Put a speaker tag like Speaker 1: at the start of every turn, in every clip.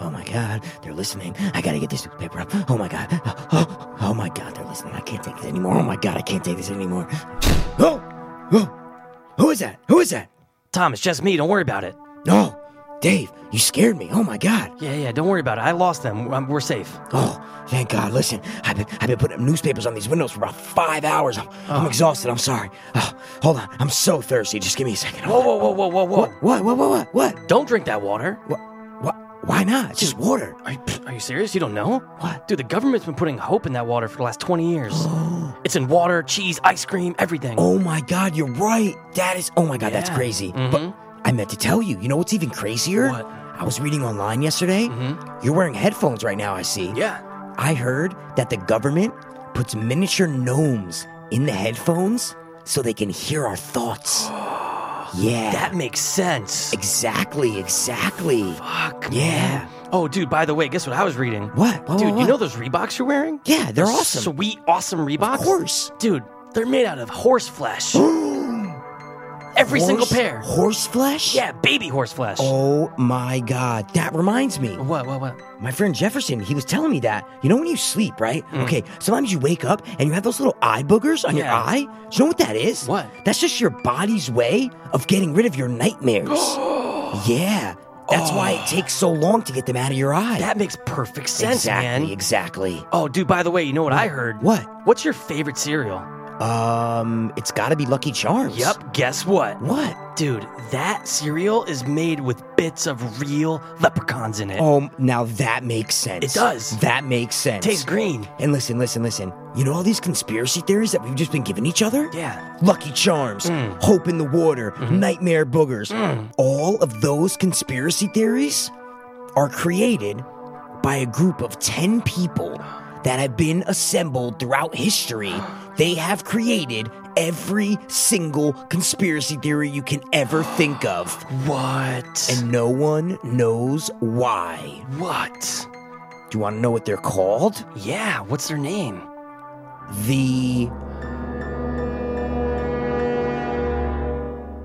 Speaker 1: Oh my God, they're listening. I gotta get this newspaper up. Oh my God. Oh, oh my God, they're listening. I can't take this anymore. Oh my God, I can't take this anymore. Oh, oh, who is that? Who is that?
Speaker 2: Tom, it's just me. Don't worry about it.
Speaker 1: No, Dave, you scared me. Oh my God.
Speaker 2: Yeah, yeah, don't worry about it. I lost them. Um, We're safe.
Speaker 1: Oh, thank God. Listen, I've been, I've been putting up newspapers on these windows for about five hours. I'm, I'm exhausted. I'm sorry. Oh, hold on. I'm so thirsty. Just give me a second.
Speaker 2: Whoa,
Speaker 1: Hold
Speaker 2: whoa, whoa, whoa, whoa, whoa.
Speaker 1: on. What? What? What? What? What?
Speaker 2: Don't drink that water.
Speaker 1: What? What? Why not? It's just water.
Speaker 2: Are you, pff, are you serious? You don't know?
Speaker 1: What?
Speaker 2: Dude, the government's been putting hope in that water for the last 20 years. it's in water, cheese, ice cream, everything.
Speaker 1: Oh my God, you're right. That is. Oh my God, that's
Speaker 2: Yeah.
Speaker 1: crazy.
Speaker 2: Mhm.
Speaker 1: But I meant to tell you. You know what's even crazier?
Speaker 2: What? Mm-hmm.
Speaker 1: I was reading online yesterday. You're wearing headphones right now. I see.
Speaker 2: Yeah.
Speaker 1: I heard that the government puts miniature gnomes in the headphones so they can hear our thoughts. yeah.
Speaker 2: That makes sense.
Speaker 1: exactly, exactly.
Speaker 2: Fuck.
Speaker 1: Yeah.
Speaker 2: man. Oh, dude, by the way, guess what I was reading?
Speaker 1: What? What,
Speaker 2: Dude,
Speaker 1: what,
Speaker 2: you
Speaker 1: what?
Speaker 2: know those Reeboks you're wearing?
Speaker 1: Yeah, they're awesome.
Speaker 2: Sweet, awesome Reeboks.
Speaker 1: Of course.
Speaker 2: Dude, they're made out of horse flesh. Every single
Speaker 1: Horse-
Speaker 2: pair.
Speaker 1: Horse flesh?
Speaker 2: Yeah, baby horse flesh.
Speaker 1: Oh my god. That reminds me.
Speaker 2: What, what, what?
Speaker 1: My friend Jefferson, he was telling me that. You know when you sleep, right? Okay, sometimes you wake up and you have those little eye boogers on your
Speaker 2: Mm. Yeah.
Speaker 1: eye. Do you know what that is?
Speaker 2: What?
Speaker 1: That's just your body's way of getting rid of your nightmares. yeah. That's why it takes so long to get them out of your eye.
Speaker 2: That makes perfect sense,
Speaker 1: exactly,
Speaker 2: man.
Speaker 1: exactly.
Speaker 2: Oh, dude, by the way, you know what I heard?
Speaker 1: What?
Speaker 2: What's your favorite cereal?
Speaker 1: Um, it's gotta be Lucky Charms.
Speaker 2: Yep, guess what?
Speaker 1: What?
Speaker 2: Dude, that cereal is made with bits of real leprechauns in it.
Speaker 1: Oh, now that makes sense.
Speaker 2: It does.
Speaker 1: That makes sense.
Speaker 2: Tastes green.
Speaker 1: And listen, listen, listen. You know all these conspiracy theories that we've just been giving each other?
Speaker 2: Yeah.
Speaker 1: Lucky Charms, Hope in the Water, Nightmare Boogers. All of those conspiracy theories are created by a group of 10 people that have been assembled throughout history. They have created every single conspiracy theory you can ever think of,
Speaker 2: What?
Speaker 1: and no one knows why.
Speaker 2: what?
Speaker 1: Do you want to know what they're called?
Speaker 2: Yeah, what's their name?
Speaker 1: The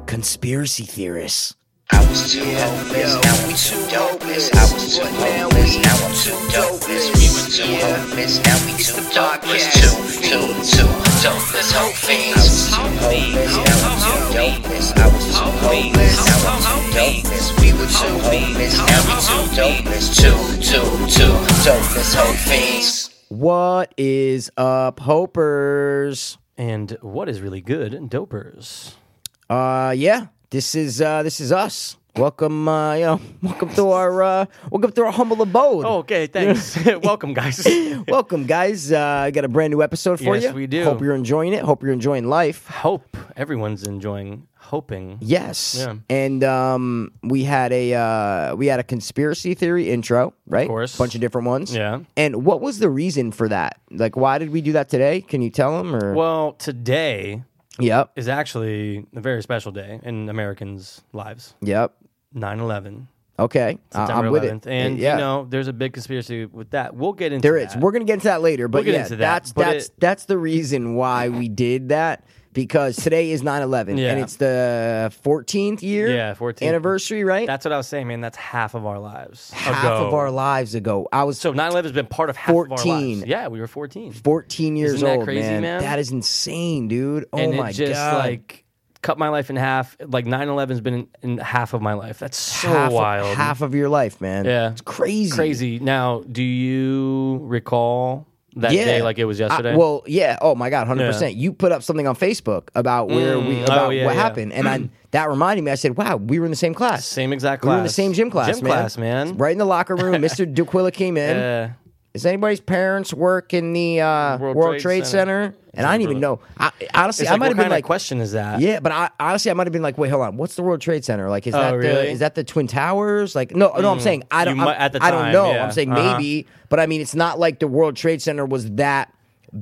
Speaker 1: conspiracy theorists.
Speaker 3: I was too hopeless, now we too dopeless. I was too hopeless, now I'm too dopeless. We were too hopeless, now we too darkless. Too, too, too dopeless, hope fiends. I was too hopeless, now I'm too dopeless. I was too hopeless, now I'm too dopeless. We were too hopeless, now we too dopeless. Too, too, too dopeless, hope fiends.
Speaker 1: What is up, Hopers?
Speaker 2: And what is really good in dopers?
Speaker 1: Uh, yeah, this is uh, this is us. Welcome, uh, you know, welcome to our uh, welcome to our humble abode.
Speaker 2: Okay, thanks. Welcome, guys.
Speaker 1: Welcome, guys. Uh, I got a brand new episode for
Speaker 2: Yes,
Speaker 1: you.
Speaker 2: we do.
Speaker 1: Hope you're enjoying it. Hope you're enjoying life.
Speaker 2: Hope everyone's enjoying hoping.
Speaker 1: Yes.
Speaker 2: Yeah.
Speaker 1: And um, we had a uh, we had a conspiracy theory intro, right? Of
Speaker 2: course.
Speaker 1: bunch of different ones.
Speaker 2: Yeah.
Speaker 1: And what was the reason for that? Like, why did we do that today? Can you tell them? Or
Speaker 2: Well, today
Speaker 1: yep,
Speaker 2: is actually a very special day in Americans' lives.
Speaker 1: yep.
Speaker 2: 9/11,
Speaker 1: Okay, I-
Speaker 2: September
Speaker 1: I'm with
Speaker 2: 11th,
Speaker 1: it.
Speaker 2: and
Speaker 1: yeah,
Speaker 2: you know, there's a big conspiracy with that. We'll get into
Speaker 1: there is.
Speaker 2: that.
Speaker 1: We're gonna get into that later, but
Speaker 2: get
Speaker 1: yeah,
Speaker 2: into that,
Speaker 1: that's
Speaker 2: but
Speaker 1: that's
Speaker 2: it-
Speaker 1: that's the reason why we did that because today is 9/11
Speaker 2: Yeah.
Speaker 1: and it's the 14th year,
Speaker 2: Yeah, 14th.
Speaker 1: anniversary, right?
Speaker 2: That's what I was saying, man. That's half of our lives.
Speaker 1: half
Speaker 2: ago.
Speaker 1: of our lives ago. I was
Speaker 2: So 9/11 has been part of half of our
Speaker 1: 14.
Speaker 2: lives. Yeah, we were 14.
Speaker 1: 14 years
Speaker 2: Isn't that
Speaker 1: old,
Speaker 2: crazy, man?
Speaker 1: That is insane, dude. Oh
Speaker 2: and
Speaker 1: my
Speaker 2: it just
Speaker 1: god!
Speaker 2: like cut my life in half. Like 9/11's been in, in half of my life. That's so
Speaker 1: half,
Speaker 2: wild.
Speaker 1: half of your life, man.
Speaker 2: Yeah.
Speaker 1: it's crazy.
Speaker 2: crazy. Now, do you recall that
Speaker 1: Yeah.
Speaker 2: day like it was
Speaker 1: I-
Speaker 2: yesterday?
Speaker 1: well, yeah. Oh my god, hundred percent. You put up something on Facebook about where we
Speaker 2: Mm,
Speaker 1: about
Speaker 2: oh, yeah,
Speaker 1: what
Speaker 2: yeah.
Speaker 1: happened, and I that reminded me. I said, "Wow, we were in the same class.
Speaker 2: same exact
Speaker 1: we
Speaker 2: class.
Speaker 1: were in the same gym class,
Speaker 2: Gym
Speaker 1: man.
Speaker 2: class, man.
Speaker 1: Right in the locker room. Mister Duquilla came in.
Speaker 2: Yeah.
Speaker 1: Is anybody's parents work in the uh, World,
Speaker 2: World
Speaker 1: Trade,
Speaker 2: Trade
Speaker 1: Center?
Speaker 2: Center?
Speaker 1: And I didn't even know. I, honestly,
Speaker 2: It's
Speaker 1: I might
Speaker 2: like, what
Speaker 1: have been
Speaker 2: kind of
Speaker 1: like,
Speaker 2: question is that?
Speaker 1: Yeah, but I honestly I might have been like, wait, hold on, what's the World Trade Center? Like, is that the
Speaker 2: Oh, really? Mm.
Speaker 1: is that the Twin Towers? Like, no, no, I'm saying I don't.
Speaker 2: You mi-
Speaker 1: I'm-
Speaker 2: at the
Speaker 1: I don't
Speaker 2: time,
Speaker 1: know.
Speaker 2: yeah.
Speaker 1: I'm saying
Speaker 2: Uh-huh.
Speaker 1: maybe, but I mean, it's not like the World Trade Center was that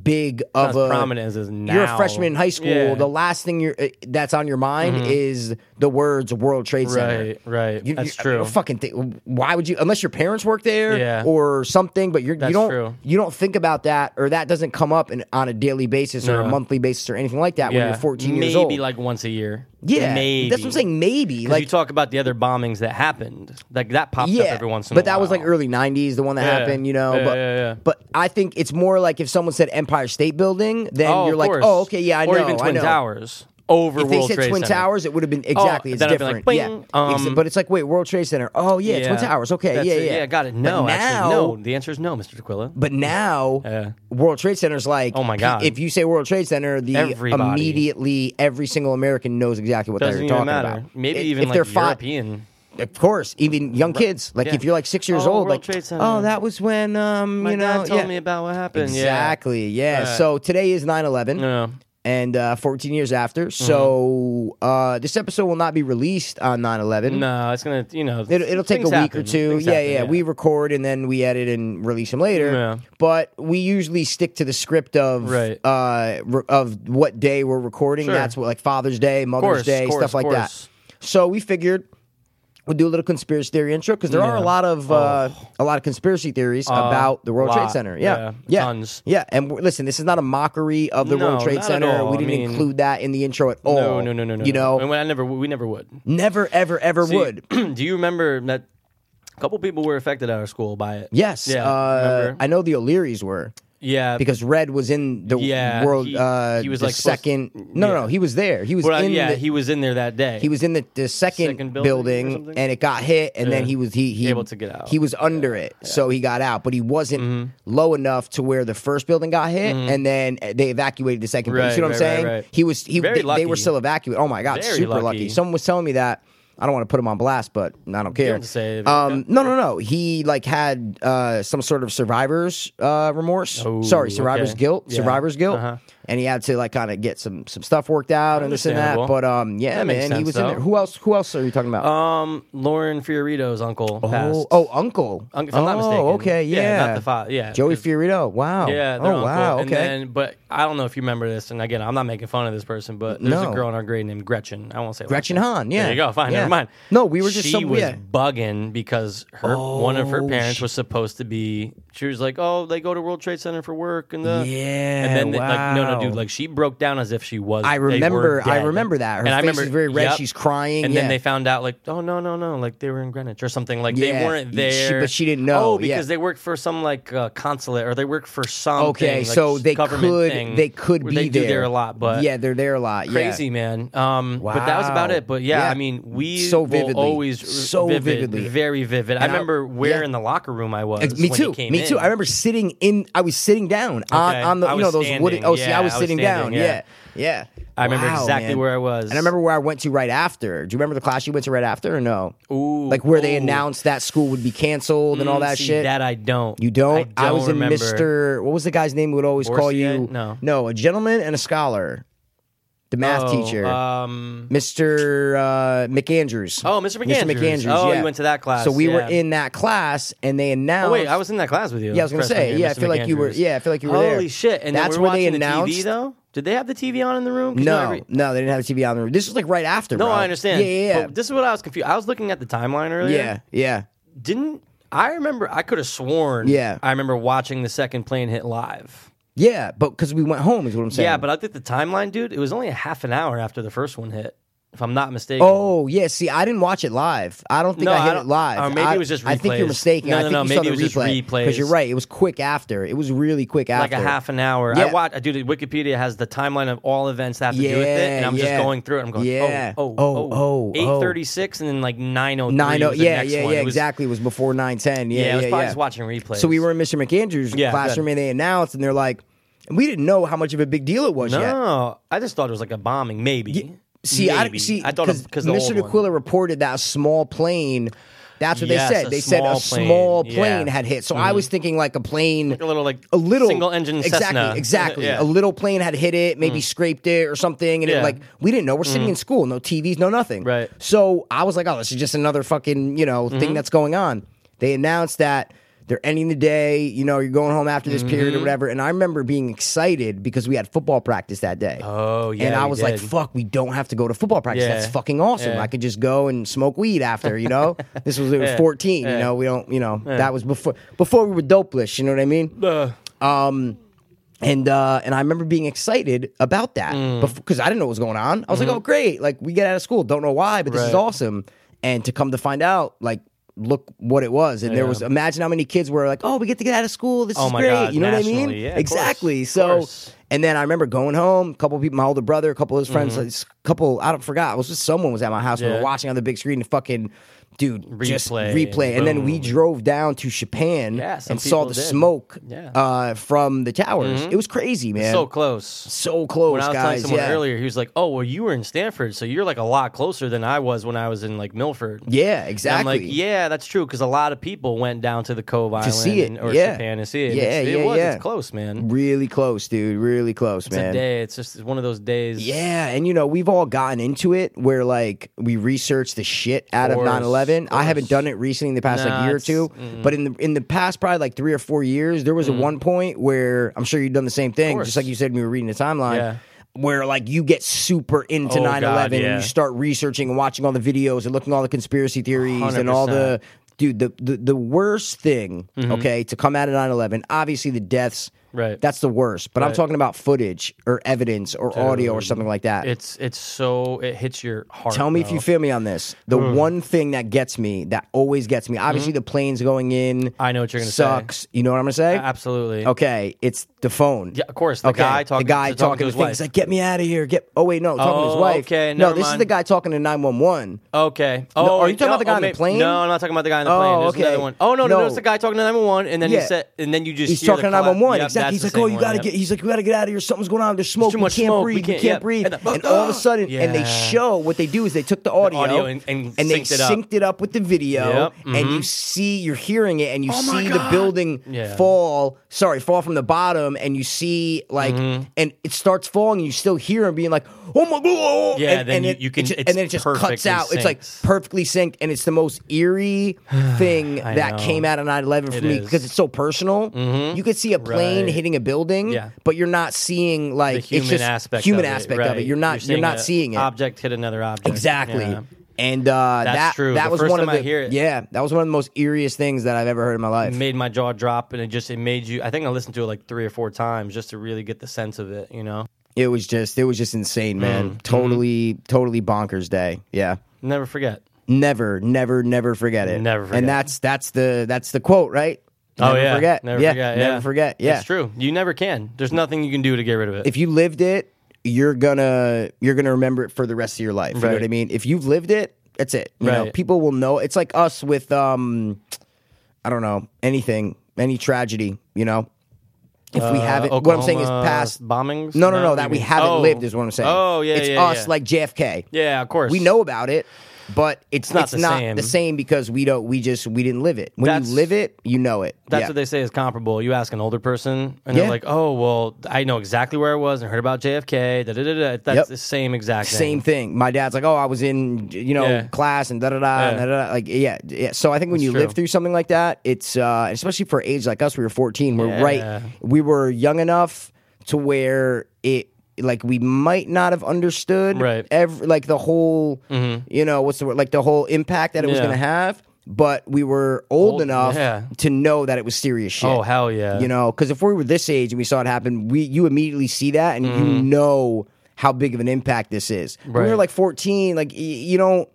Speaker 1: big of
Speaker 2: Not as
Speaker 1: a
Speaker 2: prominent as it is now.
Speaker 1: You're a freshman in high school.
Speaker 2: Yeah. Mm-hmm.
Speaker 1: The last thing you're uh, that's on your mind is the words World Trade Center.
Speaker 2: Right, right.
Speaker 1: You-
Speaker 2: That's
Speaker 1: you-
Speaker 2: true.
Speaker 1: I mean, fucking thi- why would you? Unless your parents work there,
Speaker 2: Yeah.
Speaker 1: or something. But you're, you
Speaker 2: That's
Speaker 1: don't
Speaker 2: true.
Speaker 1: you don't think about that, or that doesn't come up in, on a daily basis or a
Speaker 2: No.
Speaker 1: monthly basis or anything like that when you're 14
Speaker 2: Maybe
Speaker 1: years old.
Speaker 2: like once a year.
Speaker 1: Yeah,
Speaker 2: Maybe.
Speaker 1: that's what I'm saying. Maybe
Speaker 2: Like
Speaker 1: like
Speaker 2: you talk about the other bombings that happened, like that pops
Speaker 1: yeah,
Speaker 2: up every once in
Speaker 1: but
Speaker 2: a
Speaker 1: that
Speaker 2: while.
Speaker 1: was like early '90s, the one that
Speaker 2: Yeah.
Speaker 1: happened, you know.
Speaker 2: Yeah,
Speaker 1: but
Speaker 2: yeah, yeah.
Speaker 1: but I think it's more like if someone said Empire State Building, then
Speaker 2: Oh,
Speaker 1: you're
Speaker 2: of
Speaker 1: like,
Speaker 2: course.
Speaker 1: oh, okay, yeah, I
Speaker 2: or
Speaker 1: know,
Speaker 2: even Twin
Speaker 1: I know.
Speaker 2: Towers over
Speaker 1: If they
Speaker 2: World
Speaker 1: said
Speaker 2: Trade
Speaker 1: Twin
Speaker 2: Center. Oh,
Speaker 1: Towers, it would have been exactly. it's
Speaker 2: then I'd be like,
Speaker 1: different. yeah,
Speaker 2: bing.
Speaker 1: Exa-
Speaker 2: Um,
Speaker 1: but it's like, wait, World Trade Center. Oh yeah, Twin Towers. Okay,
Speaker 2: That's
Speaker 1: yeah,
Speaker 2: it.
Speaker 1: yeah,
Speaker 2: yeah. Got it.
Speaker 1: But
Speaker 2: No,
Speaker 1: now,
Speaker 2: actually, no. The answer is no, Mr. Aquila.
Speaker 1: But now,
Speaker 2: Yeah.
Speaker 1: World Trade Center's like,
Speaker 2: Oh my God.
Speaker 1: If you say World Trade Center, the
Speaker 2: Everybody.
Speaker 1: immediately every single American knows exactly what
Speaker 2: Doesn't
Speaker 1: they're
Speaker 2: even
Speaker 1: talking
Speaker 2: matter.
Speaker 1: about.
Speaker 2: Maybe
Speaker 1: If-
Speaker 2: even
Speaker 1: if
Speaker 2: like
Speaker 1: they're fi-
Speaker 2: European.
Speaker 1: of course, even young kids. Like
Speaker 2: yeah.
Speaker 1: if you're like six years
Speaker 2: Oh,
Speaker 1: old,
Speaker 2: World
Speaker 1: like,
Speaker 2: Trade Center.
Speaker 1: oh, that was when um,
Speaker 2: My
Speaker 1: you know,
Speaker 2: dad told
Speaker 1: yeah.
Speaker 2: me about what happened.
Speaker 1: exactly, yeah.
Speaker 2: Right.
Speaker 1: So today is 9-11.
Speaker 2: Yeah. Mm-hmm.
Speaker 1: and uh, 14 years after. So uh, this episode will not be released on 9 11.
Speaker 2: yeah. No, it's gonna. You know,
Speaker 1: It, it'll take a
Speaker 2: things
Speaker 1: week or
Speaker 2: happen.
Speaker 1: two.
Speaker 2: Things
Speaker 1: Yeah,
Speaker 2: happen,
Speaker 1: yeah, We record and then we edit and release them later.
Speaker 2: Yeah.
Speaker 1: But we usually stick to the script of
Speaker 2: Right.
Speaker 1: uh, re- of what day we're recording.
Speaker 2: Sure.
Speaker 1: That's what like Father's Day, Mother's
Speaker 2: Course,
Speaker 1: Day,
Speaker 2: course,
Speaker 1: stuff like
Speaker 2: course.
Speaker 1: that. So we figured we'll do a little conspiracy theory intro because there are a
Speaker 2: Yeah. Oh.
Speaker 1: lot of uh, a lot of conspiracy theories about the World Trade
Speaker 2: lot.
Speaker 1: Center. Yeah,
Speaker 2: Yeah,
Speaker 1: yeah,
Speaker 2: tons.
Speaker 1: yeah. And we're- listen, this is not a mockery of the World
Speaker 2: No,
Speaker 1: Trade
Speaker 2: not at
Speaker 1: Center.
Speaker 2: all.
Speaker 1: We
Speaker 2: I
Speaker 1: didn't
Speaker 2: mean-
Speaker 1: include that in the intro at all.
Speaker 2: No, no, no, no, no.
Speaker 1: You know,
Speaker 2: and I never. We never would.
Speaker 1: never, ever, ever
Speaker 2: Do you-
Speaker 1: would.
Speaker 2: do you remember that? A couple people were affected at our school by it.
Speaker 1: Yes.
Speaker 2: Yeah.
Speaker 1: uh,
Speaker 2: remember?
Speaker 1: I know the O'Learys were
Speaker 2: yeah.
Speaker 1: because Red was in the
Speaker 2: Yeah,
Speaker 1: world.
Speaker 2: he-
Speaker 1: uh,
Speaker 2: he was,
Speaker 1: the
Speaker 2: like, supposed-
Speaker 1: second. no, no,
Speaker 2: yeah.
Speaker 1: no, he was there. He was
Speaker 2: Well,
Speaker 1: in.
Speaker 2: yeah,
Speaker 1: the,
Speaker 2: he was in there that day.
Speaker 1: he was in the, the second,
Speaker 2: Second building or
Speaker 1: building,
Speaker 2: something?
Speaker 1: and it got hit, and then
Speaker 2: Yeah.
Speaker 1: he was he, he
Speaker 2: Able to get out. Mm-hmm.
Speaker 1: He was under it, so he got out, but he wasn't low enough to where the first building got hit, and then they evacuated the second. building. You
Speaker 2: Right,
Speaker 1: see what I'm
Speaker 2: Mm-hmm. right, right,
Speaker 1: saying?
Speaker 2: right.
Speaker 1: He was he they,
Speaker 2: Very
Speaker 1: they were
Speaker 2: lucky.
Speaker 1: still evacuated. Oh my god,
Speaker 2: Very
Speaker 1: super lucky.
Speaker 2: lucky.
Speaker 1: Someone was telling me that. I don't want to put him on blast, but I don't care.
Speaker 2: have to say it.
Speaker 1: um, no, no, no. He like had uh, some sort of survivor's uh, remorse. Sorry, survivor's
Speaker 2: Oh, okay.
Speaker 1: guilt.
Speaker 2: Yeah.
Speaker 1: Survivor's guilt.
Speaker 2: Uh-huh.
Speaker 1: And he had to like kind of get some some stuff worked out and this and that.
Speaker 2: Understandable.
Speaker 1: But um, yeah, man,
Speaker 2: That makes
Speaker 1: he
Speaker 2: sense,
Speaker 1: was in
Speaker 2: though.
Speaker 1: there. Who else? Who else are you talking about?
Speaker 2: Um, Lauren Fiorito's uncle
Speaker 1: oh,
Speaker 2: passed.
Speaker 1: oh, Uncle.
Speaker 2: Un- if I'm
Speaker 1: oh,
Speaker 2: not mistaken.
Speaker 1: okay, yeah.
Speaker 2: not the father. Yeah,
Speaker 1: Joey
Speaker 2: 'cause-
Speaker 1: Fiorito. Wow.
Speaker 2: Yeah,
Speaker 1: Oh
Speaker 2: their uncle.
Speaker 1: wow.
Speaker 2: And
Speaker 1: okay.
Speaker 2: then, but I don't know if you remember this. And again, I'm not making fun of this person, but there's
Speaker 1: No.
Speaker 2: a girl in our grade named Gretchen. I won't say her
Speaker 1: Gretchen
Speaker 2: last name.
Speaker 1: Hahn, yeah.
Speaker 2: there you go. Fine,
Speaker 1: Yeah.
Speaker 2: never mind.
Speaker 1: No, we were just
Speaker 2: she
Speaker 1: some-
Speaker 2: was
Speaker 1: yeah.
Speaker 2: bugging because her one of her
Speaker 1: Oh,
Speaker 2: parents
Speaker 1: sh-
Speaker 2: was supposed to be. She was like, "Oh, they go to World Trade Center for work," and the
Speaker 1: Yeah,
Speaker 2: and then like no,
Speaker 1: wow.
Speaker 2: no, dude, like she broke down as if she was.
Speaker 1: I
Speaker 2: they were
Speaker 1: remember- I
Speaker 2: dead.
Speaker 1: remember that. Her
Speaker 2: and I
Speaker 1: face
Speaker 2: remember
Speaker 1: is very red.
Speaker 2: yep.
Speaker 1: She's crying,
Speaker 2: and
Speaker 1: yeah.
Speaker 2: then they found out like, oh no, no, no, like they were in Greenwich or something. Like
Speaker 1: Yeah,
Speaker 2: they weren't
Speaker 1: she-
Speaker 2: there,
Speaker 1: but she didn't know,
Speaker 2: Oh, because
Speaker 1: yeah.
Speaker 2: they worked for some like uh, consulate or they worked for some.
Speaker 1: okay,
Speaker 2: thing, like,
Speaker 1: so they
Speaker 2: government
Speaker 1: could
Speaker 2: thing,
Speaker 1: they could
Speaker 2: where
Speaker 1: be
Speaker 2: they
Speaker 1: there.
Speaker 2: do there a lot, but
Speaker 1: yeah, they're there a lot. yeah.
Speaker 2: crazy man. Um, but that was about
Speaker 1: Wow.
Speaker 2: it. But yeah,
Speaker 1: Yeah.
Speaker 2: I mean, we
Speaker 1: So
Speaker 2: will
Speaker 1: vividly.
Speaker 2: always
Speaker 1: So
Speaker 2: vivid,
Speaker 1: vividly.
Speaker 2: very vivid. I
Speaker 1: And I-
Speaker 2: remember where
Speaker 1: yeah.
Speaker 2: in the locker room I was.
Speaker 1: Ex- Me
Speaker 2: when
Speaker 1: too.
Speaker 2: He came
Speaker 1: Me
Speaker 2: in.
Speaker 1: too. I remember sitting in. I was sitting down on,
Speaker 2: Okay.
Speaker 1: on the
Speaker 2: I
Speaker 1: you
Speaker 2: was
Speaker 1: know those wooden.
Speaker 2: standing.
Speaker 1: Oh, see,
Speaker 2: Yeah,
Speaker 1: I was
Speaker 2: I was
Speaker 1: sitting down.
Speaker 2: standing,
Speaker 1: Yeah,
Speaker 2: yeah.
Speaker 1: yeah.
Speaker 2: I remember
Speaker 1: Wow,
Speaker 2: exactly
Speaker 1: man.
Speaker 2: where I was.
Speaker 1: and I remember where I went to right after. Do you remember the class you went to right after or no?
Speaker 2: Ooh,
Speaker 1: like where they
Speaker 2: ooh. Mm,
Speaker 1: announced that school would be canceled and all that
Speaker 2: See,
Speaker 1: shit.
Speaker 2: That I don't.
Speaker 1: you don't?
Speaker 2: I, don't
Speaker 1: was in
Speaker 2: remember.
Speaker 1: Mr. What was the guy's name who would always call
Speaker 2: Orsier?
Speaker 1: you?
Speaker 2: No.
Speaker 1: no, a gentleman and a scholar, the math
Speaker 2: Oh,
Speaker 1: teacher,
Speaker 2: Um,
Speaker 1: Mr. Uh, McAndrews.
Speaker 2: Oh, Mr.
Speaker 1: Mr.
Speaker 2: McAndrews.
Speaker 1: McAndrews.
Speaker 2: Oh,
Speaker 1: yeah.
Speaker 2: you went to that class,
Speaker 1: So we were
Speaker 2: yeah.
Speaker 1: in that class, and they announced.
Speaker 2: Oh wait, I was in that class with you.
Speaker 1: Yeah, I was gonna
Speaker 2: freshman
Speaker 1: say.
Speaker 2: year,
Speaker 1: Yeah, I
Speaker 2: Mr.
Speaker 1: feel like you were.
Speaker 2: McAndrews.
Speaker 1: Yeah, I feel like you were
Speaker 2: Holy
Speaker 1: there.
Speaker 2: shit! And then
Speaker 1: that's
Speaker 2: we were
Speaker 1: where they
Speaker 2: watching the
Speaker 1: announced.
Speaker 2: TV, though. Did they have the TV on in the room? 'Cause
Speaker 1: No,
Speaker 2: every-
Speaker 1: no, they didn't have TV on the room. This was like right after.
Speaker 2: no,
Speaker 1: bro.
Speaker 2: I understand.
Speaker 1: Yeah, yeah, yeah.
Speaker 2: But this is what I was confused. I was looking at the timeline earlier.
Speaker 1: yeah, yeah.
Speaker 2: Didn't I remember? I could have sworn.
Speaker 1: Yeah.
Speaker 2: I remember watching the second plane hit live.
Speaker 1: Yeah, but because we went home is what I'm saying.
Speaker 2: Yeah, but I think the timeline, dude. It was only a half an hour after the first one hit, if I'm not mistaken.
Speaker 1: oh yeah, see, I didn't watch it live. I don't think
Speaker 2: No,
Speaker 1: I hit
Speaker 2: I
Speaker 1: it
Speaker 2: don't-
Speaker 1: live.
Speaker 2: or maybe
Speaker 1: I,
Speaker 2: it was just
Speaker 1: I think you're
Speaker 2: replays.
Speaker 1: mistaken.
Speaker 2: No,
Speaker 1: I
Speaker 2: no,
Speaker 1: think
Speaker 2: no,
Speaker 1: you
Speaker 2: maybe
Speaker 1: saw
Speaker 2: it
Speaker 1: the
Speaker 2: was just
Speaker 1: replay because
Speaker 2: replays.
Speaker 1: you're right. It was quick after. It was really quick
Speaker 2: like
Speaker 1: after.
Speaker 2: a half an hour.
Speaker 1: Yeah.
Speaker 2: I watch. I do the Wikipedia has the timeline of all events that have to do with it, and
Speaker 1: Yeah,
Speaker 2: I'm
Speaker 1: yeah.
Speaker 2: just going through it. I'm going,
Speaker 1: Yeah.
Speaker 2: oh,
Speaker 1: Oh,
Speaker 2: oh,
Speaker 1: oh, oh.
Speaker 2: eight thirty six, and then like nine oh
Speaker 1: Nine oh
Speaker 2: three.
Speaker 1: yeah
Speaker 2: next
Speaker 1: yeah
Speaker 2: one.
Speaker 1: yeah
Speaker 2: It was-
Speaker 1: exactly. It was before nine ten. Yeah
Speaker 2: Yeah, I was
Speaker 1: yeah
Speaker 2: probably
Speaker 1: yeah.
Speaker 2: just watching replays.
Speaker 1: So we were in Mr. McAndrew's
Speaker 2: Yeah,
Speaker 1: classroom,
Speaker 2: good.
Speaker 1: and they announced, and they're like, and we didn't know how much of a big deal it was yet.
Speaker 2: No, I just thought it was like a bombing. Maybe.
Speaker 1: See, I
Speaker 2: Maybe.
Speaker 1: see.
Speaker 2: I thought because
Speaker 1: Mr. Aquila reported that a small plane. That's what
Speaker 2: Yes,
Speaker 1: they said.
Speaker 2: a
Speaker 1: They said a
Speaker 2: small plane.
Speaker 1: small plane
Speaker 2: Yeah. Mm-hmm.
Speaker 1: had hit. So I was thinking like a plane,
Speaker 2: a little like
Speaker 1: a little
Speaker 2: single engine
Speaker 1: exactly,
Speaker 2: Cessna.
Speaker 1: exactly.
Speaker 2: Yeah. Mm.
Speaker 1: A little plane had hit it, maybe scraped it or something, and it
Speaker 2: Yeah. Mm.
Speaker 1: like we didn't know. We're sitting in school, no TVs, no nothing.
Speaker 2: Right. Mm-hmm.
Speaker 1: So I was like, oh, this is just another fucking you know thing that's going on. They announced that. They're ending the day, you know, you're going home after this
Speaker 2: Mm-hmm.
Speaker 1: period or whatever. And I remember being excited because we had football practice that day.
Speaker 2: Oh, yeah,
Speaker 1: And I
Speaker 2: we
Speaker 1: was like,
Speaker 2: did.
Speaker 1: fuck, we don't have to go to football practice.
Speaker 2: Yeah.
Speaker 1: That's fucking awesome.
Speaker 2: Yeah.
Speaker 1: I could just go and smoke weed after, you know? this was it was 14, you
Speaker 2: Yeah.
Speaker 1: know. We don't, you know, that was before before we were dopeless, you know what I mean?
Speaker 2: Uh,
Speaker 1: And uh, and I remember being excited about that
Speaker 2: Mm.
Speaker 1: because I didn't know what was going on. I was like, oh great, like we get out of school, don't know why, but this is
Speaker 2: Mm-hmm. Right.
Speaker 1: awesome. And to come to find out, like look what it was, and there was imagine how many kids were like, oh, we get to get out of school, this
Speaker 2: Oh
Speaker 1: is
Speaker 2: my
Speaker 1: great,
Speaker 2: God,
Speaker 1: you know what I
Speaker 2: nationally,
Speaker 1: mean?
Speaker 2: yeah, of course,
Speaker 1: exactly.
Speaker 2: of
Speaker 1: so.
Speaker 2: course.
Speaker 1: And then I remember going home, a couple of people, my older brother, a couple of his friends, like, s- couple, I don't forgot, it was just someone was at my house. We were
Speaker 2: Mm-hmm. Yeah.
Speaker 1: watching on the big screen and fucking, dude, just
Speaker 2: Replay,
Speaker 1: replay. And then we
Speaker 2: boom.
Speaker 1: drove down to Japan
Speaker 2: Yeah, some
Speaker 1: and saw
Speaker 2: people
Speaker 1: the
Speaker 2: did.
Speaker 1: smoke
Speaker 2: Yeah.
Speaker 1: uh, from the towers. It was crazy, man.
Speaker 2: Mm-hmm. So close.
Speaker 1: So close,
Speaker 2: When I was
Speaker 1: guys.
Speaker 2: talking to someone
Speaker 1: yeah.
Speaker 2: earlier, he was like, "Oh, well, you were in Stanford, so you're like a lot closer than I was when I was in like Milford."
Speaker 1: yeah,
Speaker 2: And
Speaker 1: exactly.
Speaker 2: I'm like, yeah, that's true because a lot of people went down to the Cove Island
Speaker 1: see it,
Speaker 2: and- or
Speaker 1: yeah.
Speaker 2: Japan to see it.
Speaker 1: Yeah,
Speaker 2: It's- it
Speaker 1: yeah,
Speaker 2: was.
Speaker 1: yeah.
Speaker 2: It's close, man.
Speaker 1: really close, dude. Really close,
Speaker 2: It's
Speaker 1: man.
Speaker 2: a day. It's just one of those days.
Speaker 1: Yeah, and you know, we've all gotten into it where like we research the shit out of
Speaker 2: Course,
Speaker 1: 9/11. I haven't
Speaker 2: course. Mm-hmm.
Speaker 1: done it recently in the past like
Speaker 2: Nah,
Speaker 1: year or
Speaker 2: it's-
Speaker 1: two, but in the in the past probably like 3 or 4 years, there was a one point where I'm sure you've done the same thing, just
Speaker 2: Mm-hmm. course.
Speaker 1: like you said when we were reading the timeline.
Speaker 2: Yeah.
Speaker 1: Where like you get super into
Speaker 2: Oh,
Speaker 1: 9/11
Speaker 2: God,
Speaker 1: and
Speaker 2: yeah.
Speaker 1: you start researching and watching all the videos and looking at all the conspiracy theories and all the
Speaker 2: 100%.
Speaker 1: dude the the, the worst thing, okay, to come out of 9/11, obviously the deaths
Speaker 2: Mm-hmm. Right.
Speaker 1: That's the worst. But I'm talking about footage or evidence or audio or something like that.
Speaker 2: It's it's so it hits your heart.
Speaker 1: Tell me if
Speaker 2: bro.
Speaker 1: you feel me on this. The
Speaker 2: Hmm.
Speaker 1: one thing that gets me, that always gets me, obviously the planes going in.
Speaker 2: I know what you're gonna say.
Speaker 1: sucks. You know what I'm gonna say?
Speaker 2: Absolutely.
Speaker 1: Okay, it's the phone.
Speaker 2: Yeah, of course. The
Speaker 1: okay,
Speaker 2: guy talking.
Speaker 1: the guy
Speaker 2: to,
Speaker 1: talking,
Speaker 2: talking to his
Speaker 1: things
Speaker 2: wife.
Speaker 1: like, "Get me out of here!" Get. Oh wait, no, talking to his
Speaker 2: Oh,
Speaker 1: wife.
Speaker 2: okay,
Speaker 1: no,
Speaker 2: never
Speaker 1: this is
Speaker 2: mind.
Speaker 1: the guy talking to 911.
Speaker 2: Okay. Oh,
Speaker 1: are you
Speaker 2: wait,
Speaker 1: talking about
Speaker 2: no,
Speaker 1: the guy on the
Speaker 2: may-
Speaker 1: plane?
Speaker 2: No, I'm not talking about the guy on the
Speaker 1: Oh,
Speaker 2: plane. There's
Speaker 1: okay.
Speaker 2: another one. Oh no, no,
Speaker 1: No.
Speaker 2: no, it's the guy talking to 911, and then
Speaker 1: Yeah.
Speaker 2: he said, and then you just
Speaker 1: He's
Speaker 2: hear
Speaker 1: talking to
Speaker 2: the collapse.
Speaker 1: 911.
Speaker 2: Yep,
Speaker 1: exactly.
Speaker 2: that's
Speaker 1: He's
Speaker 2: the
Speaker 1: like, "Oh,
Speaker 2: same
Speaker 1: you
Speaker 2: one,
Speaker 1: gotta
Speaker 2: yep.
Speaker 1: get." He's like, "You gotta get out of here. Something's going on. There's smoke.
Speaker 2: too
Speaker 1: we
Speaker 2: much
Speaker 1: can't
Speaker 2: smoke. We
Speaker 1: breathe.
Speaker 2: can't-
Speaker 1: can't
Speaker 2: yeah.
Speaker 1: breathe."
Speaker 2: And
Speaker 1: And,
Speaker 2: the-
Speaker 1: all of a sudden, and they
Speaker 2: Yeah.
Speaker 1: show what they do is they took the audio,
Speaker 2: audio and- and
Speaker 1: they
Speaker 2: synced it up.
Speaker 1: synced it up with the video,
Speaker 2: Yep, mm-hmm. Oh
Speaker 1: and you see you're hearing it, and you see the building
Speaker 2: Yeah.
Speaker 1: fall. Sorry, fall from the bottom, and you see like,
Speaker 2: Mm-hmm.
Speaker 1: and it starts falling, and you still hear him being like, "Oh my god!"
Speaker 2: Yeah,
Speaker 1: and,
Speaker 2: then
Speaker 1: and
Speaker 2: you-
Speaker 1: it-
Speaker 2: you can-
Speaker 1: it ju-
Speaker 2: it's
Speaker 1: and then it just cuts
Speaker 2: perfectly
Speaker 1: out. It's like
Speaker 2: synced.
Speaker 1: perfectly synced, and it's the most eerie thing
Speaker 2: I
Speaker 1: that
Speaker 2: know.
Speaker 1: came out of 9-11 for
Speaker 2: It
Speaker 1: me
Speaker 2: is.
Speaker 1: because it's so personal. You could see a plane
Speaker 2: Mm-hmm. Right.
Speaker 1: hitting a building,
Speaker 2: Yeah.
Speaker 1: but you're not seeing like
Speaker 2: The
Speaker 1: it's
Speaker 2: human
Speaker 1: just
Speaker 2: aspect.
Speaker 1: human
Speaker 2: of it,
Speaker 1: aspect of
Speaker 2: right.
Speaker 1: it. You're not you're, not
Speaker 2: a
Speaker 1: seeing it
Speaker 2: Object hit another object.
Speaker 1: exactly.
Speaker 2: Yeah.
Speaker 1: And uh,
Speaker 2: That's
Speaker 1: that
Speaker 2: true.
Speaker 1: that
Speaker 2: The
Speaker 1: was
Speaker 2: first
Speaker 1: one of
Speaker 2: time I
Speaker 1: the
Speaker 2: hear it-
Speaker 1: yeah that was one of the most eeriest things that I've ever heard in my life.
Speaker 2: It made my jaw drop, and it just it made you. I think I listened to it like three or four times just to really get the sense of it. You know,
Speaker 1: It was just it was just insane,
Speaker 2: Mm-hmm.
Speaker 1: man. Totally totally bonkers day. Yeah.
Speaker 2: never forget.
Speaker 1: Never, never, never forget it.
Speaker 2: Never forget.
Speaker 1: And that's that's the that's the quote, right?
Speaker 2: Oh
Speaker 1: never
Speaker 2: yeah,
Speaker 1: forget.
Speaker 2: Never
Speaker 1: yeah,
Speaker 2: forget.
Speaker 1: Never forget. Yeah.
Speaker 2: it's true. You never can. There's nothing you can do to get rid of it.
Speaker 1: if you lived it, you're gonna you're gonna remember it for the rest of your life. You know
Speaker 2: Right.
Speaker 1: what I mean? If you've lived it, that's it. You know,
Speaker 2: Right.
Speaker 1: people will know. It's like us with um, I don't know anything, any tragedy. You know, if we
Speaker 2: Uh,
Speaker 1: haven't, what I'm saying is
Speaker 2: Oklahoma
Speaker 1: past.
Speaker 2: bombings.
Speaker 1: No, no, no,
Speaker 2: what
Speaker 1: that
Speaker 2: do
Speaker 1: we
Speaker 2: you mean?
Speaker 1: haven't
Speaker 2: Oh.
Speaker 1: lived is what I'm saying.
Speaker 2: Oh yeah,
Speaker 1: it's
Speaker 2: yeah,
Speaker 1: us
Speaker 2: yeah.
Speaker 1: like JFK.
Speaker 2: yeah, of course
Speaker 1: We know about it, but it's,
Speaker 2: not
Speaker 1: it's
Speaker 2: the
Speaker 1: not
Speaker 2: same.
Speaker 1: the same because we don't. We just we didn't live it. When
Speaker 2: That's-
Speaker 1: you live it, you know it.
Speaker 2: That's
Speaker 1: Yeah.
Speaker 2: what they say is comparable. You ask an older person, and
Speaker 1: Yeah.
Speaker 2: they're like, "Oh, well, I know exactly where I was and heard about JFK." Da, da, da, da. That's
Speaker 1: Yep.
Speaker 2: the same exact
Speaker 1: Same thing. My dad's like, oh, I was in, you know,
Speaker 2: Yeah.
Speaker 1: class and da da da, and
Speaker 2: Yeah.
Speaker 1: da da. da. Like, yeah, yeah. So I think when
Speaker 2: That's
Speaker 1: you
Speaker 2: true.
Speaker 1: live through something like that, it's uh, especially for age like us, we were fourteen. We're
Speaker 2: Yeah.
Speaker 1: right. We were young enough to where it. Like we might not have understood,
Speaker 2: Right. Mm-hmm.
Speaker 1: Every, like the whole, you know, what's the word? Like the whole impact that it was
Speaker 2: Yeah.
Speaker 1: going to have. But we were old,
Speaker 2: Old-
Speaker 1: enough
Speaker 2: yeah.
Speaker 1: to know that it was serious shit.
Speaker 2: Oh, hell yeah.
Speaker 1: You know, because if we were this age and we saw it happen, we you immediately see that and you know how big of an impact this is. When you're
Speaker 2: Mm-hmm. Right.
Speaker 1: like 14, like y- you don't,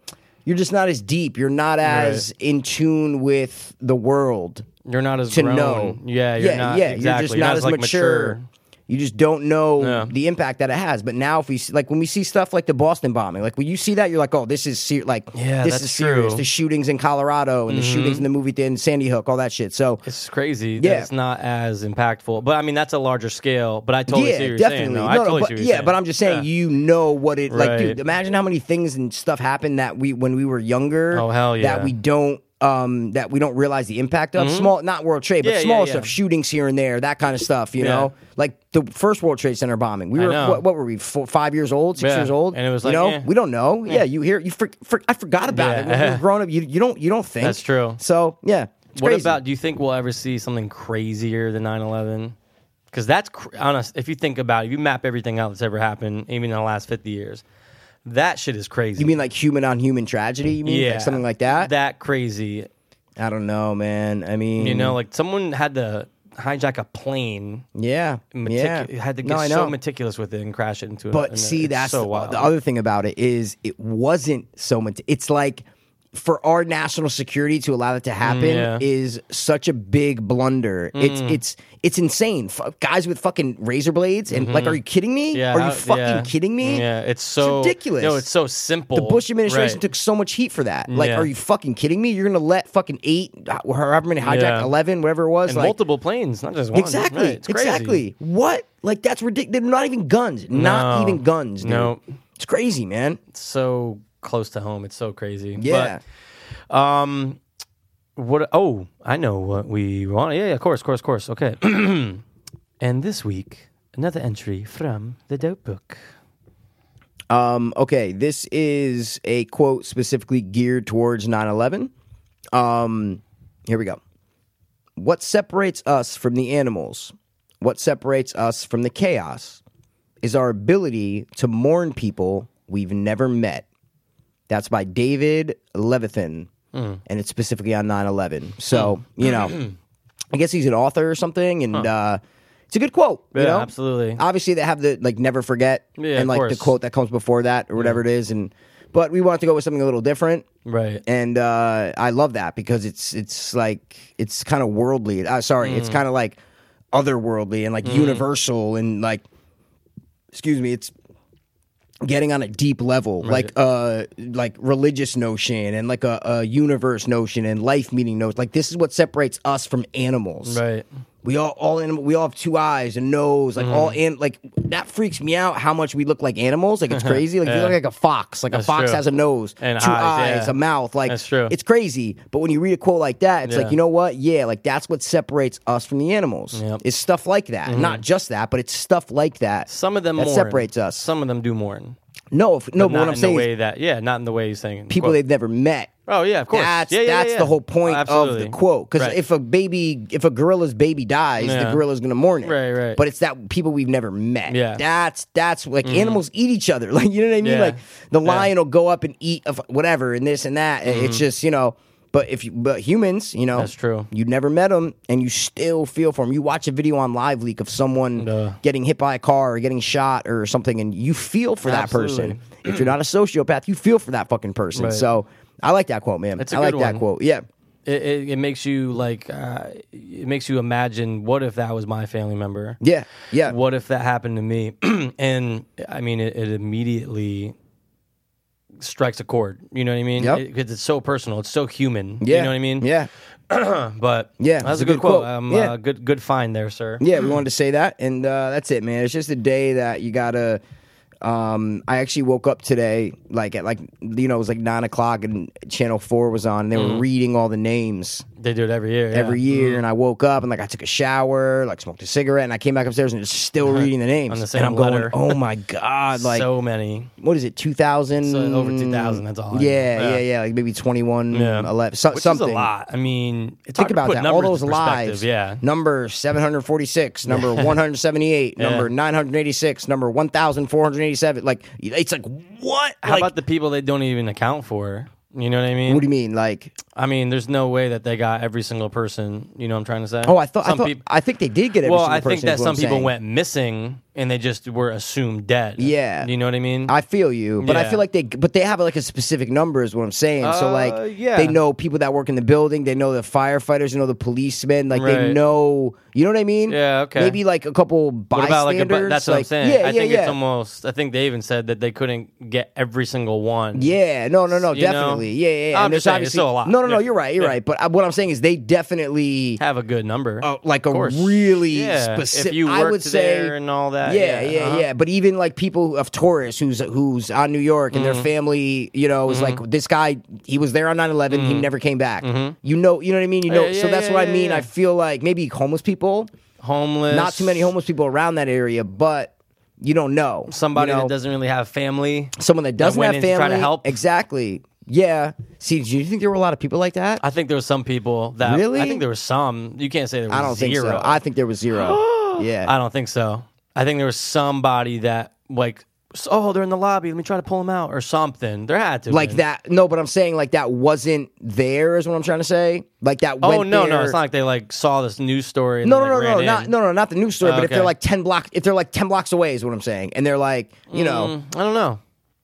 Speaker 1: you're just not as deep. You're not as in tune with the world
Speaker 2: You're not as
Speaker 1: to
Speaker 2: grown.
Speaker 1: know.
Speaker 2: Yeah, you're
Speaker 1: yeah,
Speaker 2: not.
Speaker 1: yeah.
Speaker 2: exactly.
Speaker 1: You're just not, as
Speaker 2: like,
Speaker 1: mature. You just don't know
Speaker 2: Yeah.
Speaker 1: the impact that it has. But now, if we see, like when we see stuff like the Boston bombing, like when you see that, you're like, oh, this is ser- like
Speaker 2: Yeah,
Speaker 1: this
Speaker 2: that's
Speaker 1: is serious.
Speaker 2: true. Mm-hmm.
Speaker 1: The shootings in Colorado and the shootings in the movie theater, in Sandy Hook, all that shit. So
Speaker 2: It's crazy.
Speaker 1: Yeah.
Speaker 2: that it's not as impactful. But I mean, that's a larger scale. But I totally see what you're saying. though. I
Speaker 1: No, no,
Speaker 2: totally
Speaker 1: but,
Speaker 2: see what you're
Speaker 1: yeah,
Speaker 2: saying.
Speaker 1: but I'm just saying you know what it like, dude.
Speaker 2: Right.
Speaker 1: Imagine how many things and stuff happened that we when we were younger.
Speaker 2: Oh, hell yeah. Mm-hmm.
Speaker 1: That we don't um that we don't realize the impact of small not world trade but
Speaker 2: Yeah, yeah,
Speaker 1: small
Speaker 2: yeah.
Speaker 1: stuff shootings here and there that kind of stuff you
Speaker 2: Yeah.
Speaker 1: know like the first world trade center bombing we were
Speaker 2: know.
Speaker 1: what, what were we four, five years old six
Speaker 2: Yeah.
Speaker 1: years old
Speaker 2: And it was
Speaker 1: you
Speaker 2: like,
Speaker 1: know
Speaker 2: eh.
Speaker 1: we don't know yeah, you hear you for, for, i forgot about it when
Speaker 2: Yeah.
Speaker 1: you were growing up you, you don't you don't think
Speaker 2: That's true.
Speaker 1: so yeah it's
Speaker 2: What
Speaker 1: crazy.
Speaker 2: about? Do you think we'll ever see something crazier than 9/11? Because that's cr- honest. If you think about, it, if you map everything out that's ever happened, even in the last 50 years, that shit is crazy.
Speaker 1: you mean like human on human tragedy you mean
Speaker 2: yeah,
Speaker 1: like something like that
Speaker 2: That crazy.
Speaker 1: I don't know, man. I mean,
Speaker 2: You know, like someone had to hijack a plane.
Speaker 1: Yeah.
Speaker 2: Metic-
Speaker 1: yeah.
Speaker 2: Had to get
Speaker 1: No, I
Speaker 2: so
Speaker 1: know.
Speaker 2: meticulous with it and crash it into.
Speaker 1: But
Speaker 2: an,
Speaker 1: see,
Speaker 2: it's
Speaker 1: that's
Speaker 2: so
Speaker 1: the,
Speaker 2: wild.
Speaker 1: the other thing about it is it wasn't so much. It's like for our national security to allow that to happen
Speaker 2: Mm, yeah. Mm.
Speaker 1: is such a big blunder. It's it's it's insane. F- guys with fucking razor blades and like, are you kidding me?
Speaker 2: Mm-hmm. Yeah,
Speaker 1: are you
Speaker 2: how-
Speaker 1: fucking
Speaker 2: yeah.
Speaker 1: kidding me?
Speaker 2: Yeah, it's so
Speaker 1: ridiculous.
Speaker 2: No, it's so simple.
Speaker 1: The Bush administration
Speaker 2: Right.
Speaker 1: took so much heat for that. Like,
Speaker 2: Yeah.
Speaker 1: are you fucking kidding me? You're gonna let fucking eight, however many hijack
Speaker 2: Yeah.
Speaker 1: eleven, whatever it was,
Speaker 2: and
Speaker 1: like,
Speaker 2: multiple planes, not just one.
Speaker 1: Exactly.
Speaker 2: Right, it's crazy.
Speaker 1: Exactly. What? Like that's ridiculous. They're not even guns. Not
Speaker 2: No.
Speaker 1: even guns. Dude.
Speaker 2: No.
Speaker 1: It's crazy, man.
Speaker 2: It's so close to home. It's so crazy.
Speaker 1: Yeah.
Speaker 2: But, um, what? Oh, I know what we want. Yeah, yeah, of course, of course, of course. Okay. and this week, another entry from the Dope Book.
Speaker 1: Um, okay, this is a quote specifically geared towards 9/11. Um, here we go. What separates us from the animals? What separates us from the chaos is our ability to mourn people we've never met. That's by David Levithan, and it's specifically on 9/11. So, you know, I guess he's an author or something and uh it's a good quote, you
Speaker 2: Yeah,
Speaker 1: know?
Speaker 2: absolutely.
Speaker 1: obviously they have the like never forget
Speaker 2: Yeah,
Speaker 1: and
Speaker 2: of
Speaker 1: like the
Speaker 2: course.
Speaker 1: quote that comes before that or whatever it is and but we wanted to go with something a little different
Speaker 2: Right.
Speaker 1: and uh i love that because it's it's like it's kind of worldly uh, sorry
Speaker 2: Mm.
Speaker 1: it's kind of like otherworldly and like universal and like excuse me it's getting on a deep level like uh like religious notion and like a, a universe notion and life meaning notion like this is what separates us from animals
Speaker 2: right.
Speaker 1: we all all animal. We all have two eyes and nose. Like all
Speaker 2: Mm-hmm.
Speaker 1: and like that freaks me out. How much we look like animals. Like it's crazy. Like if you look like a fox. Like a
Speaker 2: That's
Speaker 1: fox
Speaker 2: true.
Speaker 1: has a nose,
Speaker 2: And
Speaker 1: two eyes,
Speaker 2: eyes, yeah.
Speaker 1: a mouth. Like
Speaker 2: That's true.
Speaker 1: It's crazy. But when you read a quote like that, it's like
Speaker 2: Yeah.
Speaker 1: you know what? Yeah, like that's what separates us from the animals.
Speaker 2: Yep. Mm-hmm.
Speaker 1: It's stuff like that. Not just that, but it's stuff like that.
Speaker 2: Some of them
Speaker 1: that
Speaker 2: mourn.
Speaker 1: separates us.
Speaker 2: Some of them do mourn.
Speaker 1: no, if, no. But,
Speaker 2: not
Speaker 1: what I'm
Speaker 2: in
Speaker 1: saying,
Speaker 2: the
Speaker 1: is
Speaker 2: way that yeah, not in the way you're saying. it.
Speaker 1: people
Speaker 2: Quote.
Speaker 1: they've never met.
Speaker 2: Oh yeah, of course.
Speaker 1: That's
Speaker 2: yeah, yeah, yeah,
Speaker 1: that's
Speaker 2: yeah.
Speaker 1: the whole point of the
Speaker 2: Absolutely.
Speaker 1: quote. Because
Speaker 2: Right.
Speaker 1: if a baby, if a gorilla's baby dies, the
Speaker 2: Yeah.
Speaker 1: gorilla's gonna mourn it.
Speaker 2: Right, right.
Speaker 1: But it's that people we've never met.
Speaker 2: Yeah. Mm-hmm.
Speaker 1: that's that's like animals eat each other. Like you know what I mean?
Speaker 2: Yeah.
Speaker 1: Like the
Speaker 2: Yeah. Mm-hmm.
Speaker 1: lion will go up and eat of whatever and this and that. And It's just you know. But if you, but humans, you know,
Speaker 2: That's true.
Speaker 1: You never met them, and you still feel for them. You watch a video on Live Leak of someone
Speaker 2: Yeah.
Speaker 1: getting hit by a car or getting shot or something, and you feel for that person. If you're not a sociopath, you feel for that fucking person.
Speaker 2: Right.
Speaker 1: So I like that quote, man.
Speaker 2: It's a
Speaker 1: I like
Speaker 2: good
Speaker 1: that
Speaker 2: one.
Speaker 1: quote. Yeah.
Speaker 2: It, it, it makes you like uh, it makes you imagine what if that was my family member.
Speaker 1: Yeah. Yeah.
Speaker 2: What if that happened to me? and I mean, it, it immediately strikes a chord. You know what I mean?
Speaker 1: Yep.
Speaker 2: Because it's so personal. It's so human.
Speaker 1: yeah.
Speaker 2: You know what I mean?
Speaker 1: Yeah.
Speaker 2: But
Speaker 1: Yeah,
Speaker 2: that's a good, quote. Um,
Speaker 1: Yeah.
Speaker 2: uh, good, good find there, sir.
Speaker 1: Yeah, we wanted to say that, and uh, that's it, man. It's just a day that you gotta. Um, I actually woke up today, like at like you know it was like nine o'clock, and Channel Four was on, and they were reading all the names
Speaker 2: They do it every year. Mm-hmm. yeah. Mm-hmm.
Speaker 1: every year. And I woke up and like I took a shower, like smoked a cigarette, and I came back upstairs and it's still reading the names.
Speaker 2: On the
Speaker 1: and
Speaker 2: same
Speaker 1: I'm
Speaker 2: letter.
Speaker 1: going, oh my god, like
Speaker 2: so many.
Speaker 1: what is it, two thousand?
Speaker 2: So over 2000, that's all I know.
Speaker 1: Yeah, yeah, yeah,
Speaker 2: Yeah.
Speaker 1: like maybe 21,
Speaker 2: Yeah.
Speaker 1: 11, so,
Speaker 2: Mm. Which
Speaker 1: something.
Speaker 2: is a lot. I mean,
Speaker 1: Think
Speaker 2: it's hard to
Speaker 1: about
Speaker 2: put
Speaker 1: that. All
Speaker 2: numbers
Speaker 1: those
Speaker 2: in
Speaker 1: lives.
Speaker 2: perspective, Yeah.
Speaker 1: Number 746, number 178, number 986, number 1487. Like, it's like, what?
Speaker 2: How
Speaker 1: Like,
Speaker 2: about the people they don't even account for? You know what I mean?
Speaker 1: what do you mean? Like,
Speaker 2: I mean, there's no way that they got every single person. You know what I'm trying to say?
Speaker 1: oh, I thought, I,
Speaker 2: some
Speaker 1: thought
Speaker 2: peop-
Speaker 1: I think they did get every
Speaker 2: well,
Speaker 1: single
Speaker 2: I think
Speaker 1: person, is
Speaker 2: that
Speaker 1: what
Speaker 2: some
Speaker 1: I'm
Speaker 2: people
Speaker 1: saying.
Speaker 2: went missing and they just were assumed dead.
Speaker 1: Yeah.
Speaker 2: You know what I mean?
Speaker 1: I feel you, but I
Speaker 2: Yeah.
Speaker 1: feel like they, but they have like a specific number is what I'm saying. so
Speaker 2: Uh,
Speaker 1: like,
Speaker 2: yeah.
Speaker 1: they know people that work in the building, they know the firefighters, they know the policemen, like they
Speaker 2: Right.
Speaker 1: know, you know what I mean?
Speaker 2: Yeah, okay.
Speaker 1: Maybe like a couple bystanders.
Speaker 2: what about like a bu- that's what I'm
Speaker 1: like-
Speaker 2: saying.
Speaker 1: Yeah,
Speaker 2: I
Speaker 1: yeah,
Speaker 2: think
Speaker 1: yeah.
Speaker 2: it's almost I think they even said that they couldn't get every single one.
Speaker 1: Yeah, no, no, no,
Speaker 2: You know?
Speaker 1: definitely. Yeah, yeah, yeah.
Speaker 2: I'm
Speaker 1: And
Speaker 2: just
Speaker 1: there's
Speaker 2: saying, it's still a lot.
Speaker 1: No, no, no.
Speaker 2: Yeah.
Speaker 1: You're right. You're
Speaker 2: Yeah.
Speaker 1: right. But I, what I'm saying is, they definitely
Speaker 2: Have a good number.
Speaker 1: uh, like a
Speaker 2: course.
Speaker 1: really
Speaker 2: Yeah, if
Speaker 1: specific.
Speaker 2: you
Speaker 1: I would
Speaker 2: worked
Speaker 1: say
Speaker 2: there and all that,
Speaker 1: Yeah,
Speaker 2: yeah,
Speaker 1: yeah,
Speaker 2: uh-huh.
Speaker 1: yeah. But even like people of tourists who's who's on New York and
Speaker 2: Mm-hmm.
Speaker 1: their family, you know, is like this guy. He was there on 9/11. He never came back. You know, you know what I mean. You know,
Speaker 2: Mm-hmm. Yeah,
Speaker 1: so
Speaker 2: yeah,
Speaker 1: that's
Speaker 2: yeah,
Speaker 1: what I
Speaker 2: yeah,
Speaker 1: mean.
Speaker 2: yeah.
Speaker 1: I feel like maybe homeless people,
Speaker 2: homeless.
Speaker 1: not too many homeless people around that area, but. You don't know
Speaker 2: Somebody
Speaker 1: you know?
Speaker 2: that doesn't really have family.
Speaker 1: someone that doesn't
Speaker 2: went
Speaker 1: have
Speaker 2: in to
Speaker 1: family
Speaker 2: try to help.
Speaker 1: Exactly. Yeah. See, do you think there were a lot of people like that? I,
Speaker 2: I think there were some people that
Speaker 1: Really?
Speaker 2: I think there were some. You can't say there was
Speaker 1: don't
Speaker 2: zero.
Speaker 1: think so. I think there was zero. yeah.
Speaker 2: I don't think so. I think there was somebody that like s- oh, they're in the lobby. Let me try to pull them out or something. There had to
Speaker 1: Like
Speaker 2: been.
Speaker 1: that. No, but I'm saying like that wasn't there is what I'm trying to say. Like that.
Speaker 2: Oh
Speaker 1: went
Speaker 2: no,
Speaker 1: there.
Speaker 2: no, it's not like they like saw this news story. And
Speaker 1: No,
Speaker 2: then,
Speaker 1: no, no,
Speaker 2: like,
Speaker 1: no,
Speaker 2: ran
Speaker 1: not
Speaker 2: in.
Speaker 1: no, no, not the news story.
Speaker 2: Oh,
Speaker 1: but if
Speaker 2: okay.
Speaker 1: they're like ten block, if they're like ten blocks away, is what I'm saying. And they're like, you know,
Speaker 2: I don't know.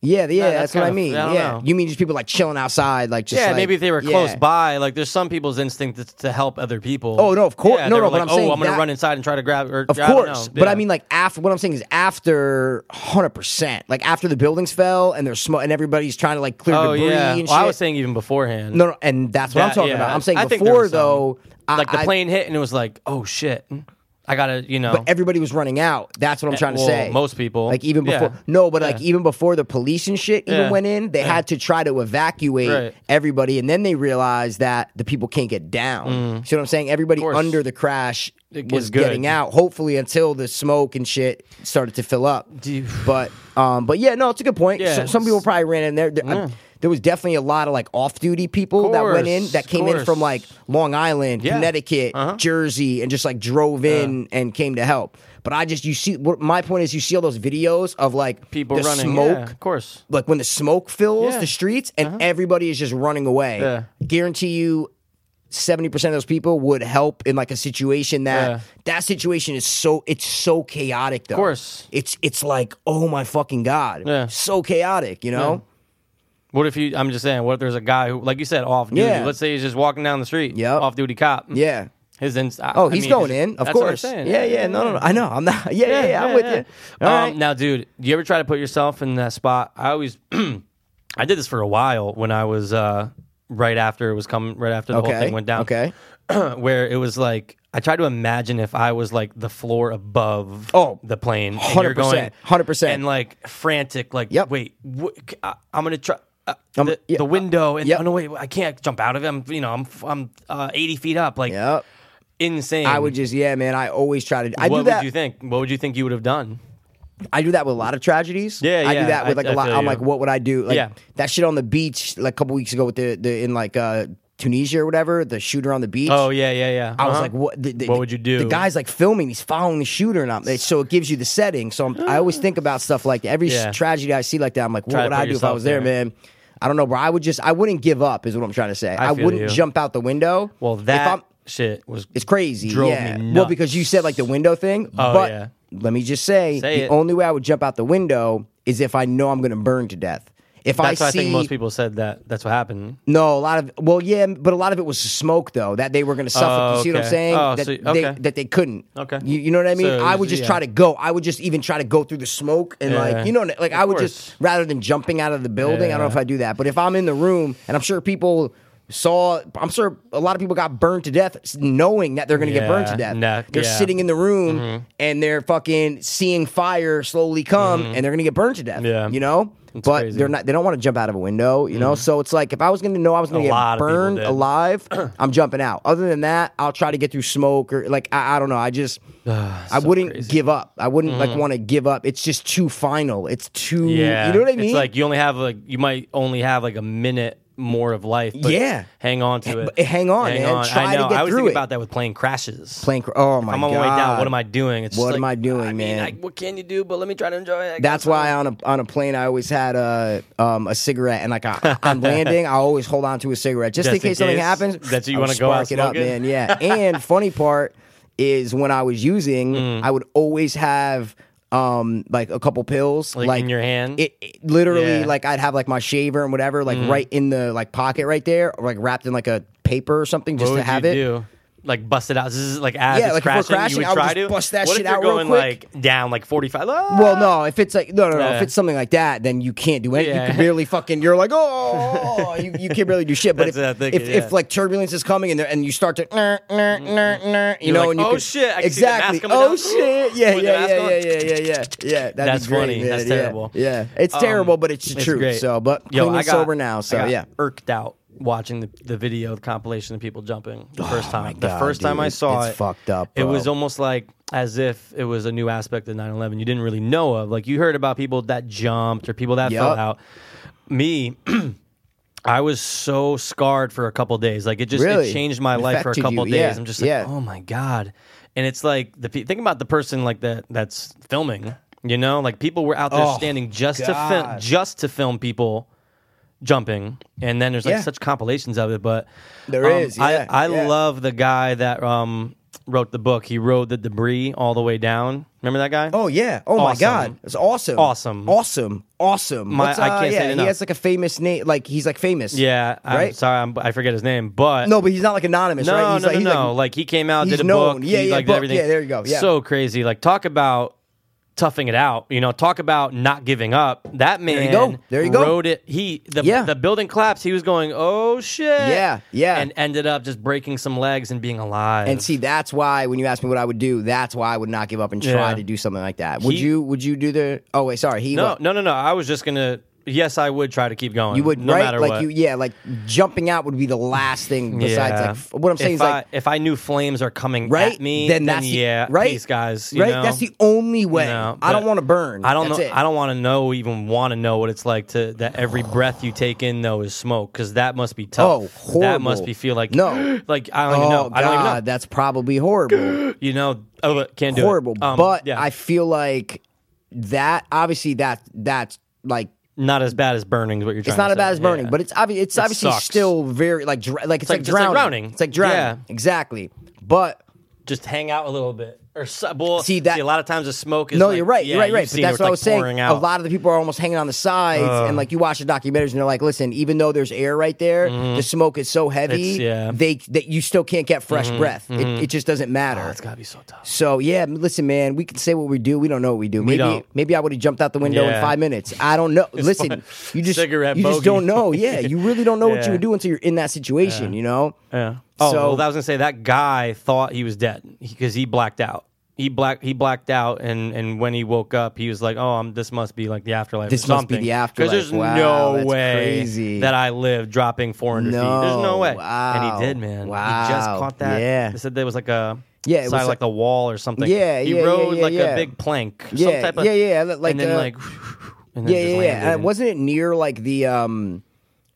Speaker 1: yeah, yeah,
Speaker 2: Mm. that's
Speaker 1: that's, what I
Speaker 2: kinda-
Speaker 1: mean.
Speaker 2: I don't
Speaker 1: yeah,
Speaker 2: know.
Speaker 1: you mean just people like chilling outside, like just
Speaker 2: Yeah,
Speaker 1: like-
Speaker 2: maybe if they were
Speaker 1: yeah.
Speaker 2: close by, like there's some people's instinct to, to help other people.
Speaker 1: Oh, no, of course-
Speaker 2: Yeah,
Speaker 1: no,
Speaker 2: they
Speaker 1: no,
Speaker 2: were
Speaker 1: but
Speaker 2: like,
Speaker 1: I'm
Speaker 2: oh,
Speaker 1: saying
Speaker 2: I'm gonna
Speaker 1: that-
Speaker 2: run inside and try to grab. Or,
Speaker 1: Of
Speaker 2: I don't
Speaker 1: course,
Speaker 2: know.
Speaker 1: but
Speaker 2: Yeah.
Speaker 1: I mean, like after what I'm saying is after 100, percent like after the buildings fell and there's smoke and everybody's trying to like clear
Speaker 2: oh
Speaker 1: debris
Speaker 2: yeah.
Speaker 1: and shit.
Speaker 2: Well, I was saying even beforehand.
Speaker 1: no, no, and that's what I'm
Speaker 2: That-
Speaker 1: talking
Speaker 2: yeah,
Speaker 1: about. I'm saying
Speaker 2: I think there
Speaker 1: before
Speaker 2: was some.
Speaker 1: though, I-
Speaker 2: like the
Speaker 1: I-
Speaker 2: plane hit and it was like, oh shit, I gotta, you know. Eh,
Speaker 1: but everybody was running out. That's what I'm trying to
Speaker 2: well,
Speaker 1: say.
Speaker 2: most people.
Speaker 1: like even
Speaker 2: Yeah.
Speaker 1: before, no, but like
Speaker 2: Yeah.
Speaker 1: even before the police and shit even
Speaker 2: Yeah.
Speaker 1: went in, they had to try to evacuate
Speaker 2: Right.
Speaker 1: everybody, and then they realized that the people can't get down. See what I'm saying? Everybody
Speaker 2: Mm. course.
Speaker 1: under the crash
Speaker 2: It
Speaker 1: was
Speaker 2: is good.
Speaker 1: getting out. Hopefully, until the smoke and shit started to fill up.
Speaker 2: Do you-
Speaker 1: But um, but yeah, no, it's a good point.
Speaker 2: Yeah.
Speaker 1: So- some people probably ran in there. There, I- there was definitely a lot of like off-duty people that went in
Speaker 2: Course,
Speaker 1: that came in from
Speaker 2: course.
Speaker 1: like Long Island,
Speaker 2: Yeah. Uh-huh.
Speaker 1: Connecticut, Jersey, and just like drove in and came to help. But I just you see what my point is you see all those videos of like
Speaker 2: people
Speaker 1: the
Speaker 2: running.
Speaker 1: smoke,
Speaker 2: yeah, of course.
Speaker 1: like when the smoke fills
Speaker 2: Yeah. Uh-huh.
Speaker 1: the streets and everybody is just running away.
Speaker 2: Yeah.
Speaker 1: Guarantee you. 70% of those people would help in like a situation that
Speaker 2: Yeah.
Speaker 1: that situation is so it's so chaotic though. Of
Speaker 2: course.
Speaker 1: It's it's like, oh my fucking God.
Speaker 2: Yeah.
Speaker 1: So chaotic, you know?
Speaker 2: What if you? I'm just saying. What if there's a guy who, like you said, off duty?
Speaker 1: Yeah.
Speaker 2: Let's say he's just walking down the street.
Speaker 1: Yep.
Speaker 2: Off duty cop.
Speaker 1: Yeah.
Speaker 2: His inst- I-
Speaker 1: Oh,
Speaker 2: I
Speaker 1: he's
Speaker 2: mean,
Speaker 1: going
Speaker 2: his-
Speaker 1: in, of
Speaker 2: that's what I'm
Speaker 1: course.
Speaker 2: saying.
Speaker 1: Yeah, yeah, no, no, no. I know. I'm not. Yeah, yeah, yeah. I'm
Speaker 2: yeah,
Speaker 1: with
Speaker 2: yeah.
Speaker 1: you. All
Speaker 2: um,
Speaker 1: right.
Speaker 2: Now, dude, do you ever try to put yourself in that spot? I always, I did this for a while when I was uh, right after it was coming, right after the whole
Speaker 1: Okay.
Speaker 2: thing went down.
Speaker 1: Okay.
Speaker 2: where it was like I tried to imagine if I was like the floor above
Speaker 1: Oh,
Speaker 2: the plane. and
Speaker 1: 100%,
Speaker 2: you're going-
Speaker 1: 100%.
Speaker 2: And like frantic, like,
Speaker 1: Yep.
Speaker 2: wait, what, I, am going to try. Uh,
Speaker 1: I'm-
Speaker 2: the,
Speaker 1: yeah,
Speaker 2: the window and
Speaker 1: yep.
Speaker 2: oh no wait I can't jump out of it I'm you know I'm I'm uh, 80 feet up like
Speaker 1: Yep.
Speaker 2: insane
Speaker 1: I would just, yeah, man. I always try to. I
Speaker 2: Um, what
Speaker 1: do that.
Speaker 2: would you think what would you think you would have done
Speaker 1: I do that with a lot of tragedies.
Speaker 2: Yeah,
Speaker 1: I do
Speaker 2: yeah,
Speaker 1: that with
Speaker 2: I-
Speaker 1: like a
Speaker 2: I
Speaker 1: lot.
Speaker 2: feel
Speaker 1: I'm
Speaker 2: you.
Speaker 1: like, what would I do? Like
Speaker 2: Yeah.
Speaker 1: that shit on the beach, like a couple weeks ago with the, the in like uh Tunisia or whatever, the shooter on the beach.
Speaker 2: oh yeah yeah yeah
Speaker 1: I was
Speaker 2: Uh-huh.
Speaker 1: like, what? The, the-
Speaker 2: What would you do?
Speaker 1: The guy's like filming. He's following the shooter, and I'm, it- so it gives you the setting. So I'm, I always think about stuff like that. every
Speaker 2: Yeah.
Speaker 1: tragedy I see like that. I'm like, what
Speaker 2: Try to
Speaker 1: would
Speaker 2: put
Speaker 1: I do if I
Speaker 2: yourself
Speaker 1: was there,
Speaker 2: there.
Speaker 1: man? I don't know, bro. I would just, I wouldn't give up, is what I'm trying to say. I,
Speaker 2: feel
Speaker 1: wouldn't
Speaker 2: you.
Speaker 1: jump out the window.
Speaker 2: well
Speaker 1: If
Speaker 2: that
Speaker 1: I'm-
Speaker 2: shit was
Speaker 1: it's crazy.
Speaker 2: Drove
Speaker 1: yeah.
Speaker 2: me
Speaker 1: Well,
Speaker 2: nuts.
Speaker 1: because you said like the window thing.
Speaker 2: Oh,
Speaker 1: but
Speaker 2: yeah.
Speaker 1: let me just say,
Speaker 2: Say
Speaker 1: the
Speaker 2: it.
Speaker 1: only way I would jump out the window is if I know I'm going to burn to death. If
Speaker 2: that's
Speaker 1: I
Speaker 2: why
Speaker 1: see
Speaker 2: I think most people said that that's what happened
Speaker 1: no, a lot of well, yeah, but a lot of it was smoke though that they were going to suffocate.
Speaker 2: Oh,
Speaker 1: You see what I'm
Speaker 2: okay.
Speaker 1: saying?
Speaker 2: Oh,
Speaker 1: that
Speaker 2: so-
Speaker 1: they
Speaker 2: okay.
Speaker 1: that they couldn't.
Speaker 2: Okay.
Speaker 1: you, you know what I mean?
Speaker 2: So,
Speaker 1: I would just
Speaker 2: yeah.
Speaker 1: try to go. I would just even try to go through the smoke and
Speaker 2: Yeah.
Speaker 1: like you know like I
Speaker 2: Of
Speaker 1: would
Speaker 2: course.
Speaker 1: just rather than jumping out of the building. I don't know
Speaker 2: Yeah.
Speaker 1: if I do that, but if I'm in the room and I'm sure people. Saw, I'm sure a lot of people got burned to death s- knowing that they're going to get burned to
Speaker 2: Yeah.
Speaker 1: death.
Speaker 2: Nah,
Speaker 1: they're
Speaker 2: yeah. Mm-hmm.
Speaker 1: sitting in the room and they're fucking seeing fire slowly come and they're going to get burned to death.
Speaker 2: Mm-hmm. Yeah.
Speaker 1: You know? but
Speaker 2: crazy. Mm-hmm.
Speaker 1: they're not, they don't want to jump out of a window, you know? So it's like if I was going to know I was going
Speaker 2: A
Speaker 1: to get
Speaker 2: lot of people
Speaker 1: burned
Speaker 2: did.
Speaker 1: alive, I'm jumping out. Other than that, I'll try to get through smoke or like I, I don't know. I just I wouldn't give up. I wouldn't like want to give up. It's just too final. It's too
Speaker 2: Mm-hmm. Yeah,
Speaker 1: you know what I mean?
Speaker 2: It's like you only have like you might only have like a minute more of life. But
Speaker 1: Yeah.
Speaker 2: hang on to it.
Speaker 1: but hang on, man. Try
Speaker 2: I
Speaker 1: to
Speaker 2: know.
Speaker 1: get
Speaker 2: I always
Speaker 1: through
Speaker 2: think
Speaker 1: it.
Speaker 2: about that with plane crashes.
Speaker 1: Plane cr- oh my
Speaker 2: I'm on my way down.
Speaker 1: God.
Speaker 2: What am I doing? It's just
Speaker 1: What am
Speaker 2: like,
Speaker 1: I doing,
Speaker 2: mean,
Speaker 1: man?
Speaker 2: like, what can you do? But let me try to enjoy it. I
Speaker 1: That's
Speaker 2: guess.
Speaker 1: why on a on a plane I always had a um, a cigarette and like I, on landing I always hold on to a cigarette just,
Speaker 2: Just
Speaker 1: in case
Speaker 2: in
Speaker 1: something
Speaker 2: case.
Speaker 1: happens.
Speaker 2: That's what you
Speaker 1: I would
Speaker 2: wanna go out
Speaker 1: spark it up,
Speaker 2: smoking?
Speaker 1: man. Yeah. And funny part is when I was using,
Speaker 2: Mm.
Speaker 1: I would always have um like a couple pills
Speaker 2: Like, in your hand?
Speaker 1: It, it- literally
Speaker 2: Yeah. Mm.
Speaker 1: like I'd have like my shaver and whatever like right in the like pocket right there, or like wrapped in like a paper or something
Speaker 2: What
Speaker 1: just
Speaker 2: would
Speaker 1: to have
Speaker 2: you
Speaker 1: it.
Speaker 2: do? Like bust it out. This is like as
Speaker 1: Yeah,
Speaker 2: it's
Speaker 1: like, if we're
Speaker 2: crashing,
Speaker 1: crashing,
Speaker 2: you
Speaker 1: I would
Speaker 2: would try
Speaker 1: just
Speaker 2: to
Speaker 1: bust that
Speaker 2: what
Speaker 1: shit
Speaker 2: if you're
Speaker 1: out real
Speaker 2: going
Speaker 1: quick?
Speaker 2: like down like 45? Ah!
Speaker 1: Well, no, if it's like no, no, no,
Speaker 2: Yeah.
Speaker 1: if it's something like that, then you can't do anything. You
Speaker 2: Yeah.
Speaker 1: can barely fucking. You're like, oh, you, you can't barely do shit. But
Speaker 2: That's
Speaker 1: if,
Speaker 2: what I'm thinking,
Speaker 1: if,
Speaker 2: yeah.
Speaker 1: if like turbulence is coming and there, and you start to, "Ner, ner, ner, ner," you
Speaker 2: You're
Speaker 1: know,
Speaker 2: like,
Speaker 1: and you
Speaker 2: "Oh,
Speaker 1: can-
Speaker 2: shit, I can see the mask
Speaker 1: exactly.
Speaker 2: coming
Speaker 1: oh
Speaker 2: out."
Speaker 1: shit! Yeah,
Speaker 2: With the
Speaker 1: yeah,
Speaker 2: mask
Speaker 1: yeah,
Speaker 2: on.
Speaker 1: yeah, yeah, yeah, yeah, yeah. That'd
Speaker 2: That's
Speaker 1: be great,
Speaker 2: funny.
Speaker 1: man.
Speaker 2: That's
Speaker 1: yeah.
Speaker 2: terrible. Um,
Speaker 1: Yeah, it's terrible, but it's the
Speaker 2: It's
Speaker 1: truth.
Speaker 2: great.
Speaker 1: So, but
Speaker 2: Yo,
Speaker 1: clean
Speaker 2: I
Speaker 1: and
Speaker 2: got,
Speaker 1: sober now. So
Speaker 2: I got
Speaker 1: yeah,
Speaker 2: irked out watching the, the video the compilation of people jumping the first time.
Speaker 1: Oh God,
Speaker 2: the first time
Speaker 1: dude.
Speaker 2: I saw
Speaker 1: It's
Speaker 2: it,
Speaker 1: fucked up,
Speaker 2: It was
Speaker 1: bro.
Speaker 2: almost like as if it was a new aspect of 9/11 you didn't really know of. Like you heard about people that jumped or people that fell
Speaker 1: Yup.
Speaker 2: out. Me. I was so scarred for a couple days. Like it just
Speaker 1: Really?
Speaker 2: it changed my
Speaker 1: It
Speaker 2: life for a
Speaker 1: affected
Speaker 2: couple
Speaker 1: you,
Speaker 2: days.
Speaker 1: yeah,
Speaker 2: I'm just like,
Speaker 1: yeah.
Speaker 2: oh my god. And it's like the pe- think about the person like that that's filming You know, like people were out there
Speaker 1: Oh,
Speaker 2: standing just to film,
Speaker 1: God.
Speaker 2: just to film people jumping, and then there's like
Speaker 1: Yeah.
Speaker 2: such compilations of it. But
Speaker 1: There
Speaker 2: there is.
Speaker 1: is, yeah,
Speaker 2: I, I
Speaker 1: yeah.
Speaker 2: love the guy that um, wrote the book. He rode the debris all the way down. Remember that guy?
Speaker 1: Oh yeah! Oh my
Speaker 2: Awesome.
Speaker 1: God! It's awesome!
Speaker 2: Awesome.
Speaker 1: Awesome! Awesome!
Speaker 2: My-
Speaker 1: What's, uh,
Speaker 2: I can't say
Speaker 1: yeah,
Speaker 2: it enough.
Speaker 1: He has like a famous name. Like he's like famous.
Speaker 2: yeah. I'm
Speaker 1: Right?
Speaker 2: sorry, I'm, I forget his name, but
Speaker 1: No, but he's not like anonymous,
Speaker 2: no,
Speaker 1: right? He's
Speaker 2: no,
Speaker 1: like,
Speaker 2: no,
Speaker 1: he's
Speaker 2: no.
Speaker 1: Like,
Speaker 2: Like, he came out,
Speaker 1: he's
Speaker 2: did a
Speaker 1: known.
Speaker 2: book.
Speaker 1: Yeah,
Speaker 2: he,
Speaker 1: yeah,
Speaker 2: like,
Speaker 1: book.
Speaker 2: Did everything.
Speaker 1: Yeah, there you go. Yeah.
Speaker 2: So crazy. Like, talk about toughing it out. You know, talk about not giving up. That man
Speaker 1: you go. There you go.
Speaker 2: rode it. He the
Speaker 1: Yeah.
Speaker 2: the building collapsed. He was going, oh shit.
Speaker 1: Yeah, yeah.
Speaker 2: And ended up just breaking some legs and being alive.
Speaker 1: and see, that's why when you ask me what I would do, that's why I would not give up and try
Speaker 2: Yeah.
Speaker 1: to do something like that. Would
Speaker 2: He-
Speaker 1: you? Would you do the? Oh wait, sorry. He
Speaker 2: no,
Speaker 1: what?
Speaker 2: no, no, no. I was just gonna. Yes, I would try to keep going.
Speaker 1: You would
Speaker 2: no
Speaker 1: right?
Speaker 2: matter
Speaker 1: like
Speaker 2: what.
Speaker 1: you, yeah, like jumping out would be the last thing besides
Speaker 2: yeah.
Speaker 1: like f- what I'm saying
Speaker 2: if
Speaker 1: is like
Speaker 2: I, if I knew flames are coming
Speaker 1: right
Speaker 2: at me,
Speaker 1: Then that's the-
Speaker 2: yeah,
Speaker 1: right,
Speaker 2: peace, guys. you
Speaker 1: Right,
Speaker 2: know?
Speaker 1: that's the only way.
Speaker 2: No,
Speaker 1: I don't
Speaker 2: but
Speaker 1: want to burn.
Speaker 2: I don't
Speaker 1: That's
Speaker 2: know.
Speaker 1: it.
Speaker 2: I don't want to know. Even want to know what it's like to that every breath you take in though is smoke because that must be tough.
Speaker 1: Oh, horrible.
Speaker 2: That must be feel like
Speaker 1: No.
Speaker 2: like I don't
Speaker 1: Oh
Speaker 2: even know.
Speaker 1: God,
Speaker 2: I don't even know.
Speaker 1: that's probably horrible.
Speaker 2: You know, oh, look, can't do
Speaker 1: horrible.
Speaker 2: it. Um,
Speaker 1: but
Speaker 2: yeah,
Speaker 1: I feel like that. Obviously, that that's like
Speaker 2: not as bad as burning. Is what you're trying.
Speaker 1: it's not
Speaker 2: to
Speaker 1: as bad
Speaker 2: say.
Speaker 1: as burning,
Speaker 2: Yeah.
Speaker 1: but it's obvious. It's obviously
Speaker 2: sucks.
Speaker 1: still very like dr- like it's,
Speaker 2: like-
Speaker 1: like,
Speaker 2: just like
Speaker 1: drowning.
Speaker 2: drowning.
Speaker 1: It's like drowning.
Speaker 2: Yeah.
Speaker 1: Exactly. But
Speaker 2: just hang out a little bit or so- well,
Speaker 1: See, that-
Speaker 2: a lot of times the smoke is
Speaker 1: No,
Speaker 2: like-
Speaker 1: you're right. You're
Speaker 2: yeah,
Speaker 1: right,
Speaker 2: you've
Speaker 1: right. But
Speaker 2: seen
Speaker 1: that's
Speaker 2: where
Speaker 1: what I was
Speaker 2: it's, like, pouring
Speaker 1: saying.
Speaker 2: Out.
Speaker 1: A lot of the people are almost hanging on the sides, and like you watch the documentaries, and they're like, "Listen, even though there's air right there, the smoke is so heavy,
Speaker 2: Mm-hmm. It's- yeah. Mm-hmm.
Speaker 1: they that you still can't get fresh breath. It, it just doesn't matter."
Speaker 2: Oh, it's gotta be so tough.
Speaker 1: so yeah, m- listen, man, we can say what we do. We don't know what we do. maybe
Speaker 2: don't.
Speaker 1: maybe I would have jumped out the window
Speaker 2: Yeah.
Speaker 1: in five minutes. I don't know. listen, you just
Speaker 2: Cigarette
Speaker 1: you just
Speaker 2: bogey.
Speaker 1: don't know. Yeah, you really don't know what
Speaker 2: Yeah.
Speaker 1: you would do until you're in that situation. You know.
Speaker 2: Yeah. Oh,
Speaker 1: So-
Speaker 2: well, I was gonna say that guy thought he was dead because he blacked out. He black he blacked out, and and when he woke up, he was like, "Oh, I'm, this must be like the afterlife.
Speaker 1: This
Speaker 2: or
Speaker 1: must be
Speaker 2: something."
Speaker 1: the
Speaker 2: 'Cause
Speaker 1: afterlife.
Speaker 2: there's
Speaker 1: Wow,
Speaker 2: no
Speaker 1: that's
Speaker 2: way
Speaker 1: crazy.
Speaker 2: that I live dropping 400 feet. There's no
Speaker 1: No,
Speaker 2: way.
Speaker 1: wow,
Speaker 2: And he did, man. He just
Speaker 1: wow,
Speaker 2: caught that.
Speaker 1: yeah.
Speaker 2: They said there was like a
Speaker 1: Yeah, it
Speaker 2: side
Speaker 1: was
Speaker 2: like a wall or something.
Speaker 1: Yeah,
Speaker 2: He
Speaker 1: yeah, yeah,
Speaker 2: rode
Speaker 1: yeah,
Speaker 2: like a
Speaker 1: yeah.
Speaker 2: big plank.
Speaker 1: Yeah,
Speaker 2: some type of,
Speaker 1: yeah, yeah, li- like,
Speaker 2: and then
Speaker 1: uh,
Speaker 2: like. And then
Speaker 1: yeah,
Speaker 2: just
Speaker 1: yeah,
Speaker 2: landed
Speaker 1: yeah. Uh,
Speaker 2: and-
Speaker 1: wasn't it near like the um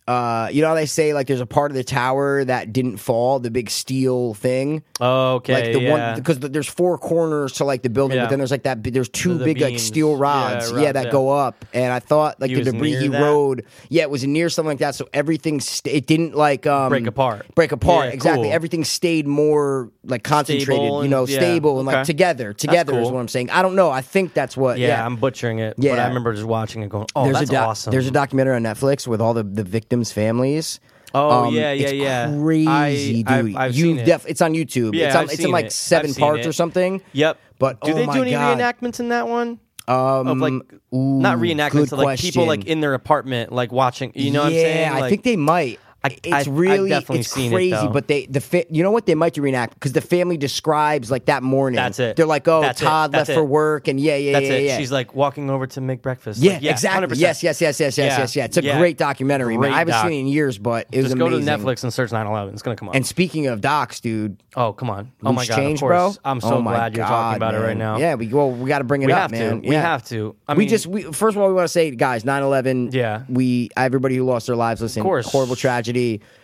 Speaker 1: uh you know how they say like there's a part of the tower that didn't fall, the big steel thing?
Speaker 2: Oh, okay.
Speaker 1: Like the
Speaker 2: yeah.
Speaker 1: one because there's four corners to like the building,
Speaker 2: Yeah.
Speaker 1: but then there's like that. bi- There's two
Speaker 2: The
Speaker 1: big like
Speaker 2: beams.
Speaker 1: steel
Speaker 2: Yeah,
Speaker 1: rods, yeah,
Speaker 2: rods,
Speaker 1: that
Speaker 2: yeah.
Speaker 1: go up. And I thought like
Speaker 2: He
Speaker 1: the
Speaker 2: was
Speaker 1: debris
Speaker 2: near
Speaker 1: he
Speaker 2: that?
Speaker 1: rode, yeah, it was near something like that. So everything st- it didn't like um,
Speaker 2: Break apart.
Speaker 1: break apart.
Speaker 2: Yeah,
Speaker 1: exactly,
Speaker 2: cool.
Speaker 1: everything stayed more like concentrated,
Speaker 2: Stable
Speaker 1: you know,
Speaker 2: and- yeah,
Speaker 1: stable and
Speaker 2: okay.
Speaker 1: like together. Together is
Speaker 2: cool.
Speaker 1: what I'm saying. I don't know. I think that's what.
Speaker 2: yeah,
Speaker 1: yeah.
Speaker 2: I'm butchering it. But
Speaker 1: Yeah.
Speaker 2: I remember just watching it going, oh,
Speaker 1: there's
Speaker 2: that's
Speaker 1: a doc-
Speaker 2: awesome.
Speaker 1: There's a documentary on Netflix with all the, the victims' families.
Speaker 2: Oh,
Speaker 1: Um,
Speaker 2: yeah, yeah,
Speaker 1: it's
Speaker 2: yeah.
Speaker 1: Crazy,
Speaker 2: I,
Speaker 1: dude.
Speaker 2: I've, I've
Speaker 1: you
Speaker 2: seen it.
Speaker 1: it's on YouTube.
Speaker 2: Yeah,
Speaker 1: it's, on,
Speaker 2: I've
Speaker 1: it's
Speaker 2: seen
Speaker 1: in like
Speaker 2: it.
Speaker 1: seven
Speaker 2: I've seen
Speaker 1: parts
Speaker 2: it.
Speaker 1: or something.
Speaker 2: Yep.
Speaker 1: But,
Speaker 2: do
Speaker 1: oh
Speaker 2: they
Speaker 1: my
Speaker 2: do any
Speaker 1: God.
Speaker 2: reenactments in that one?
Speaker 1: Um,
Speaker 2: of like
Speaker 1: ooh,
Speaker 2: not reenactments,
Speaker 1: good
Speaker 2: but, like people like
Speaker 1: question.
Speaker 2: in their apartment, like watching. You know what
Speaker 1: yeah,
Speaker 2: I'm saying?
Speaker 1: I
Speaker 2: Like,
Speaker 1: think they might.
Speaker 2: I-
Speaker 1: it's
Speaker 2: I've- I've
Speaker 1: really
Speaker 2: definitely
Speaker 1: it's
Speaker 2: seen it,
Speaker 1: crazy,
Speaker 2: though.
Speaker 1: but they the fa- you know what they might do reenact because the family describes like that morning.
Speaker 2: That's it.
Speaker 1: They're like, oh,
Speaker 2: That's it.
Speaker 1: Todd
Speaker 2: That's
Speaker 1: left for
Speaker 2: it.
Speaker 1: work, and yeah, yeah,
Speaker 2: that's
Speaker 1: yeah,
Speaker 2: it.
Speaker 1: yeah.
Speaker 2: She's like walking over to make breakfast.
Speaker 1: yeah,
Speaker 2: Like, yeah,
Speaker 1: exactly.
Speaker 2: 100%.
Speaker 1: Yes, yes, yes, yes, yes,
Speaker 2: Yeah.
Speaker 1: yes, yes. It's a
Speaker 2: Yeah.
Speaker 1: great documentary, man.
Speaker 2: Great
Speaker 1: I haven't
Speaker 2: doc.
Speaker 1: seen it in years, but it was
Speaker 2: Just go to
Speaker 1: amazing.
Speaker 2: Netflix and search 9/11. It's gonna come up.
Speaker 1: And speaking of docs, dude,
Speaker 2: oh come on! Oh my
Speaker 1: loose
Speaker 2: god!
Speaker 1: change,
Speaker 2: of course.
Speaker 1: bro.
Speaker 2: I'm so
Speaker 1: Oh my
Speaker 2: glad you're talking
Speaker 1: God,
Speaker 2: about it right
Speaker 1: man.
Speaker 2: now.
Speaker 1: Yeah, we well, we got to bring it
Speaker 2: we
Speaker 1: up,
Speaker 2: have
Speaker 1: man.
Speaker 2: to. We
Speaker 1: Yeah.
Speaker 2: have to. I
Speaker 1: we
Speaker 2: mean,
Speaker 1: just we first of all we want to say guys 9-11
Speaker 2: Yeah.
Speaker 1: we everybody who lost their lives listen
Speaker 2: course.
Speaker 1: horrible tragedy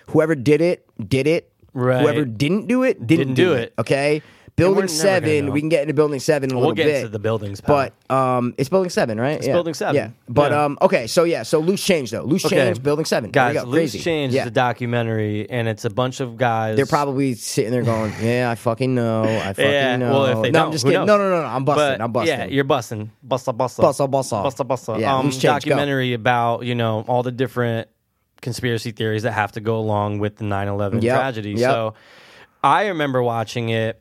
Speaker 1: whoever did it did it
Speaker 2: Right.
Speaker 1: whoever didn't do it didn't,
Speaker 2: Didn't do it.
Speaker 1: okay
Speaker 2: we're
Speaker 1: building
Speaker 2: never gonna
Speaker 1: 7
Speaker 2: know.
Speaker 1: we can get into building 7 in a
Speaker 2: we'll
Speaker 1: little
Speaker 2: get
Speaker 1: bit
Speaker 2: into the buildings, pal.
Speaker 1: but um, it's building seven, right? It's
Speaker 2: Building 7.
Speaker 1: Yeah, but
Speaker 2: Yeah.
Speaker 1: um, okay, so yeah, so loose change though, loose
Speaker 2: Okay.
Speaker 1: change, building seven, There
Speaker 2: guys,
Speaker 1: you go.
Speaker 2: Loose
Speaker 1: Crazy.
Speaker 2: Change
Speaker 1: yeah.
Speaker 2: is a documentary, and it's a bunch of guys.
Speaker 1: They're probably sitting there going, "Yeah, I fucking know, I fucking
Speaker 2: Yeah,
Speaker 1: know."
Speaker 2: well, if they
Speaker 1: no,
Speaker 2: don't,
Speaker 1: I'm just
Speaker 2: who
Speaker 1: kidding. No,
Speaker 2: knows?
Speaker 1: no, no, no, I'm busting.
Speaker 2: But,
Speaker 1: I'm busting.
Speaker 2: Yeah, you're busting. Busta, busta.
Speaker 1: Busta, busta.
Speaker 2: Busta, busta.
Speaker 1: Yeah,
Speaker 2: um,
Speaker 1: loose change, go.
Speaker 2: documentary about, you know, all the different conspiracy theories that have to go along with the 9-11
Speaker 1: Yep,
Speaker 2: tragedy.
Speaker 1: yep.
Speaker 2: So I remember watching it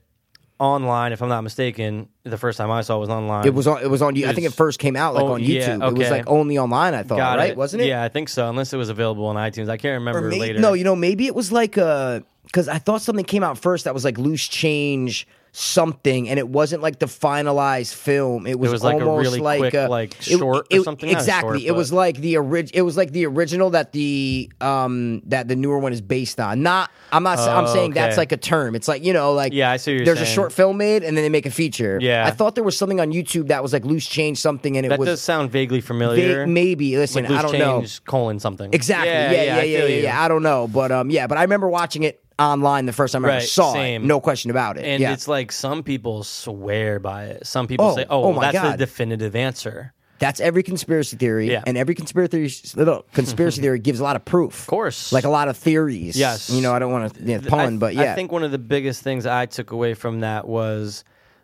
Speaker 2: online, if I'm not mistaken. The first time I saw it was online.
Speaker 1: It was on. It was on. I think it
Speaker 2: There's-
Speaker 1: first came out like
Speaker 2: Oh,
Speaker 1: on
Speaker 2: yeah,
Speaker 1: YouTube. It was
Speaker 2: okay.
Speaker 1: like only online. I thought,
Speaker 2: Got
Speaker 1: right? Wasn't it?
Speaker 2: Yeah, I think so. Unless it was available on iTunes. I can't remember
Speaker 1: Or may-
Speaker 2: later.
Speaker 1: No, you know, maybe it was like a because I thought something came out first that was like loose change something, and it wasn't like the finalized film. It was,
Speaker 2: was like a
Speaker 1: almost
Speaker 2: really
Speaker 1: like
Speaker 2: quick,
Speaker 1: a,
Speaker 2: like,
Speaker 1: it-
Speaker 2: short or
Speaker 1: it-
Speaker 2: something? Not a
Speaker 1: Exactly.
Speaker 2: short,
Speaker 1: it was
Speaker 2: but-
Speaker 1: like the original. It was like the original that the um that the newer one is based on. Not. I'm not. s- I'm
Speaker 2: Oh,
Speaker 1: saying that's
Speaker 2: okay.
Speaker 1: like a term. It's like you know, like
Speaker 2: Yeah, I see what you're
Speaker 1: There's a
Speaker 2: saying.
Speaker 1: short film made, and then they make a feature.
Speaker 2: Yeah.
Speaker 1: I thought there was something on YouTube that was like loose change something, and it
Speaker 2: that
Speaker 1: was
Speaker 2: does sound vaguely familiar.
Speaker 1: They, maybe listen,
Speaker 2: Like Loose
Speaker 1: I don't know
Speaker 2: change, colon something.
Speaker 1: exactly. Yeah, yeah, yeah,
Speaker 2: I
Speaker 1: yeah,
Speaker 2: feel
Speaker 1: yeah,
Speaker 2: you.
Speaker 1: I don't know, but um, yeah, but I remember watching it. online the first time I ever
Speaker 2: Right,
Speaker 1: saw
Speaker 2: same.
Speaker 1: it. No question about it.
Speaker 2: And
Speaker 1: yeah.
Speaker 2: it's like some people swear by it. Some people
Speaker 1: Oh,
Speaker 2: say, "Oh,
Speaker 1: oh
Speaker 2: well,
Speaker 1: my
Speaker 2: that's
Speaker 1: God.
Speaker 2: the definitive answer."
Speaker 1: That's every conspiracy theory,
Speaker 2: Yeah.
Speaker 1: and every conspiracy theory, conspiracy theory gives a lot of proof. Of
Speaker 2: course.
Speaker 1: like a lot of theories.
Speaker 2: Yes.
Speaker 1: you know I don't want to yeah,
Speaker 2: I-
Speaker 1: pun, but yeah,
Speaker 2: I think one of the biggest things I took away from that was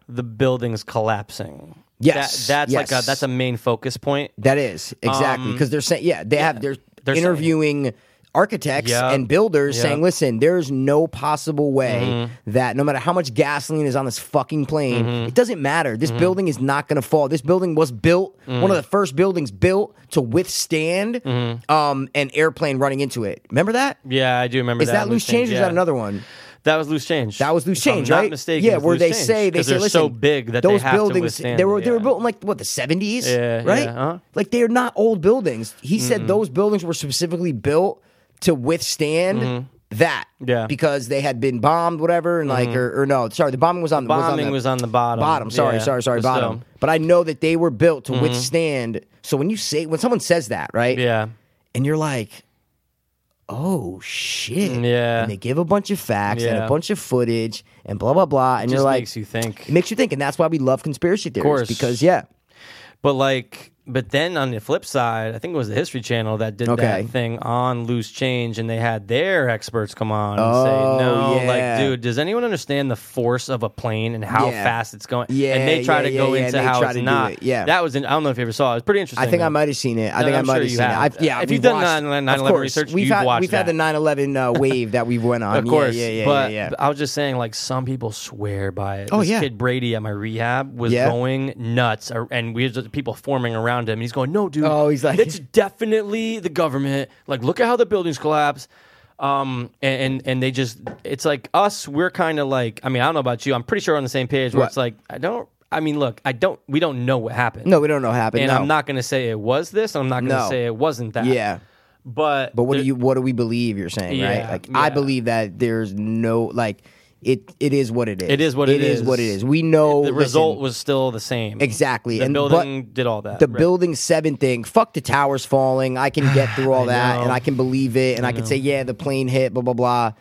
Speaker 2: the buildings collapsing.
Speaker 1: Yes,
Speaker 2: That- that's like
Speaker 1: yes.
Speaker 2: a, that's a main focus point.
Speaker 1: that is exactly because they're saying yeah they have they're,
Speaker 2: Um, They're saying-
Speaker 1: interviewing architects
Speaker 2: Yep.
Speaker 1: and builders
Speaker 2: Yep.
Speaker 1: saying listen there's no possible way
Speaker 2: Mm-hmm.
Speaker 1: that no matter how much gasoline is on this fucking plane it doesn't matter this
Speaker 2: Mm-hmm.
Speaker 1: building is not going to fall this building was built
Speaker 2: Mm.
Speaker 1: one of the first buildings built to withstand um, an airplane running into it remember that is
Speaker 2: Yeah, I do Mm-hmm. remember. that,
Speaker 1: that loose change or is
Speaker 2: yeah.
Speaker 1: that another one
Speaker 2: That was loose change.
Speaker 1: That was loose
Speaker 2: If
Speaker 1: change,
Speaker 2: I'm
Speaker 1: right?
Speaker 2: Not mistaken.
Speaker 1: yeah,
Speaker 2: it's
Speaker 1: where
Speaker 2: loose
Speaker 1: they
Speaker 2: change,
Speaker 1: say they
Speaker 2: 'cause
Speaker 1: say
Speaker 2: they're
Speaker 1: listen,
Speaker 2: so big that
Speaker 1: those
Speaker 2: they have to
Speaker 1: buildings
Speaker 2: withstand.
Speaker 1: they were
Speaker 2: it,
Speaker 1: they were
Speaker 2: yeah.
Speaker 1: built in like what the seventies,
Speaker 2: Yeah,
Speaker 1: right?
Speaker 2: yeah, uh-huh.
Speaker 1: Like they are not old buildings. He said those buildings were specifically built to withstand that,
Speaker 2: Mm-hmm. Yeah.
Speaker 1: because they had been bombed, whatever, and like or, or no, sorry, the bombing was on was on
Speaker 2: Bombing
Speaker 1: the
Speaker 2: was on the bottom.
Speaker 1: bottom. Sorry,
Speaker 2: Yeah, Mm-hmm.
Speaker 1: sorry, sorry,
Speaker 2: but
Speaker 1: bottom.
Speaker 2: still.
Speaker 1: But I know that they were built to withstand. So when you say when someone says that, right?
Speaker 2: Yeah.
Speaker 1: and you're like, oh shit.
Speaker 2: Mm, Yeah.
Speaker 1: And they give a bunch of facts and a
Speaker 2: Yeah.
Speaker 1: bunch of footage and blah blah blah. And
Speaker 2: Just
Speaker 1: you're like,
Speaker 2: makes you think.
Speaker 1: it makes you think, and that's why we love conspiracy theories.
Speaker 2: course.
Speaker 1: Because yeah,
Speaker 2: But like, but then on the flip side, I think it was the History Channel that did
Speaker 1: Okay.
Speaker 2: that thing on loose change, and they had their experts come on and
Speaker 1: Oh,
Speaker 2: say, "No,
Speaker 1: yeah.
Speaker 2: like, dude, does anyone understand the force of a plane and how
Speaker 1: Yeah.
Speaker 2: fast it's going?"
Speaker 1: Yeah,
Speaker 2: and they try
Speaker 1: yeah,
Speaker 2: to go
Speaker 1: yeah, yeah,
Speaker 2: into
Speaker 1: they
Speaker 2: how
Speaker 1: try
Speaker 2: it's
Speaker 1: to do
Speaker 2: not.
Speaker 1: it, yeah.
Speaker 2: that was. In, I don't know if you ever saw. it. It's pretty interesting.
Speaker 1: I think I
Speaker 2: though.
Speaker 1: might have seen it. I
Speaker 2: No,
Speaker 1: think I
Speaker 2: I'm
Speaker 1: might
Speaker 2: sure
Speaker 1: have
Speaker 2: you
Speaker 1: seen
Speaker 2: have.
Speaker 1: it. I've, yeah,
Speaker 2: If
Speaker 1: we've
Speaker 2: you've done
Speaker 1: watched-
Speaker 2: 9/11
Speaker 1: of course,
Speaker 2: research,
Speaker 1: we've
Speaker 2: you've
Speaker 1: had
Speaker 2: watched
Speaker 1: we've had
Speaker 2: that.
Speaker 1: the 9/11 uh, wave that we've went on.
Speaker 2: Of course,
Speaker 1: yeah, yeah, yeah,
Speaker 2: but
Speaker 1: yeah, yeah.
Speaker 2: I was just saying, like some people swear by it.
Speaker 1: Oh,
Speaker 2: this
Speaker 1: yeah.
Speaker 2: kid Brady at my rehab was
Speaker 1: Yeah.
Speaker 2: going nuts, ar- and we had just people forming around him. And he's going, "No, dude,
Speaker 1: Oh, he's like-
Speaker 2: it's definitely the government. Like, look at how the buildings collapse." Um, and and, and they just, it's like us. We're kind of like, I mean, I don't know about you. I'm pretty sure we're on the same page. Where
Speaker 1: What?
Speaker 2: it's like, I don't. I mean, look, I don't. We don't know what happened.
Speaker 1: no, we don't know what happened.
Speaker 2: and
Speaker 1: no.
Speaker 2: I'm not going to say it was this. and I'm not going to
Speaker 1: No.
Speaker 2: say it wasn't that.
Speaker 1: Yeah.
Speaker 2: but
Speaker 1: But what
Speaker 2: there-
Speaker 1: do you what do we believe you're saying, right?
Speaker 2: Yeah,
Speaker 1: Like I
Speaker 2: yeah.
Speaker 1: believe that there's no like it it is what it is.
Speaker 2: It is what it
Speaker 1: It is
Speaker 2: is.
Speaker 1: what it is. We know
Speaker 2: The
Speaker 1: listen,
Speaker 2: result was still the same.
Speaker 1: Exactly.
Speaker 2: The
Speaker 1: and but
Speaker 2: building did all that.
Speaker 1: the
Speaker 2: right.
Speaker 1: building seven thing, fuck the towers falling. I can get through all that
Speaker 2: know.
Speaker 1: and I can believe it and I, can say, yeah, the plane hit, blah, blah, blah.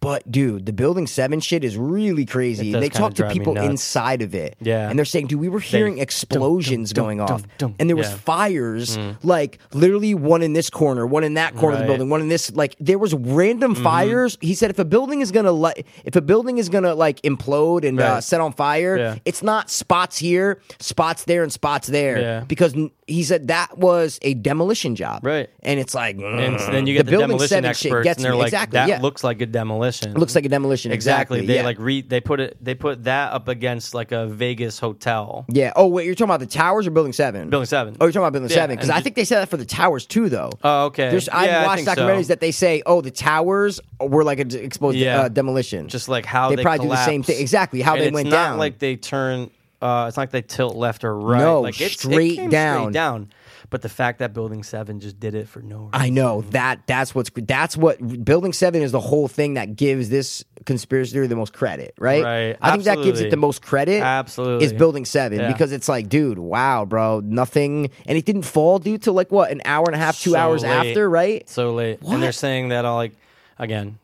Speaker 1: But dude, the building seven shit is really crazy.
Speaker 2: It does
Speaker 1: They
Speaker 2: kinda
Speaker 1: talk to
Speaker 2: drive me
Speaker 1: people
Speaker 2: nuts.
Speaker 1: inside of it.
Speaker 2: Yeah.
Speaker 1: And they're saying, dude, we were hearing
Speaker 2: dun,
Speaker 1: explosions
Speaker 2: dun,
Speaker 1: going
Speaker 2: dun,
Speaker 1: off.
Speaker 2: dun.
Speaker 1: And there was
Speaker 2: Yeah. Mm.
Speaker 1: fires, like literally one in this corner, one in that corner of the
Speaker 2: Right. Mm-hmm.
Speaker 1: building, one in this like there was random fires. He said if a building is gonna like if a building is gonna like implode and uh,
Speaker 2: Right.
Speaker 1: set on fire,
Speaker 2: Yeah.
Speaker 1: it's not spots here, spots there, and spots there
Speaker 2: Yeah.
Speaker 1: because n- he said that was a demolition job,
Speaker 2: Right.
Speaker 1: And it's like, "Mm,
Speaker 2: and so then you get the,
Speaker 1: building
Speaker 2: demolition
Speaker 1: seven shit
Speaker 2: experts,
Speaker 1: gets
Speaker 2: and they're
Speaker 1: me.
Speaker 2: like,
Speaker 1: exactly,
Speaker 2: "That
Speaker 1: yeah.
Speaker 2: looks like a demolition."
Speaker 1: looks like a demolition,
Speaker 2: exactly.
Speaker 1: exactly.
Speaker 2: They
Speaker 1: yeah.
Speaker 2: like re they put it they put that up against like a Vegas hotel.
Speaker 1: yeah. Oh wait, you're talking about the towers or building seven?
Speaker 2: Building seven.
Speaker 1: Oh, you're talking about building
Speaker 2: Yeah,
Speaker 1: seven because
Speaker 2: and
Speaker 1: I
Speaker 2: ju-
Speaker 1: think they said that for the towers too, though.
Speaker 2: Oh, okay.
Speaker 1: There's, I've
Speaker 2: Yeah, I
Speaker 1: watched
Speaker 2: think so.
Speaker 1: documentaries that they say, "Oh, the towers were like a d- exploded
Speaker 2: Yeah.
Speaker 1: uh, demolition."
Speaker 2: Just like how
Speaker 1: they,
Speaker 2: they,
Speaker 1: probably do the same
Speaker 2: collapse.
Speaker 1: thing. Exactly how
Speaker 2: And
Speaker 1: they
Speaker 2: it's
Speaker 1: went
Speaker 2: not
Speaker 1: down.
Speaker 2: Like they turn. Uh, it's not like they tilt left or right.
Speaker 1: No,
Speaker 2: like it's, it
Speaker 1: straight
Speaker 2: came
Speaker 1: down.
Speaker 2: Straight down. But the fact that Building Seven just did it for no reason.
Speaker 1: I know that that's what's that's what building seven is the whole thing that gives this conspiracy theory the most credit, right?
Speaker 2: Right.
Speaker 1: I think that gives it
Speaker 2: Absolutely.
Speaker 1: the most credit.
Speaker 2: Absolutely.
Speaker 1: is building seven
Speaker 2: Yeah.
Speaker 1: because it's like, dude, wow, bro, nothing, and it didn't fall due to like what an hour and a half, two
Speaker 2: So
Speaker 1: hours
Speaker 2: late.
Speaker 1: after, right?
Speaker 2: So late. And
Speaker 1: What?
Speaker 2: they're saying that all like again,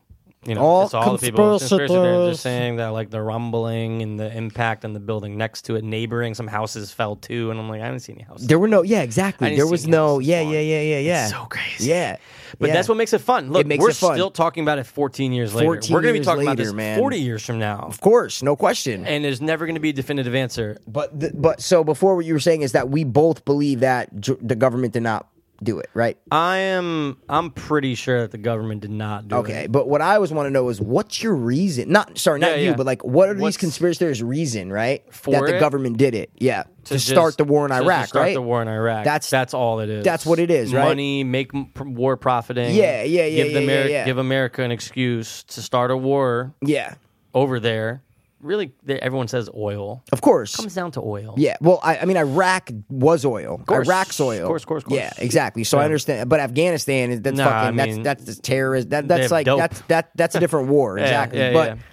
Speaker 2: you know,
Speaker 1: All
Speaker 2: it's all the
Speaker 1: conspiracy
Speaker 2: people conspiracy theories. They're
Speaker 1: theorists.
Speaker 2: saying that like the rumbling and the impact on the building next to it, neighboring some houses fell too, and I'm like, I didn't see any houses.
Speaker 1: There were no, yeah, exactly.
Speaker 2: I didn't
Speaker 1: There
Speaker 2: see
Speaker 1: was
Speaker 2: any
Speaker 1: no,
Speaker 2: houses
Speaker 1: yeah,
Speaker 2: fall.
Speaker 1: yeah, yeah, yeah, yeah.
Speaker 2: so crazy.
Speaker 1: Yeah,
Speaker 2: But
Speaker 1: yeah.
Speaker 2: that's what makes it fun. Look,
Speaker 1: makes
Speaker 2: we're
Speaker 1: it fun.
Speaker 2: still talking about it 14 years later.
Speaker 1: 14
Speaker 2: we're going to be
Speaker 1: years
Speaker 2: talking about
Speaker 1: later,
Speaker 2: this
Speaker 1: man.
Speaker 2: 40 years from now,
Speaker 1: of course, no question.
Speaker 2: and there's never going to be a definitive answer.
Speaker 1: but th- but so before what you were saying is that we both believe that j- the government did not do it, right?
Speaker 2: I am, I'm pretty sure that the government did not do it.
Speaker 1: Okay, but what I always want to know is what's your reason? Not sorry, not
Speaker 2: Yeah,
Speaker 1: you,
Speaker 2: yeah.
Speaker 1: but like what are these
Speaker 2: What's-
Speaker 1: conspiracy theories' reason, right?
Speaker 2: For
Speaker 1: that the
Speaker 2: it?
Speaker 1: government did it, yeah, to,
Speaker 2: just-
Speaker 1: start the war in
Speaker 2: to
Speaker 1: Iraq,
Speaker 2: start
Speaker 1: right?
Speaker 2: the war in Iraq.
Speaker 1: That's-
Speaker 2: That's that's all it is.
Speaker 1: that's what it is, right?
Speaker 2: Money, make m- pr- war profiting.
Speaker 1: Yeah, yeah, yeah,
Speaker 2: Give the
Speaker 1: yeah, yeah,
Speaker 2: Ameri-
Speaker 1: yeah.
Speaker 2: give America an excuse to start a war
Speaker 1: Yeah,
Speaker 2: over there. Really, they, everyone says oil
Speaker 1: of course.
Speaker 2: comes down to oil.
Speaker 1: yeah, well, I, I mean, Iraq was oil.
Speaker 2: course.
Speaker 1: Iraq's oil.
Speaker 2: Of course, of course, of course.
Speaker 1: Yeah, exactly. So I understand, but Afghanistan is that's
Speaker 2: Nah, I
Speaker 1: fucking
Speaker 2: mean,
Speaker 1: that's that's terrorist. That,
Speaker 2: they
Speaker 1: that's
Speaker 2: have
Speaker 1: like
Speaker 2: dope.
Speaker 1: that's that that's a different war,
Speaker 2: Yeah,
Speaker 1: exactly.
Speaker 2: yeah,
Speaker 1: but
Speaker 2: yeah.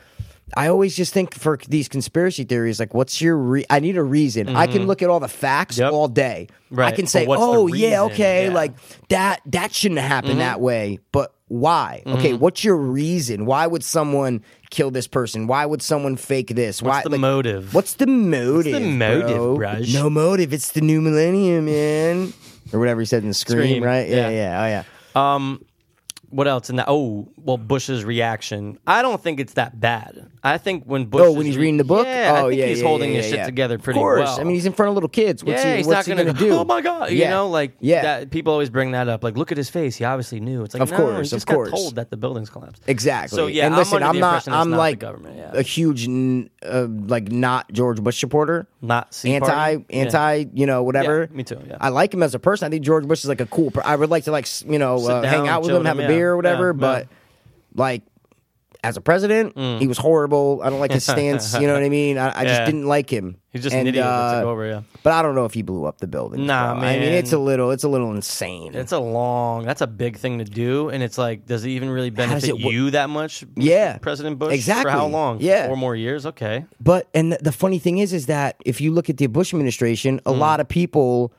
Speaker 1: I always just think for these conspiracy theories, like, what's your? Re- I need a reason. I can look at all the facts
Speaker 2: Mm-hmm. Yep.
Speaker 1: all day. I
Speaker 2: Right,
Speaker 1: can
Speaker 2: but
Speaker 1: say,
Speaker 2: what's the
Speaker 1: oh yeah,
Speaker 2: reason?
Speaker 1: okay,
Speaker 2: Yeah. Mm-hmm.
Speaker 1: like that that shouldn't happen that way. But why? Okay, what's your reason? Why would someone kill this person? Why would someone fake this? why
Speaker 2: the motive?
Speaker 1: What's the motive?
Speaker 2: motive,
Speaker 1: bro?
Speaker 2: Raj?
Speaker 1: No motive. It's the new millennium, man. Or whatever he said in the scream,
Speaker 2: Scream,
Speaker 1: right? Yeah, yeah,
Speaker 2: yeah.
Speaker 1: oh yeah.
Speaker 2: Um, what else? And that, oh, well, Bush's reaction. I don't think it's that bad. I think when Bush,
Speaker 1: Oh,
Speaker 2: is
Speaker 1: when he's reading the book.
Speaker 2: yeah, I
Speaker 1: oh
Speaker 2: think
Speaker 1: yeah,
Speaker 2: he's
Speaker 1: yeah,
Speaker 2: holding
Speaker 1: yeah,
Speaker 2: his
Speaker 1: yeah.
Speaker 2: shit together pretty
Speaker 1: Of course.
Speaker 2: well.
Speaker 1: I mean, he's in front of little kids. What's
Speaker 2: yeah,
Speaker 1: he,
Speaker 2: he's
Speaker 1: what's
Speaker 2: not
Speaker 1: he
Speaker 2: gonna,
Speaker 1: gonna do?
Speaker 2: Oh my god!
Speaker 1: Yeah.
Speaker 2: You know, like
Speaker 1: yeah,
Speaker 2: that, people always bring that up. Like, look at his face. He obviously knew. It's like,
Speaker 1: Of
Speaker 2: no,
Speaker 1: course,
Speaker 2: he just
Speaker 1: of course.
Speaker 2: got told that the building's collapsed.
Speaker 1: Exactly.
Speaker 2: So, yeah,
Speaker 1: and
Speaker 2: I'm
Speaker 1: listen,
Speaker 2: under the
Speaker 1: I'm not.
Speaker 2: impression it's
Speaker 1: I'm
Speaker 2: not the
Speaker 1: like
Speaker 2: government, yeah.
Speaker 1: a huge, n- uh, like not George Bush supporter.
Speaker 2: Not Sea
Speaker 1: anti,
Speaker 2: Party? Yeah.
Speaker 1: anti, you know, whatever.
Speaker 2: Yeah, me too, yeah.
Speaker 1: I like him as a person. I think George Bush is like a cool. Per- I would like to like s- you know
Speaker 2: Sit
Speaker 1: uh, hang
Speaker 2: down,
Speaker 1: out with
Speaker 2: chill
Speaker 1: him,
Speaker 2: with
Speaker 1: have
Speaker 2: him,
Speaker 1: a
Speaker 2: yeah,
Speaker 1: beer or whatever.
Speaker 2: yeah,
Speaker 1: but like as a president, he was horrible. I don't like his stance. you know what I mean? I, I just
Speaker 2: Mm. Yeah.
Speaker 1: didn't like him. uh,
Speaker 2: He's just an idiot that took over, yeah.
Speaker 1: But I don't know if he blew up the building.
Speaker 2: Nah,
Speaker 1: I mean
Speaker 2: man.
Speaker 1: it's a little, it's a little insane.
Speaker 2: That's a long. That's a big thing to do, and it's like, does it even really benefit
Speaker 1: it wo-
Speaker 2: you that much?
Speaker 1: Yeah.
Speaker 2: President Bush.
Speaker 1: Exactly.
Speaker 2: For how long?
Speaker 1: Yeah.
Speaker 2: four more years. Okay.
Speaker 1: But and th- the funny thing is, is that if you look at the Bush administration,
Speaker 2: Hmm.
Speaker 1: a lot of people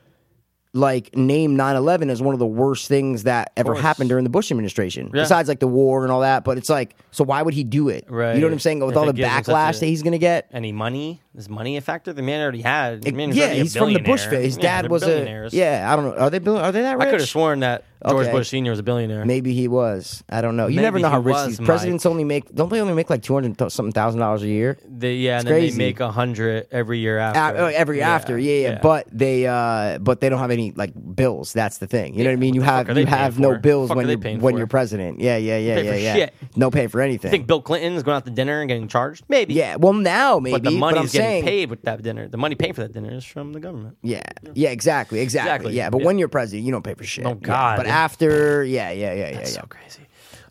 Speaker 1: like name 9-11 as one of the worst things that ever
Speaker 2: course.
Speaker 1: happened during the Bush administration.
Speaker 2: Yeah.
Speaker 1: Besides like the war and all that, but it's like, so why would he do it? You
Speaker 2: Right.
Speaker 1: know what I'm saying? With
Speaker 2: If
Speaker 1: all the
Speaker 2: it gives him such
Speaker 1: backlash
Speaker 2: a-
Speaker 1: that he's gonna get.
Speaker 2: Any money? Is money a factor? The man already had. the man was
Speaker 1: yeah,
Speaker 2: already a
Speaker 1: he's from the Bush
Speaker 2: billionaire.
Speaker 1: family. His
Speaker 2: Yeah,
Speaker 1: dad
Speaker 2: they're
Speaker 1: was a
Speaker 2: billionaires.
Speaker 1: yeah. I don't know. Are they bill- are they that
Speaker 2: I
Speaker 1: rich?
Speaker 2: could have sworn that George
Speaker 1: Okay.
Speaker 2: Bush Senior was a billionaire.
Speaker 1: Maybe he was. I don't know. You never
Speaker 2: Maybe
Speaker 1: know how
Speaker 2: he
Speaker 1: rich
Speaker 2: was,
Speaker 1: these
Speaker 2: Mike.
Speaker 1: presidents only make. Don't they only make like two hundred something thousand dollars a year?
Speaker 2: They, yeah, and then
Speaker 1: crazy.
Speaker 2: they make a hundred every year
Speaker 1: Af-
Speaker 2: after.
Speaker 1: oh, every after, yeah, yeah, But they, uh, but they don't have any like bills. That's the thing. You know what I mean? You have
Speaker 2: fuck are they
Speaker 1: you
Speaker 2: paying
Speaker 1: have no
Speaker 2: for?
Speaker 1: bills
Speaker 2: Fuck
Speaker 1: when
Speaker 2: are they
Speaker 1: you're
Speaker 2: paying
Speaker 1: when
Speaker 2: for?
Speaker 1: you're president. Yeah, yeah, yeah,
Speaker 2: Pay
Speaker 1: yeah,
Speaker 2: for
Speaker 1: yeah.
Speaker 2: shit.
Speaker 1: No pay for anything.
Speaker 2: I think Bill Clinton's going out to dinner and getting charged. Maybe.
Speaker 1: yeah. Well, now maybe.
Speaker 2: But the
Speaker 1: but I'm
Speaker 2: money's getting
Speaker 1: saying,
Speaker 2: paid with that dinner. The money paid for that dinner is from the government.
Speaker 1: Yeah. Yeah. Exactly. Exactly.
Speaker 2: Exactly,
Speaker 1: Yeah. But
Speaker 2: yeah.
Speaker 1: when you're president, you don't pay for shit.
Speaker 2: Oh,
Speaker 1: Yeah,
Speaker 2: God.
Speaker 1: But after, yeah, yeah, yeah, yeah, yeah.
Speaker 2: So crazy.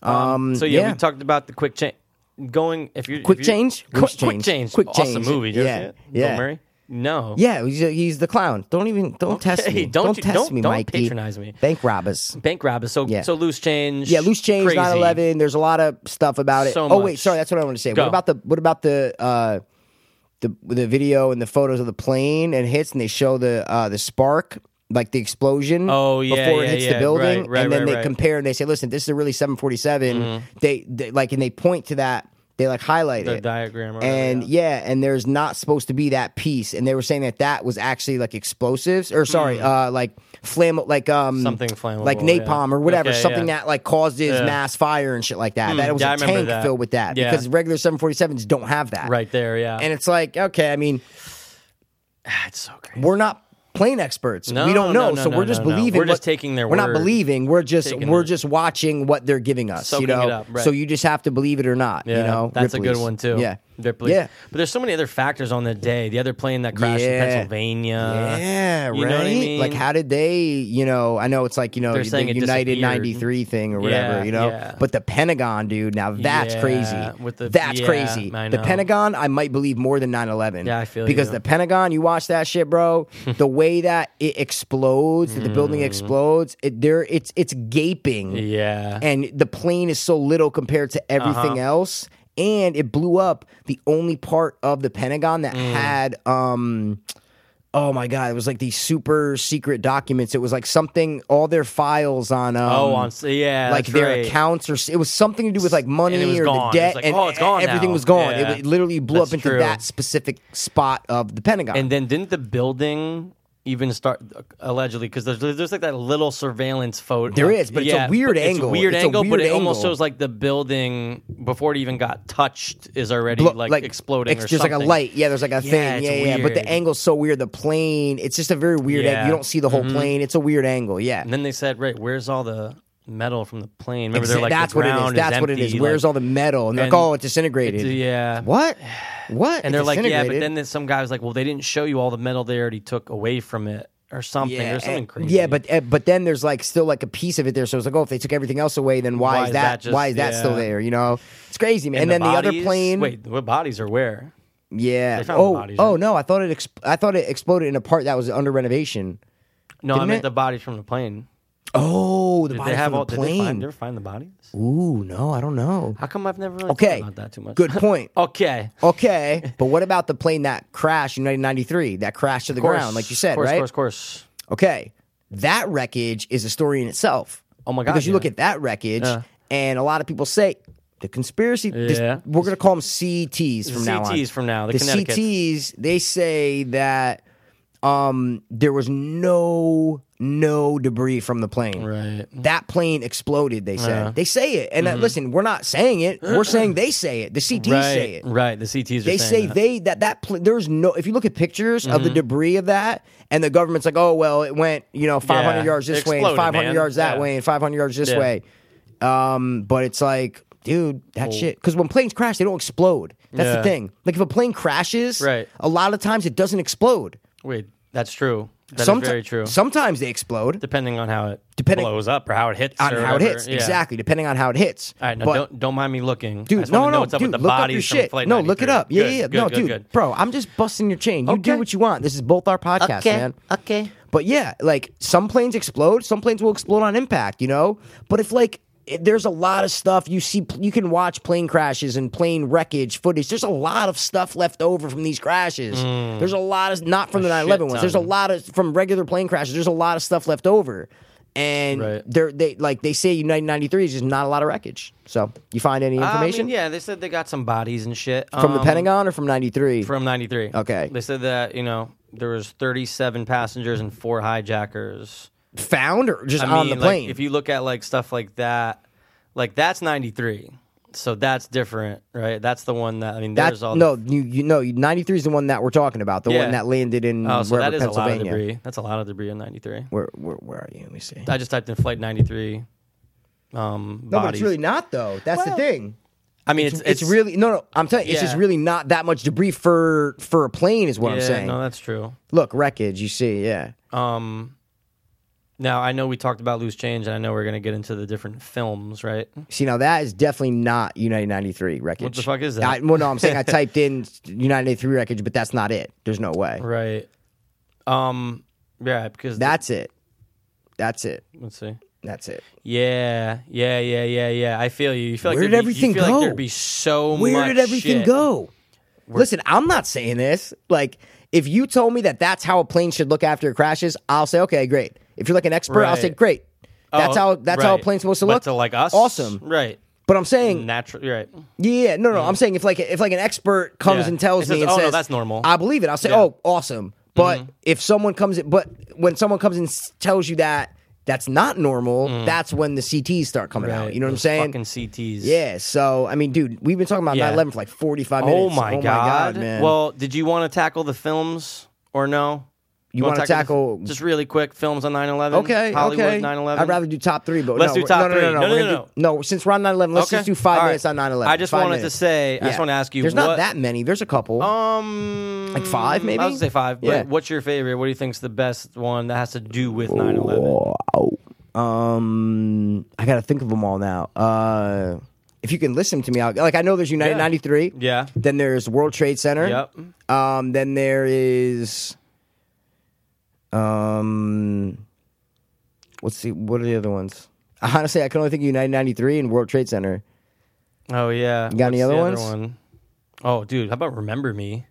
Speaker 1: Um.
Speaker 2: So yeah,
Speaker 1: yeah.
Speaker 2: we talked about the quick change. Going if you
Speaker 1: Quick
Speaker 2: if you're-
Speaker 1: Change?
Speaker 2: Qu-
Speaker 1: Quick
Speaker 2: quick,
Speaker 1: Change.
Speaker 2: change,
Speaker 1: Quick
Speaker 2: awesome
Speaker 1: Change.
Speaker 2: movie. Did you ever
Speaker 1: Yeah,
Speaker 2: see it?
Speaker 1: yeah.
Speaker 2: Bill Murray. No,
Speaker 1: yeah, he's, he's the clown. Don't even don't test
Speaker 2: Okay,
Speaker 1: me.
Speaker 2: don't you-
Speaker 1: test
Speaker 2: don't-
Speaker 1: me,
Speaker 2: don't
Speaker 1: Mikey.
Speaker 2: patronize me.
Speaker 1: Bank robbers.
Speaker 2: bank robbers. So
Speaker 1: Yeah.
Speaker 2: so loose change.
Speaker 1: Yeah, loose change,
Speaker 2: crazy.
Speaker 1: 9-11. There's a lot of stuff about it.
Speaker 2: So
Speaker 1: oh
Speaker 2: much.
Speaker 1: wait, sorry, that's what I want to say. What
Speaker 2: Go.
Speaker 1: about the what about the uh the the video and the photos of the plane and hits and they show the uh the spark like the explosion
Speaker 2: Oh, yeah,
Speaker 1: before it
Speaker 2: yeah,
Speaker 1: hits the
Speaker 2: yeah.
Speaker 1: building
Speaker 2: Right, right,
Speaker 1: and then
Speaker 2: right,
Speaker 1: they
Speaker 2: right. Mm-hmm.
Speaker 1: compare and they say listen this is a really 747 they, they like and they point to that they like highlight
Speaker 2: The
Speaker 1: it
Speaker 2: diagram. Or
Speaker 1: and
Speaker 2: whatever,
Speaker 1: yeah. and there's not supposed to be that piece, and they were saying that that was actually like explosives, or sorry, uh, like flamm, like um,
Speaker 2: Hmm. Something flammable,
Speaker 1: like napalm
Speaker 2: yeah.
Speaker 1: or whatever,
Speaker 2: Okay,
Speaker 1: something
Speaker 2: yeah.
Speaker 1: that like causes
Speaker 2: Yeah. Hmm,
Speaker 1: mass fire and shit like that. that was
Speaker 2: yeah,
Speaker 1: a
Speaker 2: I remember
Speaker 1: tank
Speaker 2: that.
Speaker 1: filled with that
Speaker 2: Yeah.
Speaker 1: because regular 747s don't have that,
Speaker 2: right there. Yeah,
Speaker 1: And it's like, okay, I mean,
Speaker 2: that's so crazy.
Speaker 1: we're not plane experts.
Speaker 2: No,
Speaker 1: we don't know,
Speaker 2: no, no,
Speaker 1: so
Speaker 2: no,
Speaker 1: we're just
Speaker 2: no, no.
Speaker 1: believing.
Speaker 2: We're just
Speaker 1: what-
Speaker 2: taking their
Speaker 1: We're not
Speaker 2: word.
Speaker 1: believing. We're just
Speaker 2: Taking
Speaker 1: we're
Speaker 2: it.
Speaker 1: just watching what they're giving us. you
Speaker 2: Soaking
Speaker 1: know,
Speaker 2: it up, right.
Speaker 1: so you just have to believe it or not.
Speaker 2: Yeah,
Speaker 1: you know,
Speaker 2: that's a good
Speaker 1: Ripley's.
Speaker 2: one too.
Speaker 1: Yeah,
Speaker 2: Ripley's.
Speaker 1: Yeah.
Speaker 2: But there's so many other factors on the day. The other plane that crashed in
Speaker 1: Yeah.
Speaker 2: Pennsylvania.
Speaker 1: Yeah,
Speaker 2: you
Speaker 1: right.
Speaker 2: know what I mean?
Speaker 1: Like, how did they? You know, I know it's like you know
Speaker 2: They're
Speaker 1: the
Speaker 2: saying it
Speaker 1: United
Speaker 2: disappeared.
Speaker 1: '93 thing or whatever.
Speaker 2: Yeah,
Speaker 1: you know,
Speaker 2: yeah.
Speaker 1: but the Pentagon, dude. Now that's
Speaker 2: Yeah,
Speaker 1: crazy.
Speaker 2: with the-
Speaker 1: that's
Speaker 2: yeah,
Speaker 1: crazy.
Speaker 2: I
Speaker 1: The
Speaker 2: know.
Speaker 1: Pentagon, I might believe more than 9/11.
Speaker 2: Yeah, I feel
Speaker 1: because
Speaker 2: you.
Speaker 1: the Pentagon. You watch that shit, bro. the way that it explodes, that the building
Speaker 2: Mm.
Speaker 1: explodes, it, there, it's it's gaping
Speaker 2: Yeah.
Speaker 1: and the plane is so little compared to everything
Speaker 2: Uh-huh.
Speaker 1: else and it blew up the only part of the pentagon that
Speaker 2: Mm.
Speaker 1: had um oh my god it was like these super secret documents it was like something all their files on um,
Speaker 2: oh, on yeah,
Speaker 1: like
Speaker 2: that's
Speaker 1: their
Speaker 2: right.
Speaker 1: accounts or s- it was something to do with like money
Speaker 2: was
Speaker 1: or the
Speaker 2: gone. It was
Speaker 1: debt
Speaker 2: like,
Speaker 1: and
Speaker 2: oh, it's gone
Speaker 1: everything
Speaker 2: now.
Speaker 1: was gone It
Speaker 2: Yeah.
Speaker 1: w- it, literally blew up
Speaker 2: That's
Speaker 1: into
Speaker 2: true.
Speaker 1: that specific spot of the pentagon
Speaker 2: And then didn't the building even start allegedly because there's there's like that little surveillance photo.
Speaker 1: There is, but it's a weird angle.
Speaker 2: weird
Speaker 1: It's a
Speaker 2: angle, but
Speaker 1: weird
Speaker 2: it almost
Speaker 1: angle.
Speaker 2: shows like the building before it even got touched is already
Speaker 1: blo-
Speaker 2: like, exploding.
Speaker 1: It's
Speaker 2: or
Speaker 1: just like a
Speaker 2: something.
Speaker 1: light. Yeah, there's like a thing.
Speaker 2: it's
Speaker 1: Yeah, yeah. But the
Speaker 2: weird.
Speaker 1: angle's so weird. The plane. It's just a very weird. ang-
Speaker 2: Yeah. Mm-hmm.
Speaker 1: You don't see the whole plane. It's a weird angle. Yeah.
Speaker 2: And then they said, right, where's all the metal from the plane? Remember,
Speaker 1: Exa-
Speaker 2: they're like,
Speaker 1: that's
Speaker 2: the
Speaker 1: what it is.
Speaker 2: ground
Speaker 1: That's what it is.
Speaker 2: empty,
Speaker 1: Where's
Speaker 2: like-
Speaker 1: all the metal? And they're like,
Speaker 2: and
Speaker 1: oh, it disintegrated.
Speaker 2: Yeah.
Speaker 1: What? What?
Speaker 2: And
Speaker 1: It
Speaker 2: they're like, yeah, but
Speaker 1: disintegrated?
Speaker 2: then there's some guy was like, well, they didn't show you all the metal they already took away from it or something.
Speaker 1: Yeah,
Speaker 2: There's something
Speaker 1: and-
Speaker 2: crazy.
Speaker 1: yeah, but eh, but then there's like still like a piece of it there. So it's like, oh, if they took everything else away, then why, is that?
Speaker 2: just-
Speaker 1: why is that still
Speaker 2: yeah.
Speaker 1: there? You know, it's crazy, man. And, then the other
Speaker 2: bodies-
Speaker 1: plane.
Speaker 2: Wait, what bodies are where?
Speaker 1: yeah.
Speaker 2: they found
Speaker 1: oh,
Speaker 2: the bodies,
Speaker 1: oh
Speaker 2: right?
Speaker 1: no, I thought it. Exp- I thought it exploded in a part that was under renovation.
Speaker 2: No, I
Speaker 1: Didn't
Speaker 2: meant
Speaker 1: it?
Speaker 2: the bodies from the plane.
Speaker 1: Oh, the
Speaker 2: Did
Speaker 1: body
Speaker 2: they have
Speaker 1: from
Speaker 2: all?
Speaker 1: the
Speaker 2: Did they
Speaker 1: plane.
Speaker 2: find, did they find the bodies?
Speaker 1: Ooh, no, I don't know.
Speaker 2: How come I've never really
Speaker 1: Okay.
Speaker 2: thought about that too much?
Speaker 1: Good point.
Speaker 2: okay.
Speaker 1: Okay, but what about the plane that crashed in 1993? That crashed to the
Speaker 2: Course,
Speaker 1: ground, like you said,
Speaker 2: course,
Speaker 1: right?
Speaker 2: Course, course,
Speaker 1: Okay, that wreckage is a story in itself.
Speaker 2: Oh my God,
Speaker 1: Because you
Speaker 2: yeah.
Speaker 1: look at that wreckage, And a lot of people say the conspiracy. this-
Speaker 2: Yeah.
Speaker 1: we're going to call them CTs from now on.
Speaker 2: CTs from now, the
Speaker 1: the
Speaker 2: Connecticut.
Speaker 1: CTs they say that um, there was no no debris from the plane.
Speaker 2: Right. Uh-huh. Mm-hmm.
Speaker 1: That plane exploded. They said. They say it. And uh, listen, we're not saying it. We're saying they say it. The CTs
Speaker 2: right,
Speaker 1: say it.
Speaker 2: right. The CTs are
Speaker 1: They
Speaker 2: saying
Speaker 1: say
Speaker 2: that. Mm-hmm.
Speaker 1: they that that pl- there's no if you look at pictures of the debris of that and the government's like oh well it went you know 500
Speaker 2: Yeah,
Speaker 1: yards this
Speaker 2: it
Speaker 1: way and
Speaker 2: exploded,
Speaker 1: 500
Speaker 2: man.
Speaker 1: yards that
Speaker 2: Yeah.
Speaker 1: way and 500 yards this
Speaker 2: Yeah.
Speaker 1: way um but it's like dude that shit because when planes crash they don't explode that's the
Speaker 2: Yeah.
Speaker 1: thing like if a plane crashes
Speaker 2: Right.
Speaker 1: a lot of times it doesn't explode
Speaker 2: Wait, that's true. That is
Speaker 1: Someti-
Speaker 2: very true.
Speaker 1: sometimes they explode
Speaker 2: depending on how it
Speaker 1: Depending-
Speaker 2: blows up or how it hits
Speaker 1: on
Speaker 2: or
Speaker 1: how it
Speaker 2: whatever.
Speaker 1: hits
Speaker 2: Yeah.
Speaker 1: exactly depending on how it hits
Speaker 2: All right, no,
Speaker 1: But-
Speaker 2: don't don't mind me looking, I
Speaker 1: Dude,
Speaker 2: just
Speaker 1: no,
Speaker 2: wanna know
Speaker 1: no,
Speaker 2: what's up
Speaker 1: dude,
Speaker 2: with the
Speaker 1: look up
Speaker 2: bodies
Speaker 1: your
Speaker 2: from
Speaker 1: shit.
Speaker 2: Flight
Speaker 1: no, look it
Speaker 2: 93.
Speaker 1: up. Yeah,
Speaker 2: Good,
Speaker 1: yeah, yeah.
Speaker 2: good,
Speaker 1: no,
Speaker 2: good,
Speaker 1: dude,
Speaker 2: good.
Speaker 1: bro, I'm just busting your chain. You do
Speaker 2: Okay.
Speaker 1: what you want. This is both our podcasts, man.
Speaker 2: okay.
Speaker 1: But yeah, like some planes explode, some planes will explode on impact, you know? But if like it- there's a lot of stuff you see you can watch plane crashes and plane wreckage footage. There's a lot of stuff left over from these crashes. There's a lot of not from the 9/11 ones.
Speaker 2: Mm. ton.
Speaker 1: There's a lot of from regular plane crashes. There's a lot of stuff left over. And
Speaker 2: Right.
Speaker 1: they're they like they say United 93 is just not a lot of wreckage. So, you find any
Speaker 2: I mean,
Speaker 1: information?
Speaker 2: yeah, they said they got some bodies and shit
Speaker 1: From the
Speaker 2: Um,
Speaker 1: Pentagon or from 93?
Speaker 2: from '93.
Speaker 1: Okay.
Speaker 2: they said that you know there was 37 passengers and four hijackers
Speaker 1: found or just
Speaker 2: I
Speaker 1: on
Speaker 2: mean,
Speaker 1: the plane?
Speaker 2: Like, if you look at like stuff like that, like that's '93, so that's different, right? That's the one that I mean.
Speaker 1: that,
Speaker 2: there's all
Speaker 1: no, you, you know, 93 is the one that we're talking about, the one
Speaker 2: Yeah.
Speaker 1: that landed in
Speaker 2: oh, so
Speaker 1: wherever,
Speaker 2: that is a lot of
Speaker 1: Pennsylvania.
Speaker 2: debris. That's a lot of debris in '93.
Speaker 1: Where, where, where are you? Let me see.
Speaker 2: I just typed in flight 93. Um,
Speaker 1: no, but
Speaker 2: bodies.
Speaker 1: it's really not though. That's the
Speaker 2: Well,
Speaker 1: thing.
Speaker 2: I mean,
Speaker 1: It's, really no, no. I'm telling you, it's just
Speaker 2: Yeah.
Speaker 1: really not that much debris for for a plane, is what I'm
Speaker 2: yeah,
Speaker 1: saying.
Speaker 2: No, that's true.
Speaker 1: Look, wreckage. You see, yeah.
Speaker 2: Um, now I know we talked about loose change, and I know we're gonna get into the different films, right?
Speaker 1: See, now that is definitely not United 93 wreckage.
Speaker 2: the fuck is that?
Speaker 1: I, well, no, I'm saying I typed in United 93 wreckage, but that's not it. There's no way.
Speaker 2: Right. Um. Yeah, because
Speaker 1: That's it. That's it.
Speaker 2: let's see.
Speaker 1: That's it.
Speaker 2: Yeah, yeah, yeah, yeah, yeah. I feel you. You feel like
Speaker 1: Where
Speaker 2: there'd
Speaker 1: did
Speaker 2: be- you
Speaker 1: everything
Speaker 2: feel
Speaker 1: go?
Speaker 2: Like there'd be so
Speaker 1: Where
Speaker 2: much
Speaker 1: did everything
Speaker 2: shit.
Speaker 1: go? Listen, I'm not saying this. Like, if you told me that that's how a plane should look after it crashes, I'll say, okay, great. If you're like an expert, I'll say,
Speaker 2: Right.
Speaker 1: great. That's
Speaker 2: Oh,
Speaker 1: how that's how a
Speaker 2: right.
Speaker 1: plane's supposed to
Speaker 2: But
Speaker 1: look.
Speaker 2: to like us.
Speaker 1: awesome.
Speaker 2: Right.
Speaker 1: But I'm saying,
Speaker 2: Naturally. Right.
Speaker 1: yeah, no, no. I'm saying if like if like an expert comes
Speaker 2: Mm. Yeah.
Speaker 1: and tells
Speaker 2: It says,
Speaker 1: me and
Speaker 2: "Oh, no,
Speaker 1: says,
Speaker 2: that's normal."
Speaker 1: I believe it. I'll say,
Speaker 2: Yeah. Mm-hmm.
Speaker 1: oh, awesome. But if someone comes, in, but when someone comes and s- tells you that that's not normal, that's when the CTs start coming out. You know what I'm
Speaker 2: Mm. Those
Speaker 1: saying?
Speaker 2: Fucking CTs.
Speaker 1: yeah. So I mean, dude, we've been talking about
Speaker 2: Yeah.
Speaker 1: 9/11 for like 45 minutes.
Speaker 2: Oh my,
Speaker 1: oh my
Speaker 2: god.
Speaker 1: man.
Speaker 2: Well, did you want to tackle the films or no?
Speaker 1: You
Speaker 2: wanna
Speaker 1: wanna
Speaker 2: the-
Speaker 1: tackle-
Speaker 2: just really quick films on 9/11?
Speaker 1: Okay,
Speaker 2: Hollywood
Speaker 1: okay.
Speaker 2: 9/11.
Speaker 1: I'd rather do top three, but
Speaker 2: Let's
Speaker 1: no,
Speaker 2: do
Speaker 1: we're-
Speaker 2: top
Speaker 1: no, no,
Speaker 2: three.
Speaker 1: No, no, no,
Speaker 2: No, no,
Speaker 1: we're gonna
Speaker 2: no,
Speaker 1: do- no, Since we're on 9/11, let's
Speaker 2: Okay.
Speaker 1: just do five
Speaker 2: All right.
Speaker 1: minutes on 9/11.
Speaker 2: I just
Speaker 1: Five
Speaker 2: wanted to
Speaker 1: minutes.
Speaker 2: say- I just
Speaker 1: Yeah.
Speaker 2: wanna ask you
Speaker 1: There's not
Speaker 2: what-
Speaker 1: that many. There's a couple.
Speaker 2: Um,
Speaker 1: Like five, maybe?
Speaker 2: I was gonna say five. But
Speaker 1: Yeah.
Speaker 2: what's your favorite? What do you think's the best one that has to do with 9/11?
Speaker 1: um, I gotta think of them all now. Uh, if you can listen to me, I'll, like I know there's United
Speaker 2: Yeah.
Speaker 1: 93.
Speaker 2: Yeah.
Speaker 1: Then there's World Trade Center.
Speaker 2: Yep.
Speaker 1: Um, then there is. Um, let's see. What are the other ones? Honestly, I can only think of United 93 and World Trade Center.
Speaker 2: Oh yeah.
Speaker 1: got any
Speaker 2: What's
Speaker 1: other
Speaker 2: the
Speaker 1: ones?
Speaker 2: one? Oh, dude, how about Remember Me?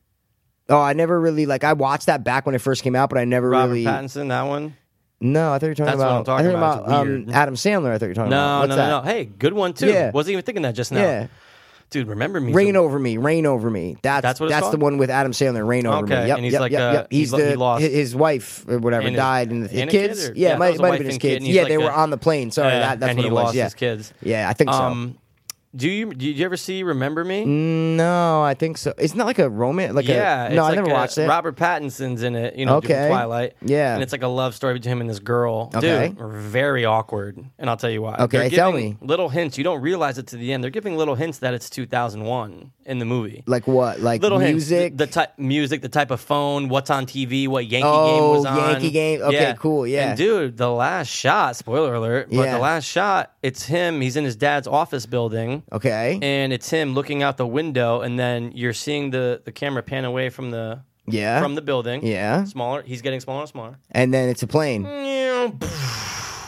Speaker 1: Oh, I never really like. I watched that back when it first came out, but I never
Speaker 2: Robert
Speaker 1: really.
Speaker 2: Pattinson, that one.
Speaker 1: No, I thought you were talking
Speaker 2: That's what
Speaker 1: about.
Speaker 2: I'm talking
Speaker 1: I thought you were
Speaker 2: about. It's
Speaker 1: um,
Speaker 2: weird.
Speaker 1: Adam Sandler. I thought you were talking about.
Speaker 2: No,
Speaker 1: What's
Speaker 2: no,
Speaker 1: that?
Speaker 2: no, no. Hey, good one too.
Speaker 1: Yeah.
Speaker 2: Wasn't even thinking that just now.
Speaker 1: Yeah.
Speaker 2: Dude, remember me?
Speaker 1: Rain over me, rain over me. That's that's,
Speaker 2: That's what it's
Speaker 1: the
Speaker 2: called?
Speaker 1: one with Adam Sandler. Rain over
Speaker 2: Okay,
Speaker 1: me. Yep,
Speaker 2: and he's
Speaker 1: yep,
Speaker 2: like,
Speaker 1: yep,
Speaker 2: uh,
Speaker 1: yep.
Speaker 2: he
Speaker 1: He's
Speaker 2: lo-
Speaker 1: the
Speaker 2: he lost-
Speaker 1: hi- his wife or whatever
Speaker 2: And his-
Speaker 1: died, and the
Speaker 2: and a kid
Speaker 1: kids.
Speaker 2: or-
Speaker 1: yeah,
Speaker 2: yeah,
Speaker 1: it
Speaker 2: it
Speaker 1: might,
Speaker 2: was
Speaker 1: it
Speaker 2: a
Speaker 1: might have
Speaker 2: wife
Speaker 1: been his
Speaker 2: and kid,
Speaker 1: kids.
Speaker 2: and he's
Speaker 1: yeah,
Speaker 2: like
Speaker 1: they
Speaker 2: a-
Speaker 1: were on the plane. Sorry,
Speaker 2: Yeah,
Speaker 1: that, that's
Speaker 2: and
Speaker 1: what
Speaker 2: he
Speaker 1: it was.
Speaker 2: lost
Speaker 1: yeah.
Speaker 2: his kids.
Speaker 1: Yeah, I think so.
Speaker 2: Um, do you did you ever see Remember Me?
Speaker 1: no, I think so. It's not like a romance. Like
Speaker 2: yeah,
Speaker 1: a, no,
Speaker 2: it's
Speaker 1: I never
Speaker 2: like a-
Speaker 1: watched it.
Speaker 2: Robert Pattinson's in it, you know, doing
Speaker 1: Okay.
Speaker 2: Twilight.
Speaker 1: Yeah.
Speaker 2: and it's like a love story between him and this girl.
Speaker 1: Okay.
Speaker 2: Dude, very awkward, and I'll tell you why.
Speaker 1: Okay,
Speaker 2: They're
Speaker 1: tell
Speaker 2: giving
Speaker 1: me.
Speaker 2: Little hints. You don't realize it to the end. They're giving little hints that it's 2001 in the movie.
Speaker 1: like what? Like
Speaker 2: little
Speaker 1: music.
Speaker 2: hints, the, the type music, the type of phone, what's on TV, what Yankee
Speaker 1: Oh,
Speaker 2: game was on,
Speaker 1: Yankee game. Okay, cool, yeah.
Speaker 2: and dude, the last shot. Spoiler alert! But
Speaker 1: Yeah.
Speaker 2: the last shot, it's him. He's in his dad's office building
Speaker 1: okay.
Speaker 2: and it's him looking out the window, and then you're seeing the the camera pan away from the
Speaker 1: Yeah.
Speaker 2: from the building.
Speaker 1: Yeah.
Speaker 2: smaller. He's getting smaller and smaller.
Speaker 1: and then it's a plane.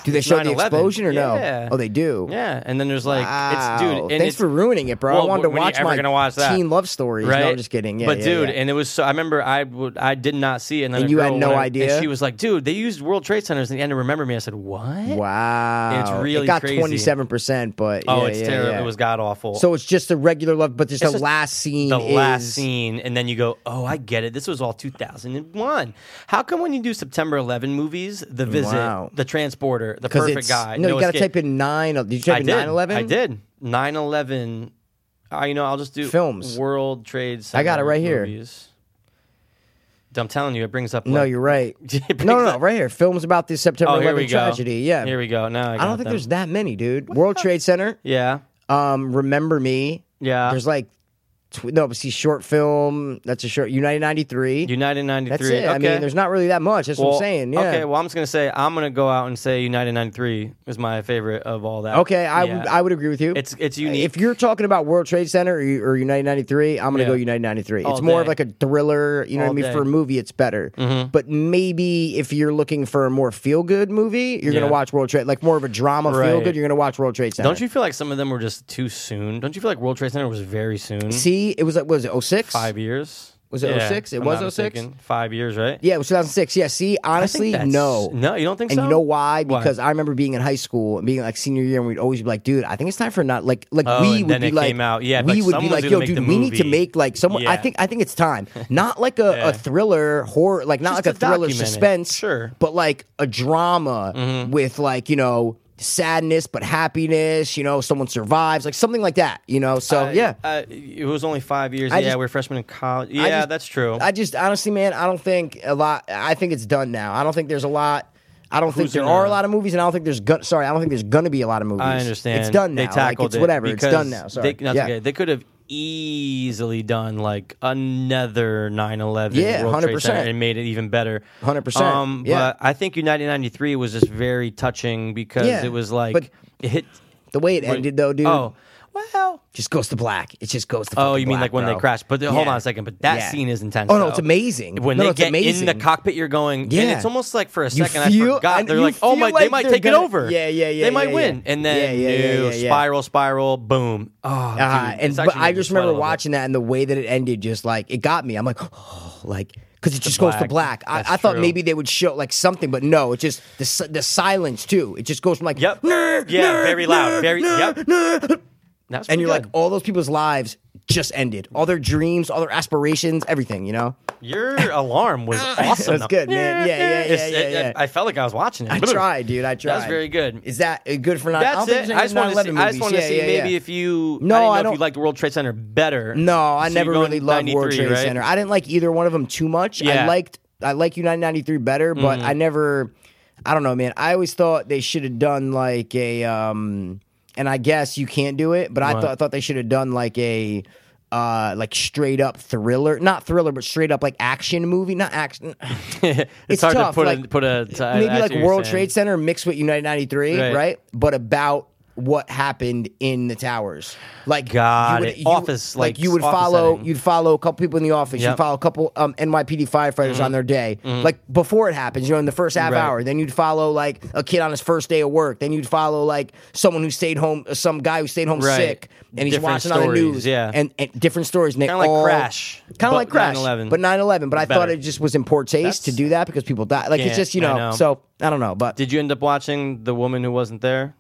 Speaker 1: Do they show the
Speaker 2: 9/11.
Speaker 1: explosion or no?
Speaker 2: Yeah.
Speaker 1: Oh, they do.
Speaker 2: Yeah, and then there's like, it's
Speaker 1: Wow.
Speaker 2: dude. And
Speaker 1: Thanks
Speaker 2: it's,
Speaker 1: for ruining it, bro. I
Speaker 2: Well,
Speaker 1: wanted to
Speaker 2: when are you
Speaker 1: watch
Speaker 2: ever
Speaker 1: my
Speaker 2: gonna watch that?
Speaker 1: teen love stories.
Speaker 2: right?
Speaker 1: No, I'm just kidding. Yeah,
Speaker 2: but
Speaker 1: yeah,
Speaker 2: dude,
Speaker 1: yeah.
Speaker 2: and it was so. I remember I would I did not see it, and then
Speaker 1: And
Speaker 2: a
Speaker 1: you had
Speaker 2: girl
Speaker 1: no
Speaker 2: when I-
Speaker 1: idea?
Speaker 2: And she was like, "Dude, they used World Trade Centers," and had to remember me. I said, "What?
Speaker 1: wow,
Speaker 2: It's really
Speaker 1: it got
Speaker 2: crazy.
Speaker 1: twenty seven percent, but
Speaker 2: Oh,
Speaker 1: yeah,
Speaker 2: it's
Speaker 1: yeah,
Speaker 2: terrible.
Speaker 1: yeah.
Speaker 2: It was god awful."
Speaker 1: So it's just the regular love, but just the
Speaker 2: just
Speaker 1: last scene.
Speaker 2: the
Speaker 1: is,
Speaker 2: last scene, and then you go, "Oh, I get it. This was all 2001." How come when you do September 11 movies, The Visit,
Speaker 1: Wow.
Speaker 2: The Transporter, The
Speaker 1: 'cause
Speaker 2: Perfect
Speaker 1: it's-
Speaker 2: Guy,
Speaker 1: No, you got to
Speaker 2: Escape-
Speaker 1: type in nine. Did you type
Speaker 2: I
Speaker 1: in
Speaker 2: did.
Speaker 1: nine eleven?
Speaker 2: I did. 9/11. I you know I'll just do
Speaker 1: Films.
Speaker 2: World Trade Center.
Speaker 1: got it right here.
Speaker 2: movies. I'm telling you, it brings up.
Speaker 1: No,
Speaker 2: like-
Speaker 1: you're right.
Speaker 2: It brings
Speaker 1: no, no, no,
Speaker 2: up-
Speaker 1: right here. Films about this September
Speaker 2: Oh, here
Speaker 1: 11
Speaker 2: we go.
Speaker 1: tragedy. Yeah,
Speaker 2: Here we go. Now I,
Speaker 1: I don't
Speaker 2: got
Speaker 1: think
Speaker 2: them.
Speaker 1: there's that many, dude. World Trade Center.
Speaker 2: Yeah.
Speaker 1: Um, Remember Me.
Speaker 2: Yeah.
Speaker 1: There's like tw- no, but see, short film. That's a short. United ninety three.
Speaker 2: United 93.
Speaker 1: That's it. I
Speaker 2: Okay.
Speaker 1: mean, there's not really that much. That's what I'm
Speaker 2: Well,
Speaker 1: saying. Yeah.
Speaker 2: Okay. Well, I'm just gonna say I'm gonna go out and say United 93 is my favorite of all that.
Speaker 1: Okay, I
Speaker 2: Yeah.
Speaker 1: would I would agree with you.
Speaker 2: It's it's unique.
Speaker 1: if you're talking about World Trade Center or, or United 93, I'm going to
Speaker 2: Yeah.
Speaker 1: go United 93.
Speaker 2: All
Speaker 1: it's more of
Speaker 2: day.
Speaker 1: like a thriller, you know
Speaker 2: All
Speaker 1: what I mean?
Speaker 2: day. Mm-hmm.
Speaker 1: For a movie, it's better. But maybe if you're looking for a more feel good movie, you're going
Speaker 2: Yeah.
Speaker 1: to watch World Trade, like more of a drama feel
Speaker 2: Right.
Speaker 1: good, you're going to watch World Trade Center.
Speaker 2: don't you feel like some of them were just too soon? Don't you feel like World Trade Center was very soon?
Speaker 1: see? It was like, what was it 06?
Speaker 2: Five years.
Speaker 1: Was it 06? It
Speaker 2: if I'm
Speaker 1: was
Speaker 2: not
Speaker 1: 06?
Speaker 2: mistaken. Five years, right?
Speaker 1: Yeah, it was 2006. Yeah, see,
Speaker 2: I think
Speaker 1: honestly,
Speaker 2: that's-
Speaker 1: no.
Speaker 2: No, you don't think
Speaker 1: And
Speaker 2: so?
Speaker 1: you know why?
Speaker 2: Why?
Speaker 1: Because I remember being in high school and being like senior year, and we'd always be like, "Dude, I think it's time for not like like
Speaker 2: Oh,
Speaker 1: we
Speaker 2: and
Speaker 1: would
Speaker 2: then
Speaker 1: be
Speaker 2: it
Speaker 1: like,
Speaker 2: came out. Yeah,
Speaker 1: we would
Speaker 2: like,
Speaker 1: be
Speaker 2: someone's
Speaker 1: like,
Speaker 2: gonna
Speaker 1: yo,
Speaker 2: make
Speaker 1: dude,
Speaker 2: the
Speaker 1: we need to
Speaker 2: movie."
Speaker 1: make like someone. I
Speaker 2: Yeah.
Speaker 1: think I think it's time, not like a, a thriller horror, like not
Speaker 2: Just
Speaker 1: like a
Speaker 2: to
Speaker 1: thriller
Speaker 2: document it.
Speaker 1: suspense,
Speaker 2: Sure. Mm-hmm.
Speaker 1: but like a drama with like you know sadness but happiness. You know, someone survives, like something like that. You know, so
Speaker 2: I-
Speaker 1: yeah.
Speaker 2: I- it was only five years.
Speaker 1: I
Speaker 2: yeah,
Speaker 1: just-
Speaker 2: we we're freshmen in college.
Speaker 1: I
Speaker 2: Yeah,
Speaker 1: just-
Speaker 2: that's true.
Speaker 1: I just honestly, man, I don't think a lot. I think it's done now. I don't think there's a lot. I don't think
Speaker 2: Who's
Speaker 1: there
Speaker 2: gonna-
Speaker 1: are a lot of movies, and I don't think there's. Go- sorry, I don't think there's gonna be a lot of movies.
Speaker 2: I understand.
Speaker 1: It's done now.
Speaker 2: They
Speaker 1: Like,
Speaker 2: tackled
Speaker 1: it's
Speaker 2: it
Speaker 1: whatever. It's
Speaker 2: because
Speaker 1: done now. Sorry.
Speaker 2: They, that's
Speaker 1: yeah.
Speaker 2: okay. They could have easily done like another 9/11
Speaker 1: Yeah,
Speaker 2: World Trade
Speaker 1: 100%.
Speaker 2: Center and made it even better.
Speaker 1: 100%,
Speaker 2: Um,
Speaker 1: yeah.
Speaker 2: But I think United 93 was just very touching because
Speaker 1: Yeah,
Speaker 2: it was like
Speaker 1: but-
Speaker 2: it hit.
Speaker 1: The way it ended, though, dude,
Speaker 2: Oh, well.
Speaker 1: just goes to black. It just goes to.
Speaker 2: Oh,
Speaker 1: fucking
Speaker 2: you mean
Speaker 1: black,
Speaker 2: like when
Speaker 1: bro.
Speaker 2: they crashed? But the- hold
Speaker 1: Yeah.
Speaker 2: on a second. But that
Speaker 1: Yeah.
Speaker 2: scene is intense.
Speaker 1: Oh no,
Speaker 2: though.
Speaker 1: it's amazing.
Speaker 2: When
Speaker 1: No,
Speaker 2: they
Speaker 1: it's
Speaker 2: get in
Speaker 1: amazing.
Speaker 2: the cockpit, you're going,
Speaker 1: Yeah.
Speaker 2: and it's almost like for a
Speaker 1: You
Speaker 2: second
Speaker 1: feel-
Speaker 2: I forgot.
Speaker 1: and
Speaker 2: They're
Speaker 1: you
Speaker 2: like, oh
Speaker 1: feel
Speaker 2: my,
Speaker 1: like
Speaker 2: they might
Speaker 1: they're
Speaker 2: take
Speaker 1: gonna-
Speaker 2: it over.
Speaker 1: Yeah, yeah, yeah,
Speaker 2: They might
Speaker 1: yeah,
Speaker 2: win,
Speaker 1: yeah.
Speaker 2: and then
Speaker 1: Yeah, yeah, yeah,
Speaker 2: new
Speaker 1: yeah, yeah.
Speaker 2: spiral, spiral, boom. Oh,
Speaker 1: Uh,
Speaker 2: dude,
Speaker 1: and
Speaker 2: it's
Speaker 1: but
Speaker 2: actually
Speaker 1: I
Speaker 2: made me
Speaker 1: just
Speaker 2: sweat a
Speaker 1: remember
Speaker 2: little bit.
Speaker 1: watching that and the way that it ended, just like it got me. I'm like, oh, like because it just goes to black.
Speaker 2: black.
Speaker 1: I,
Speaker 2: That's
Speaker 1: I thought
Speaker 2: true.
Speaker 1: maybe they would show like something, but no, it just the si- the silence too. It just goes from like,
Speaker 2: Yep.
Speaker 1: "Nah,
Speaker 2: Yeah,
Speaker 1: nah,
Speaker 2: very loud,
Speaker 1: nah,
Speaker 2: very-
Speaker 1: nah,
Speaker 2: yep.
Speaker 1: nah."
Speaker 2: That was
Speaker 1: and
Speaker 2: pretty
Speaker 1: you're like,
Speaker 2: good.
Speaker 1: all those people's lives just ended. All their dreams, all their aspirations, everything. You know,
Speaker 2: your alarm was awesome.
Speaker 1: That's good, man. Yeah, yeah, yeah,
Speaker 2: It's-
Speaker 1: yeah,
Speaker 2: it-
Speaker 1: yeah.
Speaker 2: I felt like I was watching it.
Speaker 1: I tried, dude. I tried.
Speaker 2: That's very good.
Speaker 1: Is that uh, good for nine? I don't
Speaker 2: That's
Speaker 1: think
Speaker 2: it.
Speaker 1: there's any
Speaker 2: I just want to see.
Speaker 1: 9/11
Speaker 2: I just
Speaker 1: movies.
Speaker 2: want to
Speaker 1: Yeah,
Speaker 2: see
Speaker 1: yeah, yeah.
Speaker 2: maybe if you.
Speaker 1: No,
Speaker 2: I, didn't know
Speaker 1: I
Speaker 2: If
Speaker 1: don't-
Speaker 2: you liked World Trade Center better.
Speaker 1: No, I
Speaker 2: So you're
Speaker 1: never
Speaker 2: going
Speaker 1: really loved World
Speaker 2: 93,
Speaker 1: Trade
Speaker 2: right?
Speaker 1: Center. I didn't like either one of them too much. I
Speaker 2: Yeah. Mm-hmm.
Speaker 1: liked I like United 93 better, but I never I don't know, man. I always thought they should have done like a um and I guess you can't do it, but I thought thought they should have done like a uh like straight up thriller, not thriller, but straight up like action movie, not action.
Speaker 2: it's,
Speaker 1: It's
Speaker 2: hard
Speaker 1: tough,
Speaker 2: to put
Speaker 1: like,
Speaker 2: a put a t- I-
Speaker 1: maybe
Speaker 2: I see
Speaker 1: like
Speaker 2: what you're
Speaker 1: World
Speaker 2: saying.
Speaker 1: Trade Center mixed with United 93, right?
Speaker 2: Right.
Speaker 1: But about what happened in the towers. Like
Speaker 2: Got
Speaker 1: you would,
Speaker 2: it. Office, like,
Speaker 1: you would
Speaker 2: office
Speaker 1: follow
Speaker 2: setting.
Speaker 1: you'd follow a couple people in the office, you'd
Speaker 2: Yep. Mm-hmm.
Speaker 1: follow a couple um, NYPD firefighters on their day. Like before it happens, you know, in the first half
Speaker 2: Right.
Speaker 1: hour, then you'd follow like a kid on his first day of work, then you'd follow like someone who stayed home some guy who stayed home
Speaker 2: Right.
Speaker 1: sick and he's
Speaker 2: Different
Speaker 1: watching on the
Speaker 2: stories,
Speaker 1: news
Speaker 2: yeah.
Speaker 1: and, and different stories and they
Speaker 2: Kinda like
Speaker 1: all-
Speaker 2: Crash,
Speaker 1: Kind
Speaker 2: but
Speaker 1: of like Crash,
Speaker 2: 9/11.
Speaker 1: but 9/11, but I thought
Speaker 2: Better.
Speaker 1: it just was in poor taste to
Speaker 2: That's-
Speaker 1: do that because people die. Like
Speaker 2: Yeah,
Speaker 1: it's just, you
Speaker 2: I
Speaker 1: know,
Speaker 2: know.
Speaker 1: so I don't know, but
Speaker 2: Did you end up watching the woman who wasn't there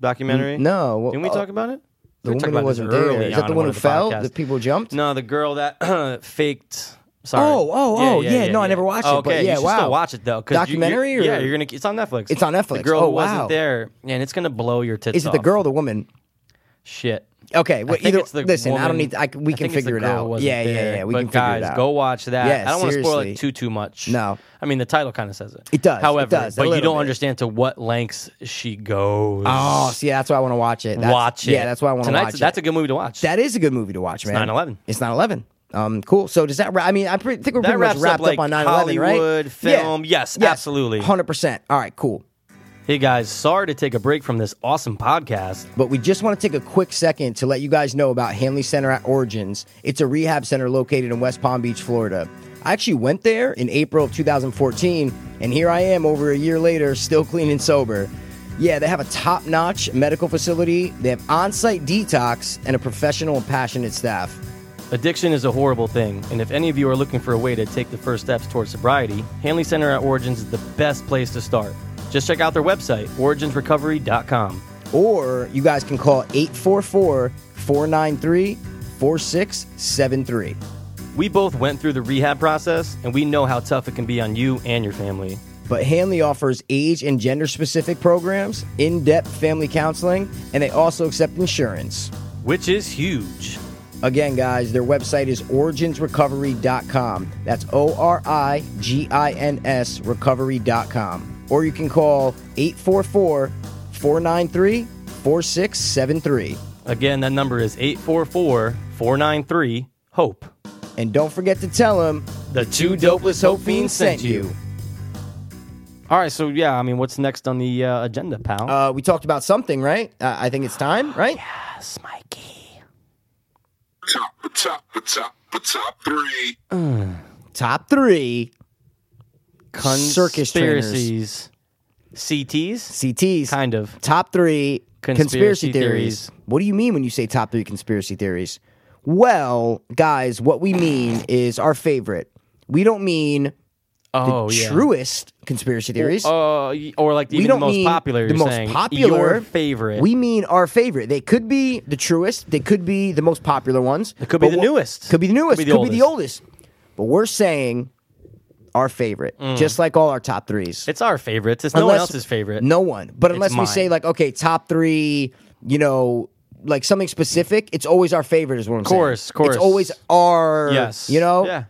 Speaker 2: documentary?
Speaker 1: no. Well,
Speaker 2: Didn't we
Speaker 1: uh,
Speaker 2: talk about it?
Speaker 1: the
Speaker 2: We
Speaker 1: woman
Speaker 2: talked
Speaker 1: who
Speaker 2: about this
Speaker 1: wasn't there.
Speaker 2: early
Speaker 1: Is that
Speaker 2: on
Speaker 1: the
Speaker 2: in
Speaker 1: one who
Speaker 2: of
Speaker 1: fell?
Speaker 2: podcasts.
Speaker 1: The people jumped?
Speaker 2: No, the girl that faked. Sorry.
Speaker 1: Oh, oh, oh, yeah, no, I never watched it,
Speaker 2: Oh,
Speaker 1: but
Speaker 2: Okay,
Speaker 1: yeah,
Speaker 2: you should
Speaker 1: wow.
Speaker 2: still watch it though. 'cause you-
Speaker 1: Documentary
Speaker 2: you- Yeah,
Speaker 1: or-
Speaker 2: you're gonna. It's on Netflix.
Speaker 1: It's on Netflix.
Speaker 2: The girl
Speaker 1: Oh,
Speaker 2: who
Speaker 1: wow.
Speaker 2: wasn't there, and it's gonna blow your tits.
Speaker 1: Is it the
Speaker 2: off.
Speaker 1: girl or the woman?
Speaker 2: Shit.
Speaker 1: Okay, well,
Speaker 2: I think
Speaker 1: either-
Speaker 2: it's the
Speaker 1: listen, I don't
Speaker 2: woman-
Speaker 1: need to- I c- we can
Speaker 2: I think it's the
Speaker 1: figure it
Speaker 2: girl
Speaker 1: out.
Speaker 2: who wasn't
Speaker 1: Yeah, yeah,
Speaker 2: there.
Speaker 1: yeah, we
Speaker 2: but
Speaker 1: can figure it
Speaker 2: guys,
Speaker 1: out.
Speaker 2: Go watch that.
Speaker 1: Yeah,
Speaker 2: I don't want to spoil
Speaker 1: seriously.
Speaker 2: it too too much.
Speaker 1: No.
Speaker 2: I mean the title kind of says it.
Speaker 1: It does, it
Speaker 2: However,
Speaker 1: does, a
Speaker 2: but you
Speaker 1: little
Speaker 2: don't
Speaker 1: bit.
Speaker 2: understand to what lengths she goes.
Speaker 1: Oh, see, that's why I want to watch it. That's,
Speaker 2: watch it.
Speaker 1: Yeah, that's why I want to
Speaker 2: Tonight's-
Speaker 1: watch it.
Speaker 2: That's a good movie to watch.
Speaker 1: that is a good movie to watch, man.
Speaker 2: 9/11.
Speaker 1: It's 9/11. Um, cool. So does that? Ra- I mean, I pre- think we're
Speaker 2: That
Speaker 1: pretty much
Speaker 2: wraps up,
Speaker 1: wrapped up,
Speaker 2: like,
Speaker 1: on 9/11, right?
Speaker 2: Hollywood, film. Yes, absolutely.
Speaker 1: hundred percent. All right, cool.
Speaker 2: Hey guys, sorry to take a break from this awesome podcast.
Speaker 1: But we just want to take a quick second to let you guys know about Hanley Center at Origins. It's a rehab center located in West Palm Beach, Florida. I actually went there in April of 2014, and here I am over a year later, still clean and sober. Yeah, they have a top notch medical facility, they have on site detox, and a professional and passionate staff.
Speaker 2: Addiction is a horrible thing, and if any of you are looking for a way to take the first steps towards sobriety, Hanley Center at Origins is the best place to start. Just check out their website, originsrecovery.com.
Speaker 1: Or you guys can call 844 493 4673.
Speaker 2: We both went through the rehab process, and we know how tough it can be on you and your family.
Speaker 1: But Hanley offers age and gender specific programs, in depth family counseling, and they also accept insurance.
Speaker 2: which is huge.
Speaker 1: Again, guys, their website is originsrecovery.com. That's O R I G I N S recovery.com. Or you can call 844 493 4673.
Speaker 2: Again, that number is 844 493 HOPE.
Speaker 1: And don't forget to tell them
Speaker 2: The two dopeless
Speaker 1: E
Speaker 2: Hope Fiends sent you. All right, so yeah, I mean, what's next on the uh, agenda, pal?
Speaker 1: Uh, we talked about something, right? Uh, I think it's time, right?
Speaker 2: yes, Mikey.
Speaker 4: top, the top, the top, the top three.
Speaker 1: Top three Circus trainers.
Speaker 2: Conspiracies. CTs?
Speaker 1: CTs.
Speaker 2: Kind of.
Speaker 1: Top three conspiracy,
Speaker 2: Conspiracy
Speaker 1: theories.
Speaker 2: theories.
Speaker 1: What do you mean when you say top three conspiracy theories? Well, guys, what we mean is our favorite. We don't mean
Speaker 2: Oh, yeah.
Speaker 1: truest conspiracy theories.
Speaker 2: Uh, y- or like
Speaker 1: we
Speaker 2: even
Speaker 1: don't
Speaker 2: the most
Speaker 1: mean
Speaker 2: popular.
Speaker 1: the
Speaker 2: you're
Speaker 1: most
Speaker 2: saying.
Speaker 1: popular
Speaker 2: Your favorite.
Speaker 1: We mean our favorite. They could be the truest. They could be the most popular ones. They
Speaker 2: could be the newest.
Speaker 1: Could be the newest. Could be the,
Speaker 2: oldest.
Speaker 1: oldest. But we're saying our favorite,
Speaker 2: Mm.
Speaker 1: just like all our top threes.
Speaker 2: it's our favorites. It's no one else's favorite.
Speaker 1: No one. But unless we
Speaker 2: mine.
Speaker 1: say like, okay, top three, you know, like something specific, it's always our favorite. Is what I'm saying.
Speaker 2: Course, course.
Speaker 1: It's always our.
Speaker 2: Yes.
Speaker 1: You know.
Speaker 2: Yeah.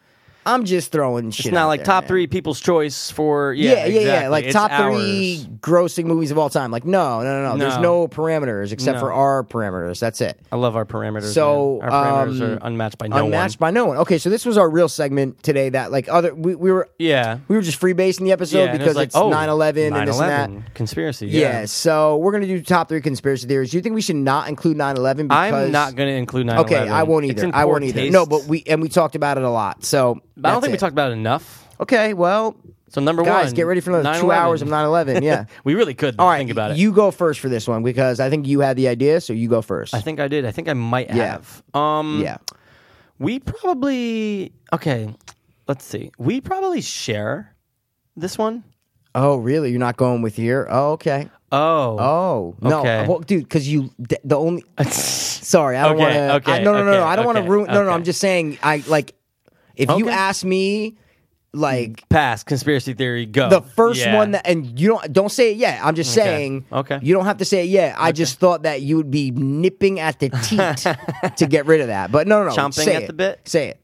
Speaker 1: I'm just throwing shit.
Speaker 2: It's not
Speaker 1: out
Speaker 2: like
Speaker 1: there,
Speaker 2: top
Speaker 1: man.
Speaker 2: three people's choice for yeah,
Speaker 1: Yeah, yeah, yeah.
Speaker 2: exactly.
Speaker 1: Like
Speaker 2: It's
Speaker 1: top three
Speaker 2: ours.
Speaker 1: grossing movies of all time. Like no, no, no, no. There's
Speaker 2: No.
Speaker 1: no parameters except
Speaker 2: No.
Speaker 1: for our parameters. That's it.
Speaker 2: I love our parameters.
Speaker 1: So,
Speaker 2: man. our parameters
Speaker 1: um,
Speaker 2: are unmatched by no
Speaker 1: Unmatched
Speaker 2: one.
Speaker 1: by no one. Okay, so this was our real segment today. That like other we, we were
Speaker 2: yeah,
Speaker 1: we were just freebasing the episode
Speaker 2: yeah, and
Speaker 1: because
Speaker 2: was like,
Speaker 1: it's
Speaker 2: oh,
Speaker 1: 9/11 and this and that.
Speaker 2: 9/11 conspiracy. Yeah.
Speaker 1: Yeah. so we're gonna do top three conspiracy theories. Do you think we should not include 9-11 because
Speaker 2: I'm not going to include 9/11.
Speaker 1: Okay, I won't
Speaker 2: It's
Speaker 1: either.
Speaker 2: in
Speaker 1: I
Speaker 2: poor
Speaker 1: won't either.
Speaker 2: taste.
Speaker 1: No, but we and we talked about it a lot. So
Speaker 2: But I don't
Speaker 1: that's
Speaker 2: think we
Speaker 1: it.
Speaker 2: talked about it enough.
Speaker 1: Okay, well
Speaker 2: So number one,
Speaker 1: guys, get ready for another two
Speaker 2: 9/11.
Speaker 1: hours of 9-11. Yeah.
Speaker 2: We really could
Speaker 1: All right.
Speaker 2: think about it.
Speaker 1: You go first for this one because I think you had the idea, so you go first.
Speaker 2: I think I did. I think I might
Speaker 1: Yeah.
Speaker 2: have. Um,
Speaker 1: yeah.
Speaker 2: we probably okay. Let's see. We probably share this one.
Speaker 1: Oh, really? You're not going with your? Oh, okay.
Speaker 2: Oh,
Speaker 1: Oh, no.
Speaker 2: Okay.
Speaker 1: Well, dude, because you the the only Sorry, I don't
Speaker 2: Okay,
Speaker 1: want to.
Speaker 2: okay,
Speaker 1: no, no, no,
Speaker 2: okay,
Speaker 1: no. I don't want
Speaker 2: okay,
Speaker 1: to ruin. No, no.
Speaker 2: okay.
Speaker 1: I'm just saying. I like if you
Speaker 2: Okay.
Speaker 1: ask me, like
Speaker 2: pass conspiracy theory. Go
Speaker 1: the first
Speaker 2: Oh, Yeah.
Speaker 1: one that, and you don't don't say it yet. I'm just saying.
Speaker 2: okay.
Speaker 1: You don't have to say it yet. I just thought that you would be nipping at the teat to get rid of that. But no, no, no.
Speaker 2: Chomping
Speaker 1: say
Speaker 2: at
Speaker 1: it.
Speaker 2: the bit?
Speaker 1: Say it.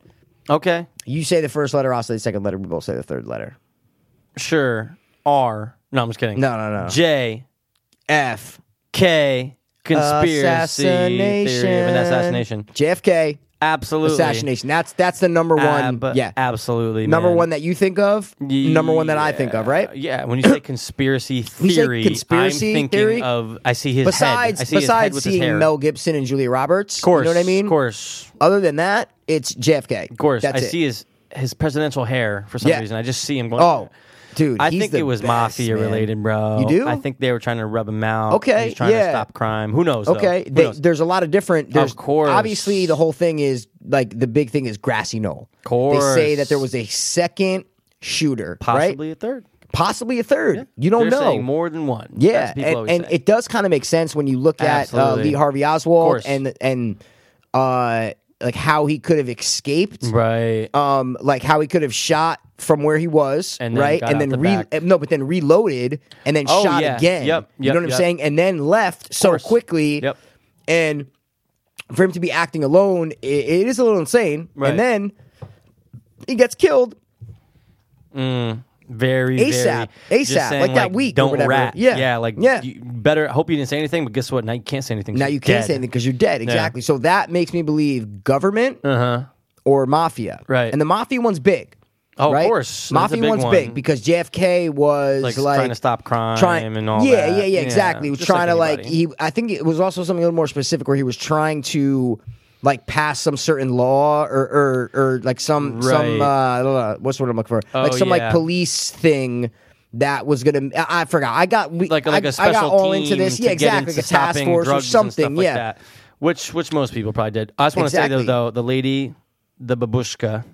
Speaker 2: Okay,
Speaker 1: You say the first letter. I'll say the second letter. We both say the third letter.
Speaker 2: sure. R. No, I'm just kidding.
Speaker 1: No, no, no.
Speaker 2: J.
Speaker 1: F.
Speaker 2: K. Conspiracy theory of an assassination.
Speaker 1: JFK.
Speaker 2: Absolutely. Ah,
Speaker 1: Assassination. That's that's the number one.
Speaker 2: Ab-
Speaker 1: yeah.
Speaker 2: Absolutely.
Speaker 1: Number
Speaker 2: man.
Speaker 1: one that you think of, number one that I think of, right?
Speaker 2: Yeah, when you say conspiracy
Speaker 1: You say
Speaker 2: theory,
Speaker 1: conspiracy
Speaker 2: I'm thinking
Speaker 1: theory?
Speaker 2: of I see his
Speaker 1: Besides,
Speaker 2: head. I see his head
Speaker 1: besides
Speaker 2: with his
Speaker 1: seeing
Speaker 2: hair.
Speaker 1: Mel Gibson and Julia Roberts,
Speaker 2: course,
Speaker 1: you know what I mean.
Speaker 2: Of course,
Speaker 1: Other than that, it's JFK.
Speaker 2: of course.
Speaker 1: That's
Speaker 2: I
Speaker 1: it.
Speaker 2: see his his presidential hair for some
Speaker 1: Yeah.
Speaker 2: reason. I just see him going.
Speaker 1: Oh, dude,
Speaker 2: I
Speaker 1: he's
Speaker 2: think
Speaker 1: the
Speaker 2: it was
Speaker 1: best,
Speaker 2: mafia
Speaker 1: man.
Speaker 2: related, bro.
Speaker 1: You do?
Speaker 2: I think they were trying to rub him out.
Speaker 1: Okay,
Speaker 2: he's trying to
Speaker 1: yeah.
Speaker 2: stop crime. Who knows? though?
Speaker 1: Okay,
Speaker 2: Who
Speaker 1: they,
Speaker 2: knows?
Speaker 1: there's a lot of different. There's,
Speaker 2: course.
Speaker 1: obviously the whole thing is like the big thing is grassy knoll.
Speaker 2: Course.
Speaker 1: they say that there was a second shooter,
Speaker 2: possibly
Speaker 1: right?
Speaker 2: a third.
Speaker 1: Possibly a third. You don't
Speaker 2: They're
Speaker 1: know.
Speaker 2: saying more than one.
Speaker 1: Yeah,
Speaker 2: That's what people
Speaker 1: and,
Speaker 2: always
Speaker 1: and
Speaker 2: say.
Speaker 1: it does kind of make sense when you look at uh,
Speaker 2: Absolutely.
Speaker 1: Lee Harvey
Speaker 2: Of
Speaker 1: Oswald
Speaker 2: course.
Speaker 1: and and uh, like how he could have escaped,
Speaker 2: right.
Speaker 1: um, like how he could have shot from where he was,
Speaker 2: And then
Speaker 1: right,
Speaker 2: got out
Speaker 1: and then
Speaker 2: the
Speaker 1: re- eh,
Speaker 2: back.
Speaker 1: no, but then reloaded and then
Speaker 2: Oh,
Speaker 1: shot
Speaker 2: yeah.
Speaker 1: again.
Speaker 2: Yep,
Speaker 1: you
Speaker 2: yep,
Speaker 1: know what
Speaker 2: yep.
Speaker 1: I'm saying, and then left so
Speaker 2: course.
Speaker 1: quickly,
Speaker 2: Yep.
Speaker 1: and for him to be acting alone, i it is a little insane.
Speaker 2: Right.
Speaker 1: And then he gets killed.
Speaker 2: very
Speaker 1: ASAP,
Speaker 2: very,
Speaker 1: ASAP,
Speaker 2: just saying,
Speaker 1: like that week or
Speaker 2: Don't
Speaker 1: whatever.
Speaker 2: rat.
Speaker 1: Yeah.
Speaker 2: yeah, like
Speaker 1: Yeah.
Speaker 2: You better hope you didn't say anything. But guess what? Now you can't say anything.
Speaker 1: Now
Speaker 2: so
Speaker 1: you can't
Speaker 2: dead.
Speaker 1: say anything because you're dead. Exactly. So that makes me believe government or mafia.
Speaker 2: Uh-huh. Right.
Speaker 1: And the mafia one's big.
Speaker 2: Oh, of
Speaker 1: right?
Speaker 2: course. That's
Speaker 1: Mafia
Speaker 2: a big
Speaker 1: one's
Speaker 2: one.
Speaker 1: big because JFK was
Speaker 2: Like,
Speaker 1: like,
Speaker 2: trying to stop crime and all
Speaker 1: yeah,
Speaker 2: that.
Speaker 1: Yeah, yeah,
Speaker 2: Yeah,
Speaker 1: exactly. He was
Speaker 2: just
Speaker 1: trying to
Speaker 2: like
Speaker 1: like
Speaker 2: anybody.
Speaker 1: he. I think it was also something a little more specific where he was trying to. Like pass some certain law or or, or like some some
Speaker 2: Right.
Speaker 1: uh, I don't know, what's the word I'm looking for
Speaker 2: Oh,
Speaker 1: like some
Speaker 2: yeah.
Speaker 1: like police thing that was gonna. I I forgot. I got we,
Speaker 2: like like
Speaker 1: I-
Speaker 2: a special
Speaker 1: I got all
Speaker 2: team
Speaker 1: into this.
Speaker 2: to
Speaker 1: Yeah,
Speaker 2: get
Speaker 1: exactly.
Speaker 2: into
Speaker 1: like a task
Speaker 2: stopping
Speaker 1: force or
Speaker 2: drugs and
Speaker 1: something.
Speaker 2: stuff like
Speaker 1: yeah,
Speaker 2: that, which which most people probably did. I just want to say
Speaker 1: Exactly.
Speaker 2: though, though the lady, the babushka,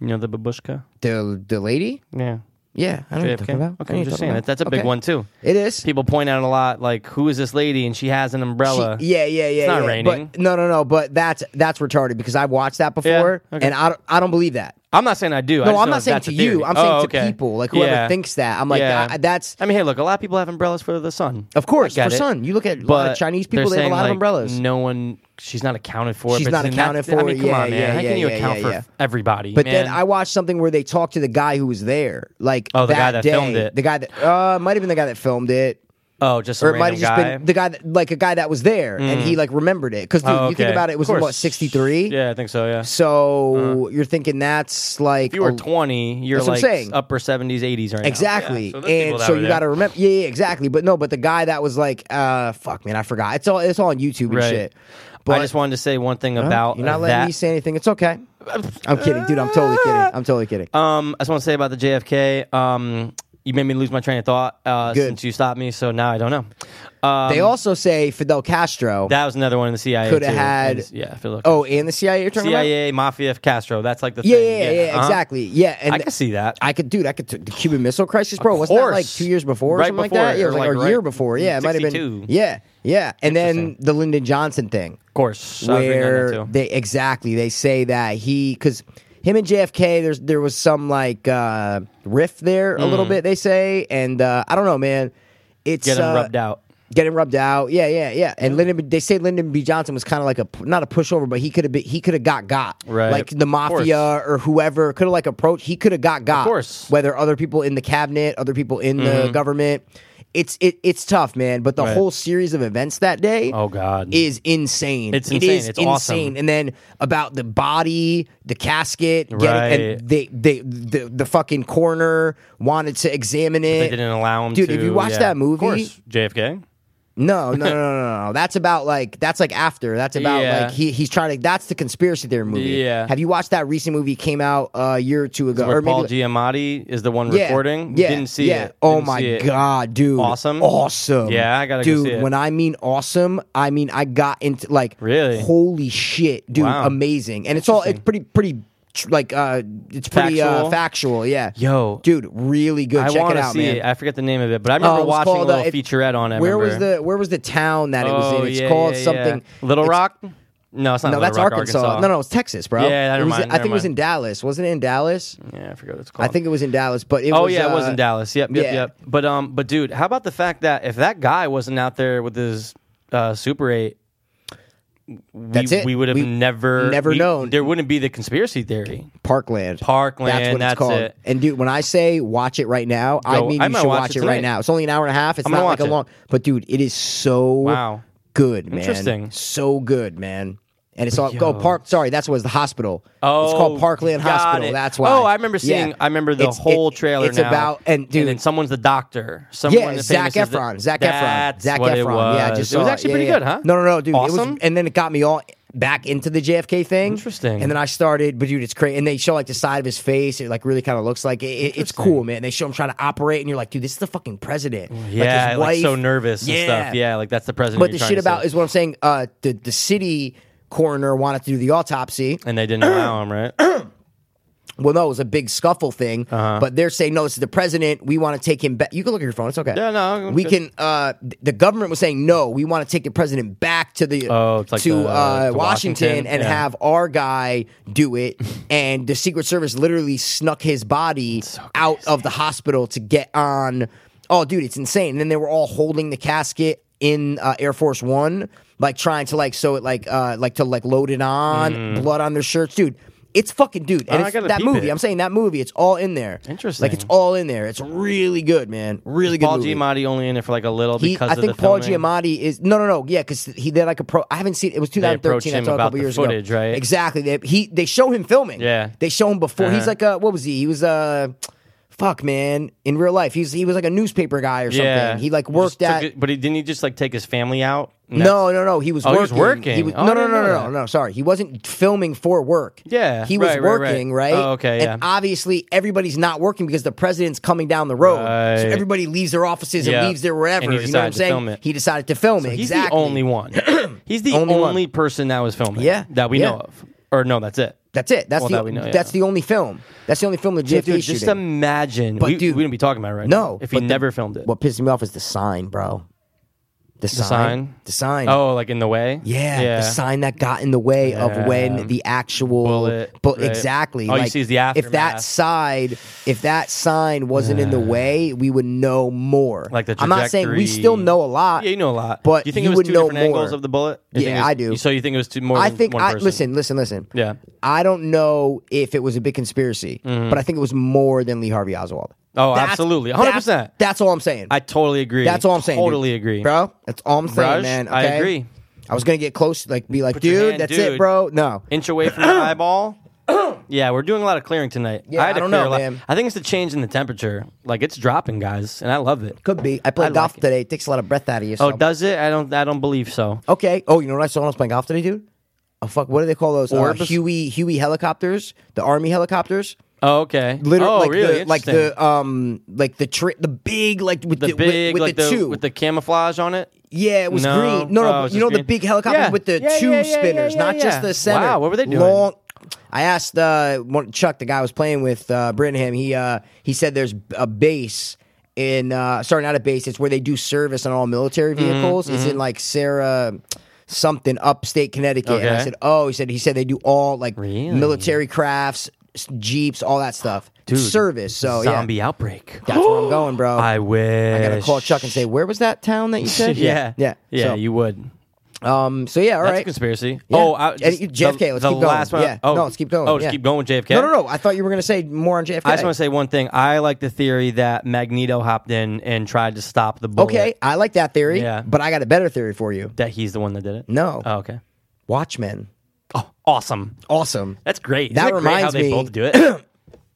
Speaker 2: you know the babushka,
Speaker 1: the the lady.
Speaker 2: yeah,
Speaker 1: Yeah, I don't know what you're talking about. I know
Speaker 2: Okay, I'm
Speaker 1: what
Speaker 2: just
Speaker 1: you're
Speaker 2: saying
Speaker 1: talking
Speaker 2: that that's a big
Speaker 1: about.
Speaker 2: one too.
Speaker 1: It is.
Speaker 2: People point out a lot, like who is this lady, and she has an
Speaker 1: She-
Speaker 2: umbrella.
Speaker 1: yeah, yeah, yeah.
Speaker 2: not
Speaker 1: yeah.
Speaker 2: raining.
Speaker 1: But, no, no, no. But that's that's retarded because I watched that before,
Speaker 2: okay.
Speaker 1: and I don't, I don't believe that.
Speaker 2: I'm not saying I do. I
Speaker 1: No,
Speaker 2: just
Speaker 1: I'm
Speaker 2: know
Speaker 1: not
Speaker 2: that
Speaker 1: saying
Speaker 2: that's
Speaker 1: to
Speaker 2: a
Speaker 1: you.
Speaker 2: theory.
Speaker 1: I'm saying to
Speaker 2: Oh, okay.
Speaker 1: people, like whoever
Speaker 2: Yeah.
Speaker 1: thinks that. I'm like,
Speaker 2: Yeah.
Speaker 1: I- that's
Speaker 2: I mean, hey, look, a lot of people have umbrellas for the sun.
Speaker 1: of course
Speaker 2: I
Speaker 1: for
Speaker 2: get it.
Speaker 1: sun. You look at a lot of Chinese people;
Speaker 2: they're
Speaker 1: they have a
Speaker 2: saying,
Speaker 1: lot
Speaker 2: like,
Speaker 1: of umbrellas.
Speaker 2: No one, she's not accounted for.
Speaker 1: She's
Speaker 2: but
Speaker 1: not
Speaker 2: then that-
Speaker 1: accounted for,
Speaker 2: I mean, come
Speaker 1: yeah,
Speaker 2: on, man.
Speaker 1: yeah,
Speaker 2: How
Speaker 1: yeah,
Speaker 2: can you
Speaker 1: yeah,
Speaker 2: account
Speaker 1: yeah,
Speaker 2: for
Speaker 1: yeah.
Speaker 2: everybody?
Speaker 1: But
Speaker 2: man?
Speaker 1: then I watched something where they talked to the guy who was there, like
Speaker 2: Oh, the
Speaker 1: that
Speaker 2: guy that
Speaker 1: day,
Speaker 2: filmed it.
Speaker 1: The guy that uh, might have been the guy that filmed it,
Speaker 2: oh, just a
Speaker 1: or it might have
Speaker 2: random
Speaker 1: just
Speaker 2: guy. Mm.
Speaker 1: been the guy, that, like a guy that was there, and he like remembered it because
Speaker 2: Oh,
Speaker 1: you think
Speaker 2: okay.
Speaker 1: about it, it was
Speaker 2: Of
Speaker 1: in, what
Speaker 2: course.
Speaker 1: sixty three.
Speaker 2: Yeah, I think so. Yeah.
Speaker 1: So you're thinking that's like
Speaker 2: If you were
Speaker 1: a-
Speaker 2: 20, you're
Speaker 1: Oh, That's what
Speaker 2: like
Speaker 1: I'm saying.
Speaker 2: upper 70s, 80s right now.
Speaker 1: Exactly.
Speaker 2: Yeah, so there's people
Speaker 1: and
Speaker 2: that
Speaker 1: so
Speaker 2: were
Speaker 1: you
Speaker 2: there.
Speaker 1: got to remember. Yeah, yeah, exactly. But no, but the guy that was like, uh, fuck, man, I forgot. It's all it's all on YouTube and
Speaker 2: Right.
Speaker 1: shit. But
Speaker 2: I just wanted to say one thing
Speaker 1: Huh?
Speaker 2: about
Speaker 1: you're not letting
Speaker 2: that.
Speaker 1: me say anything. It's okay. I'm kidding, dude. I'm totally kidding. I'm totally kidding.
Speaker 2: Um, I just want to say about the JFK. Um, you made me lose my train of thought uh,
Speaker 1: Good.
Speaker 2: since you stopped me, so now I don't know. Um,
Speaker 1: they also say Fidel Castro.
Speaker 2: that was another one in the CIA.
Speaker 1: Coulda
Speaker 2: too.
Speaker 1: had-
Speaker 2: yeah, Phil
Speaker 1: oh, and the CIA you're talking about.
Speaker 2: CIA, Mafia, Castro. That's like the
Speaker 1: Yeah,
Speaker 2: thing.
Speaker 1: yeah, yeah, yeah,
Speaker 2: uh-huh.
Speaker 1: exactly. Yeah, and
Speaker 2: I can see that.
Speaker 1: I could, dude. I could. the Cuban Missile Crisis, bro. Wasn't that like
Speaker 2: course.
Speaker 1: two years before or
Speaker 2: Right
Speaker 1: something
Speaker 2: before,
Speaker 1: like that? Yeah, it was
Speaker 2: or
Speaker 1: like,
Speaker 2: like
Speaker 1: a year
Speaker 2: right-
Speaker 1: before. Yeah, it might have
Speaker 2: 62.
Speaker 1: been. Yeah, yeah. And then
Speaker 2: Interesting.
Speaker 1: the Lyndon Johnson thing.
Speaker 2: Of course, I was reading on that
Speaker 1: where
Speaker 2: too.
Speaker 1: they exactly they say that he because him and JFK there's there was some like uh riff there a
Speaker 2: Mm.
Speaker 1: little bit they say and uh I don't know man it's
Speaker 2: get them
Speaker 1: uh,
Speaker 2: rubbed out.
Speaker 1: getting rubbed out yeah yeah yeah and Lyndon they say Lyndon B Johnson was kind of like a not a pushover but he could have been he could have got got
Speaker 2: Right.
Speaker 1: like the
Speaker 2: Of
Speaker 1: mafia or whoever could have like approached he could have got got
Speaker 2: course. Mm-hmm.
Speaker 1: whether other people in the cabinet other people in the government it's it, it's tough man but the
Speaker 2: Right.
Speaker 1: whole series of events that day
Speaker 2: Oh God,
Speaker 1: is insane.
Speaker 2: It's
Speaker 1: It
Speaker 2: insane.
Speaker 1: is
Speaker 2: It's
Speaker 1: insane.
Speaker 2: awesome.
Speaker 1: And then about the body, the casket, getting,
Speaker 2: Right.
Speaker 1: and they, they, the, the fucking coroner wanted to examine it.
Speaker 2: they didn't allow him.
Speaker 1: Dude,
Speaker 2: to,
Speaker 1: if you watch
Speaker 2: yeah.
Speaker 1: that movie-
Speaker 2: of course, JFK.
Speaker 1: No, no, no, no, no, no. That's about like that's like after. That's about
Speaker 2: Yeah.
Speaker 1: like he he's trying to. That's the conspiracy theory movie.
Speaker 2: Yeah.
Speaker 1: Have you watched that recent movie? Came out uh, a year or two ago,
Speaker 2: Where
Speaker 1: or maybe
Speaker 2: Paul Giamatti is the one
Speaker 1: yeah,
Speaker 2: recording.
Speaker 1: Yeah,
Speaker 2: didn't see
Speaker 1: yeah.
Speaker 2: it.
Speaker 1: Oh
Speaker 2: Didn't
Speaker 1: my
Speaker 2: see it.
Speaker 1: god, dude!
Speaker 2: Awesome?
Speaker 1: awesome.
Speaker 2: Yeah, I gotta go
Speaker 1: dude.
Speaker 2: see it.
Speaker 1: When I mean awesome, I mean I got into like
Speaker 2: Really?
Speaker 1: holy shit, dude!
Speaker 2: Wow.
Speaker 1: Amazing, and it's all it's pretty pretty tr- like uh it's pretty uh
Speaker 2: Factual?
Speaker 1: factual. Yeah,
Speaker 2: Yo.
Speaker 1: dude, really good.
Speaker 2: I
Speaker 1: Check
Speaker 2: want
Speaker 1: it
Speaker 2: to
Speaker 1: out,
Speaker 2: see
Speaker 1: man.
Speaker 2: it. I forget the name of it, but I remember
Speaker 1: Uh, it was
Speaker 2: watching a
Speaker 1: called, uh,
Speaker 2: little
Speaker 1: it-
Speaker 2: featurette on it.
Speaker 1: Where was the Where was the town that it was
Speaker 2: Oh,
Speaker 1: in? It's
Speaker 2: yeah,
Speaker 1: called
Speaker 2: yeah,
Speaker 1: something
Speaker 2: yeah. Little
Speaker 1: it's-
Speaker 2: Rock. No, it's not.
Speaker 1: No,
Speaker 2: Little
Speaker 1: that's
Speaker 2: Rock,
Speaker 1: Arkansas. No, no, it's Texas, bro.
Speaker 2: Yeah, never
Speaker 1: It was-
Speaker 2: mind,
Speaker 1: I think
Speaker 2: never
Speaker 1: it was in
Speaker 2: mind.
Speaker 1: Dallas. Wasn't it in Dallas?
Speaker 2: Yeah, I forget what it's
Speaker 1: I
Speaker 2: called.
Speaker 1: think it was in Dallas, but it
Speaker 2: Oh
Speaker 1: was,
Speaker 2: yeah, it was
Speaker 1: uh,
Speaker 2: in Dallas. Yep, yep,
Speaker 1: yeah.
Speaker 2: yep. But um, but dude, how about the fact that if that guy wasn't out there with his uh, Super Eight, we,
Speaker 1: That's it.
Speaker 2: we would have
Speaker 1: We-
Speaker 2: never,
Speaker 1: never
Speaker 2: we-
Speaker 1: known.
Speaker 2: There wouldn't be the conspiracy theory.
Speaker 1: Parkland.
Speaker 2: Parkland,
Speaker 1: That's what it's
Speaker 2: that's
Speaker 1: called.
Speaker 2: it.
Speaker 1: And dude, when I say watch it right now, I
Speaker 2: Go-
Speaker 1: mean
Speaker 2: I
Speaker 1: you
Speaker 2: might
Speaker 1: should
Speaker 2: watch
Speaker 1: watch
Speaker 2: it
Speaker 1: it, right
Speaker 2: tonight.
Speaker 1: now. It's only an hour and a half. It's
Speaker 2: I'm
Speaker 1: not
Speaker 2: gonna
Speaker 1: like a
Speaker 2: watch it.
Speaker 1: long. But dude, it is so
Speaker 2: Wow.
Speaker 1: good, man.
Speaker 2: Interesting.
Speaker 1: So good, man. And it's all
Speaker 2: Yo.
Speaker 1: go park. Sorry, that's what it's the hospital. it's
Speaker 2: Oh,
Speaker 1: called Parkland
Speaker 2: got
Speaker 1: Hospital.
Speaker 2: it.
Speaker 1: That's why.
Speaker 2: Oh, I remember seeing.
Speaker 1: Yeah.
Speaker 2: I remember the
Speaker 1: It's- it-
Speaker 2: whole trailer.
Speaker 1: It's
Speaker 2: now.
Speaker 1: about and dude,
Speaker 2: and then someone's the doctor. Someone
Speaker 1: yeah, Zach
Speaker 2: famous is the-
Speaker 1: Efron. Zach Efron.
Speaker 2: That's
Speaker 1: Zach
Speaker 2: what
Speaker 1: Efron.
Speaker 2: It was.
Speaker 1: Yeah, I just
Speaker 2: it was
Speaker 1: saw
Speaker 2: actually
Speaker 1: Yeah,
Speaker 2: pretty
Speaker 1: yeah.
Speaker 2: good, huh?
Speaker 1: No, no, no, dude. It
Speaker 2: Awesome.
Speaker 1: was, and then it got me all back into the JFK thing.
Speaker 2: Interesting.
Speaker 1: And then I started, but dude, it's crazy. And they show like the side of his face. It like really kind of looks like it, it- it's
Speaker 2: Interesting.
Speaker 1: cool, man. They show him trying to operate, and you're like, dude, this is the fucking president. Like, his
Speaker 2: yeah, like,
Speaker 1: wife-
Speaker 2: so nervous and stuff. Yeah, like that's the president.
Speaker 1: But
Speaker 2: you're
Speaker 1: the
Speaker 2: trying
Speaker 1: shit
Speaker 2: to
Speaker 1: about
Speaker 2: save.
Speaker 1: is what I'm saying. Uh, the the city coroner wanted to do the autopsy.
Speaker 2: and they didn't allow him, right?
Speaker 1: Well, no, it was a big scuffle thing.
Speaker 2: Uh-huh.
Speaker 1: But they're saying, no, this is the president. We want to take him back. You can look at your phone. It's okay.
Speaker 2: Yeah, no, I'm
Speaker 1: We
Speaker 2: good.
Speaker 1: can. Uh, th- the government was saying, no, we want to take the president back to the
Speaker 2: Oh, it's like
Speaker 1: to,
Speaker 2: the-
Speaker 1: uh,
Speaker 2: to
Speaker 1: Washington,
Speaker 2: Washington,
Speaker 1: and
Speaker 2: yeah.
Speaker 1: have our guy do it. and the Secret Service literally snuck his body out of the hospital to get on. Oh, dude, it's insane. And then they were all holding the casket in uh, Air Force One, like trying to like so it like uh like to like load it on blood on their shirts, dude. It's fucking dude, and
Speaker 2: Mm. Oh, I
Speaker 1: it's
Speaker 2: gotta
Speaker 1: that
Speaker 2: peep
Speaker 1: movie.
Speaker 2: it.
Speaker 1: I'm saying that movie. It's all in there.
Speaker 2: Interesting.
Speaker 1: Like it's all in there. It's really good, man. Really good.
Speaker 2: Paul
Speaker 1: movie.
Speaker 2: Giamatti only in it for like a little
Speaker 1: He,
Speaker 2: because
Speaker 1: I
Speaker 2: of
Speaker 1: think
Speaker 2: the
Speaker 1: Paul
Speaker 2: filming.
Speaker 1: Giamatti is no, no, no. Yeah, because he did like a pro. I haven't seen. It was
Speaker 2: approached
Speaker 1: 2013. I
Speaker 2: him
Speaker 1: saw it a
Speaker 2: about
Speaker 1: couple
Speaker 2: the
Speaker 1: years
Speaker 2: footage,
Speaker 1: ago.
Speaker 2: right?
Speaker 1: Exactly. They, he they show him filming.
Speaker 2: Yeah.
Speaker 1: They show him before. He's
Speaker 2: Uh-huh.
Speaker 1: like a what was he? He was a fuck, man, in real life, he's he was like a newspaper guy or something.
Speaker 2: Yeah,
Speaker 1: He like
Speaker 2: Just
Speaker 1: worked
Speaker 2: took
Speaker 1: at.
Speaker 2: it- but he didn't he just like take his family out? And that's-
Speaker 1: No, no, no. He was
Speaker 2: Oh, he
Speaker 1: working.
Speaker 2: was working.
Speaker 1: was,
Speaker 2: Oh, I
Speaker 1: no, no,
Speaker 2: didn't
Speaker 1: no,
Speaker 2: know
Speaker 1: no, no,
Speaker 2: that.
Speaker 1: no. Sorry, he wasn't filming for work.
Speaker 2: Yeah,
Speaker 1: he was
Speaker 2: right, right, right.
Speaker 1: working,
Speaker 2: Oh, okay,
Speaker 1: And
Speaker 2: yeah.
Speaker 1: obviously, everybody's not working because the president's coming down the road.
Speaker 2: Right.
Speaker 1: So everybody leaves their offices
Speaker 2: Yeah.
Speaker 1: and leaves their wherever.
Speaker 2: And he
Speaker 1: you know what I'm
Speaker 2: decided to
Speaker 1: saying?
Speaker 2: film it.
Speaker 1: He decided to film it.
Speaker 2: He's
Speaker 1: exactly.
Speaker 2: the only one. He's the
Speaker 1: Only
Speaker 2: only,
Speaker 1: one.
Speaker 2: person that was filming.
Speaker 1: Yeah,
Speaker 2: that we
Speaker 1: yeah.
Speaker 2: know of. Or no, that's it.
Speaker 1: That's it. That's
Speaker 2: Well,
Speaker 1: the
Speaker 2: that we know, yeah.
Speaker 1: that's the only film. That's the only film that JFK
Speaker 2: dude,
Speaker 1: is
Speaker 2: just
Speaker 1: shooting.
Speaker 2: imagine. we,
Speaker 1: dude-
Speaker 2: we wouldn't be talking about it right now.
Speaker 1: no,
Speaker 2: if he
Speaker 1: but the-
Speaker 2: never filmed it.
Speaker 1: What pissed me off is the sign, bro. The,
Speaker 2: sign?
Speaker 1: The sign.
Speaker 2: Oh, like in the way.
Speaker 1: Yeah, the sign that got in the way of
Speaker 2: Yeah.
Speaker 1: when the actual
Speaker 2: Bullet,
Speaker 1: but
Speaker 2: right.
Speaker 1: exactly.
Speaker 2: All you
Speaker 1: like,
Speaker 2: see is the
Speaker 1: If that
Speaker 2: aftermath.
Speaker 1: side, if that sign wasn't in the way, we would know more.
Speaker 2: Like the
Speaker 1: I'm not saying we
Speaker 2: trajectory.
Speaker 1: still know a lot.
Speaker 2: Yeah, you know a lot.
Speaker 1: But
Speaker 2: do you think
Speaker 1: you
Speaker 2: it was
Speaker 1: would
Speaker 2: two
Speaker 1: know
Speaker 2: different angles
Speaker 1: more.
Speaker 2: of the bullet? You
Speaker 1: Yeah,
Speaker 2: think it was-
Speaker 1: I do.
Speaker 2: So you think it was two more?
Speaker 1: I
Speaker 2: than
Speaker 1: think
Speaker 2: one
Speaker 1: I
Speaker 2: person?
Speaker 1: listen, listen, listen.
Speaker 2: Yeah. Mm-hmm.
Speaker 1: I don't know if it was a big conspiracy, but I think it was more than Lee Harvey Oswald.
Speaker 2: Oh, absolutely. 100%.
Speaker 1: That's, that's all I'm saying.
Speaker 2: I totally agree.
Speaker 1: that's all I'm saying. dude.
Speaker 2: Totally agree,
Speaker 1: bro. That's all I'm saying,
Speaker 2: Raj,
Speaker 1: man.
Speaker 2: I
Speaker 1: okay?
Speaker 2: agree.
Speaker 1: I was gonna get close, like be like,
Speaker 2: your
Speaker 1: dude,
Speaker 2: hand,
Speaker 1: that's it,
Speaker 2: dude."
Speaker 1: bro. No,
Speaker 2: Inch away from the eyeball. Yeah, we're doing a lot of clearing tonight.
Speaker 1: Yeah,
Speaker 2: had
Speaker 1: I
Speaker 2: to
Speaker 1: don't know,
Speaker 2: clear a lot.
Speaker 1: man.
Speaker 2: I think it's the change in the temperature. Like it's dropping, guys, and I love it.
Speaker 1: Could be. I played
Speaker 2: like
Speaker 1: golf
Speaker 2: it.
Speaker 1: today. It takes a lot of breath out of you.
Speaker 2: Oh,
Speaker 1: so-
Speaker 2: does it? I don't. I don't believe so.
Speaker 1: Okay. Oh, you know what I saw when I was playing golf today, dude? Oh, fuck. What do they call those? Uh,
Speaker 2: Orbs?
Speaker 1: Huey Huey helicopters, the army helicopters.
Speaker 2: Oh, okay.
Speaker 1: Literally,
Speaker 2: oh,
Speaker 1: like
Speaker 2: really?
Speaker 1: the, like
Speaker 2: Interesting.
Speaker 1: the um, like the tri- the big, like with the,
Speaker 2: the
Speaker 1: with-
Speaker 2: big,
Speaker 1: with,
Speaker 2: like
Speaker 1: the,
Speaker 2: the,
Speaker 1: two,
Speaker 2: with the camouflage on it.
Speaker 1: yeah, it was
Speaker 2: No.
Speaker 1: green. No, no,
Speaker 2: Oh,
Speaker 1: but
Speaker 2: it's
Speaker 1: you know
Speaker 2: just
Speaker 1: the
Speaker 2: green.
Speaker 1: big helicopters
Speaker 2: Yeah.
Speaker 1: with the
Speaker 2: Yeah,
Speaker 1: two
Speaker 2: yeah, yeah, yeah,
Speaker 1: spinners,
Speaker 2: yeah,
Speaker 1: not just
Speaker 2: yeah.
Speaker 1: the center.
Speaker 2: Wow, what were they doing?
Speaker 1: Long- I asked uh, one- Chuck, the guy I was playing with, uh, Brittingham. He uh, he said there's a base in uh, sorry, not a base. It's where they do service on all military
Speaker 2: Mm-hmm,
Speaker 1: vehicles. It's in like Sarah something upstate Connecticut. And I
Speaker 2: Okay.
Speaker 1: said, oh, he said he said they do all like
Speaker 2: Really?
Speaker 1: military crafts, s- jeeps, all that stuff.
Speaker 2: Dude,
Speaker 1: service. So
Speaker 2: zombie
Speaker 1: Oh, yeah,
Speaker 2: outbreak.
Speaker 1: that's where I'm going, bro.
Speaker 2: I wish.
Speaker 1: I gotta call Chuck and say, where was that town that you said?
Speaker 2: yeah,
Speaker 1: yeah,
Speaker 2: yeah.
Speaker 1: So-
Speaker 2: you would.
Speaker 1: um. So yeah. all right.
Speaker 2: That's a conspiracy.
Speaker 1: Yeah.
Speaker 2: Oh, I,
Speaker 1: And
Speaker 2: just
Speaker 1: you- JFK,
Speaker 2: The,
Speaker 1: let's
Speaker 2: the
Speaker 1: keep going.
Speaker 2: last one.
Speaker 1: Yeah.
Speaker 2: Oh,
Speaker 1: No, let's keep going.
Speaker 2: Oh, just
Speaker 1: Yeah.
Speaker 2: keep going. JFK.
Speaker 1: No, no, no. I thought you were going to say more on JFK.
Speaker 2: I just want to say one thing. I like the theory that Magneto hopped in and tried to stop the bullet.
Speaker 1: okay, I like that theory.
Speaker 2: Yeah.
Speaker 1: But I got a better theory for you.
Speaker 2: That he's the one that did it.
Speaker 1: No.
Speaker 2: Oh, okay.
Speaker 1: Watchmen.
Speaker 2: Oh, awesome.
Speaker 1: Awesome.
Speaker 2: That's great.
Speaker 1: That
Speaker 2: Isn't it great
Speaker 1: reminds
Speaker 2: how they
Speaker 1: me-
Speaker 2: both do it.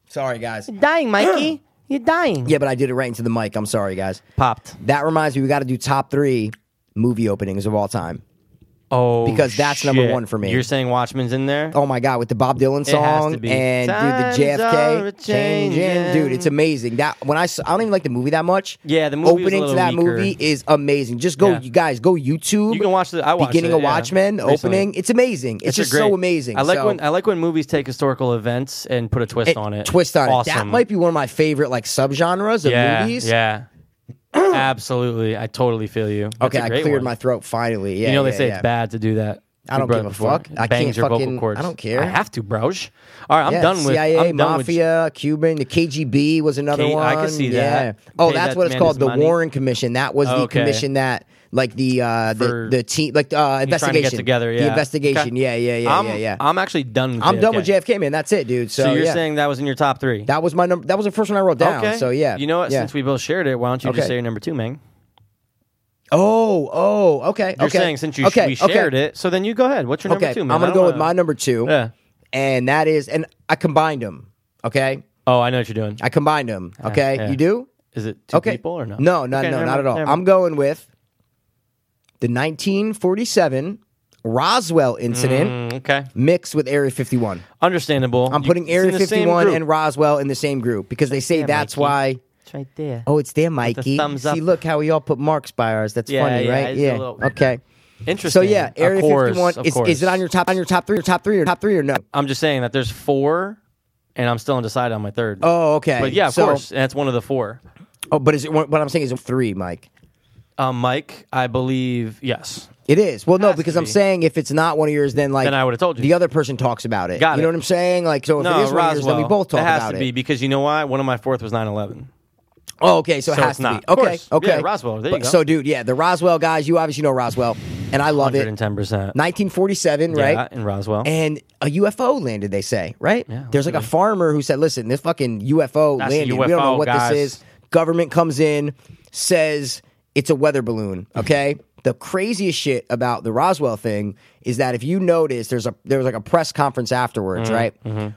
Speaker 1: Sorry, guys.
Speaker 2: dying, Mikey. You're dying.
Speaker 1: Yeah, but I did it right into the mic. I'm sorry, guys.
Speaker 2: Popped.
Speaker 1: That reminds me, we got to do top three movie openings of all time.
Speaker 2: Oh,
Speaker 1: Because that's number
Speaker 2: shit.
Speaker 1: one for me.
Speaker 2: You're saying Watchmen's in there?
Speaker 1: Oh my god, with the Bob Dylan
Speaker 2: has to
Speaker 1: song
Speaker 2: be.
Speaker 1: and
Speaker 2: Times
Speaker 1: dude, the
Speaker 2: are
Speaker 1: JFK
Speaker 2: a-changing.
Speaker 1: changing, dude, it's amazing. That when I saw, I don't even like the movie that much.
Speaker 2: Yeah, the movie was a
Speaker 1: opening to
Speaker 2: little
Speaker 1: that
Speaker 2: weaker.
Speaker 1: movie is amazing. Just go,
Speaker 2: Yeah.
Speaker 1: you guys, go YouTube.
Speaker 2: You can watch the- I watched
Speaker 1: beginning
Speaker 2: it,
Speaker 1: of
Speaker 2: yeah,
Speaker 1: Watchmen
Speaker 2: recently.
Speaker 1: opening. It's amazing. It's
Speaker 2: That's a
Speaker 1: just
Speaker 2: great-
Speaker 1: so amazing.
Speaker 2: I like
Speaker 1: So-
Speaker 2: when I like when movies take historical events and put a twist on it.
Speaker 1: Twist on
Speaker 2: awesome.
Speaker 1: it. That might be one of my favorite like subgenres of
Speaker 2: yeah,
Speaker 1: movies.
Speaker 2: Yeah. Absolutely. I totally feel you. That's
Speaker 1: Okay,
Speaker 2: a
Speaker 1: I
Speaker 2: great
Speaker 1: cleared
Speaker 2: one.
Speaker 1: my throat finally. Yeah,
Speaker 2: you know they
Speaker 1: yeah,
Speaker 2: say
Speaker 1: yeah.
Speaker 2: it's bad to do that.
Speaker 1: I don't
Speaker 2: You brought
Speaker 1: give
Speaker 2: it
Speaker 1: a
Speaker 2: before.
Speaker 1: fuck.
Speaker 2: It
Speaker 1: I
Speaker 2: bangs
Speaker 1: can't
Speaker 2: your
Speaker 1: fucking-
Speaker 2: vocal cords.
Speaker 1: I don't care.
Speaker 2: I have to, broj. All right, I'm
Speaker 1: Yeah,
Speaker 2: done with
Speaker 1: CIA,
Speaker 2: I'm done
Speaker 1: mafia, Cuban. The KGB was another
Speaker 2: K-
Speaker 1: one.
Speaker 2: I can see
Speaker 1: yeah.
Speaker 2: that.
Speaker 1: Oh,
Speaker 2: Pay
Speaker 1: that's
Speaker 2: that
Speaker 1: what it's
Speaker 2: man
Speaker 1: called.
Speaker 2: his
Speaker 1: The
Speaker 2: money. Oh,
Speaker 1: Warren Commission. That was the
Speaker 2: Okay.
Speaker 1: commission that, like the uh, the
Speaker 2: For-
Speaker 1: the team, like uh,
Speaker 2: With trying to
Speaker 1: investigation.
Speaker 2: get together. Yeah.
Speaker 1: The investigation.
Speaker 2: Okay.
Speaker 1: Yeah, yeah, yeah,
Speaker 2: I'm,
Speaker 1: yeah, yeah.
Speaker 2: I'm actually done. With
Speaker 1: I'm done with
Speaker 2: JFK.
Speaker 1: JFK, man. That's it, dude. So,
Speaker 2: So you're
Speaker 1: yeah.
Speaker 2: saying that was in your top three?
Speaker 1: that was my number. That was the first one I wrote down.
Speaker 2: okay.
Speaker 1: So yeah,
Speaker 2: You know what?
Speaker 1: Yeah.
Speaker 2: Since we both shared it, why don't you
Speaker 1: Okay.
Speaker 2: just say your number two, man?
Speaker 1: oh, oh, okay.
Speaker 2: You're
Speaker 1: okay.
Speaker 2: saying since you
Speaker 1: okay,
Speaker 2: we
Speaker 1: okay.
Speaker 2: shared it, so then you go ahead. What's your
Speaker 1: Okay,
Speaker 2: number two,
Speaker 1: I'm
Speaker 2: man?
Speaker 1: gonna
Speaker 2: I
Speaker 1: go
Speaker 2: don't
Speaker 1: with my
Speaker 2: wanna-
Speaker 1: number two,
Speaker 2: Yeah.
Speaker 1: and that is, and I combined them. Okay,
Speaker 2: Oh, I know what you're doing.
Speaker 1: I combined them. Okay,
Speaker 2: yeah.
Speaker 1: you do.
Speaker 2: Is it two
Speaker 1: okay.
Speaker 2: people or no?
Speaker 1: No, not,
Speaker 2: Okay,
Speaker 1: no,
Speaker 2: never
Speaker 1: not
Speaker 2: mind,
Speaker 1: at all.
Speaker 2: never
Speaker 1: I'm
Speaker 2: mind.
Speaker 1: going with the 1947 Roswell incident
Speaker 2: Mm, okay.
Speaker 1: mixed with Area 51.
Speaker 2: Understandable.
Speaker 1: I'm putting
Speaker 2: it's in
Speaker 1: Area
Speaker 2: the same
Speaker 1: 51
Speaker 2: group.
Speaker 1: and Roswell in the same group because they say that's
Speaker 2: Mikey.
Speaker 1: why.
Speaker 2: It's right there.
Speaker 1: Oh, it's there, Mikey.
Speaker 2: thumbs
Speaker 1: See,
Speaker 2: up.
Speaker 1: look how we all put marks by ours. That's
Speaker 2: Yeah,
Speaker 1: funny,
Speaker 2: yeah,
Speaker 1: right?
Speaker 2: it's a
Speaker 1: Yeah.
Speaker 2: little-
Speaker 1: Okay. So
Speaker 2: Interesting.
Speaker 1: yeah,
Speaker 2: Of
Speaker 1: Area
Speaker 2: course,
Speaker 1: 51
Speaker 2: of
Speaker 1: is, is it
Speaker 2: course.
Speaker 1: on your top on your top three or top three or top three or no?
Speaker 2: I'm just saying that there's four, and I'm still undecided on my third.
Speaker 1: Oh, okay.
Speaker 2: but yeah, of
Speaker 1: So-
Speaker 2: course, and that's one of the four.
Speaker 1: Oh, but is it what what I'm saying is three, Mike?
Speaker 2: Um, Mike, I believe yes.
Speaker 1: It is. Well, no,
Speaker 2: Has to
Speaker 1: because I'm
Speaker 2: be.
Speaker 1: saying if it's not one of yours, then like
Speaker 2: Then I would've told you.
Speaker 1: The other person talks about it.
Speaker 2: Got
Speaker 1: you
Speaker 2: it.
Speaker 1: know what I'm saying? Like so, if
Speaker 2: no,
Speaker 1: it is one of yours,
Speaker 2: Roswell.
Speaker 1: then we both talk
Speaker 2: it has
Speaker 1: about
Speaker 2: to
Speaker 1: it.
Speaker 2: be because you know why? One of my fourth was 9/11.
Speaker 1: Oh, okay. So,
Speaker 2: So
Speaker 1: it has
Speaker 2: it's
Speaker 1: to
Speaker 2: not.
Speaker 1: be.
Speaker 2: Of
Speaker 1: Okay.
Speaker 2: course.
Speaker 1: Okay.
Speaker 2: Yeah, Roswell, there you go.
Speaker 1: So, dude, yeah, the Roswell guys. You obviously know Roswell, and I love it.
Speaker 2: 110 percent.
Speaker 1: 1947,
Speaker 2: Yeah,
Speaker 1: right?
Speaker 2: in Roswell.
Speaker 1: And a UFO landed. They say, right?
Speaker 2: Yeah,
Speaker 1: There's like a
Speaker 2: literally.
Speaker 1: farmer who said, "Listen, this fucking UFO
Speaker 2: That's a
Speaker 1: landed. we don't know
Speaker 2: UFO,
Speaker 1: what
Speaker 2: guys.
Speaker 1: this is." Government comes in, says it's a weather balloon. Okay. The craziest shit about the Roswell thing is that if you notice, there's a there was like a press conference afterwards, right,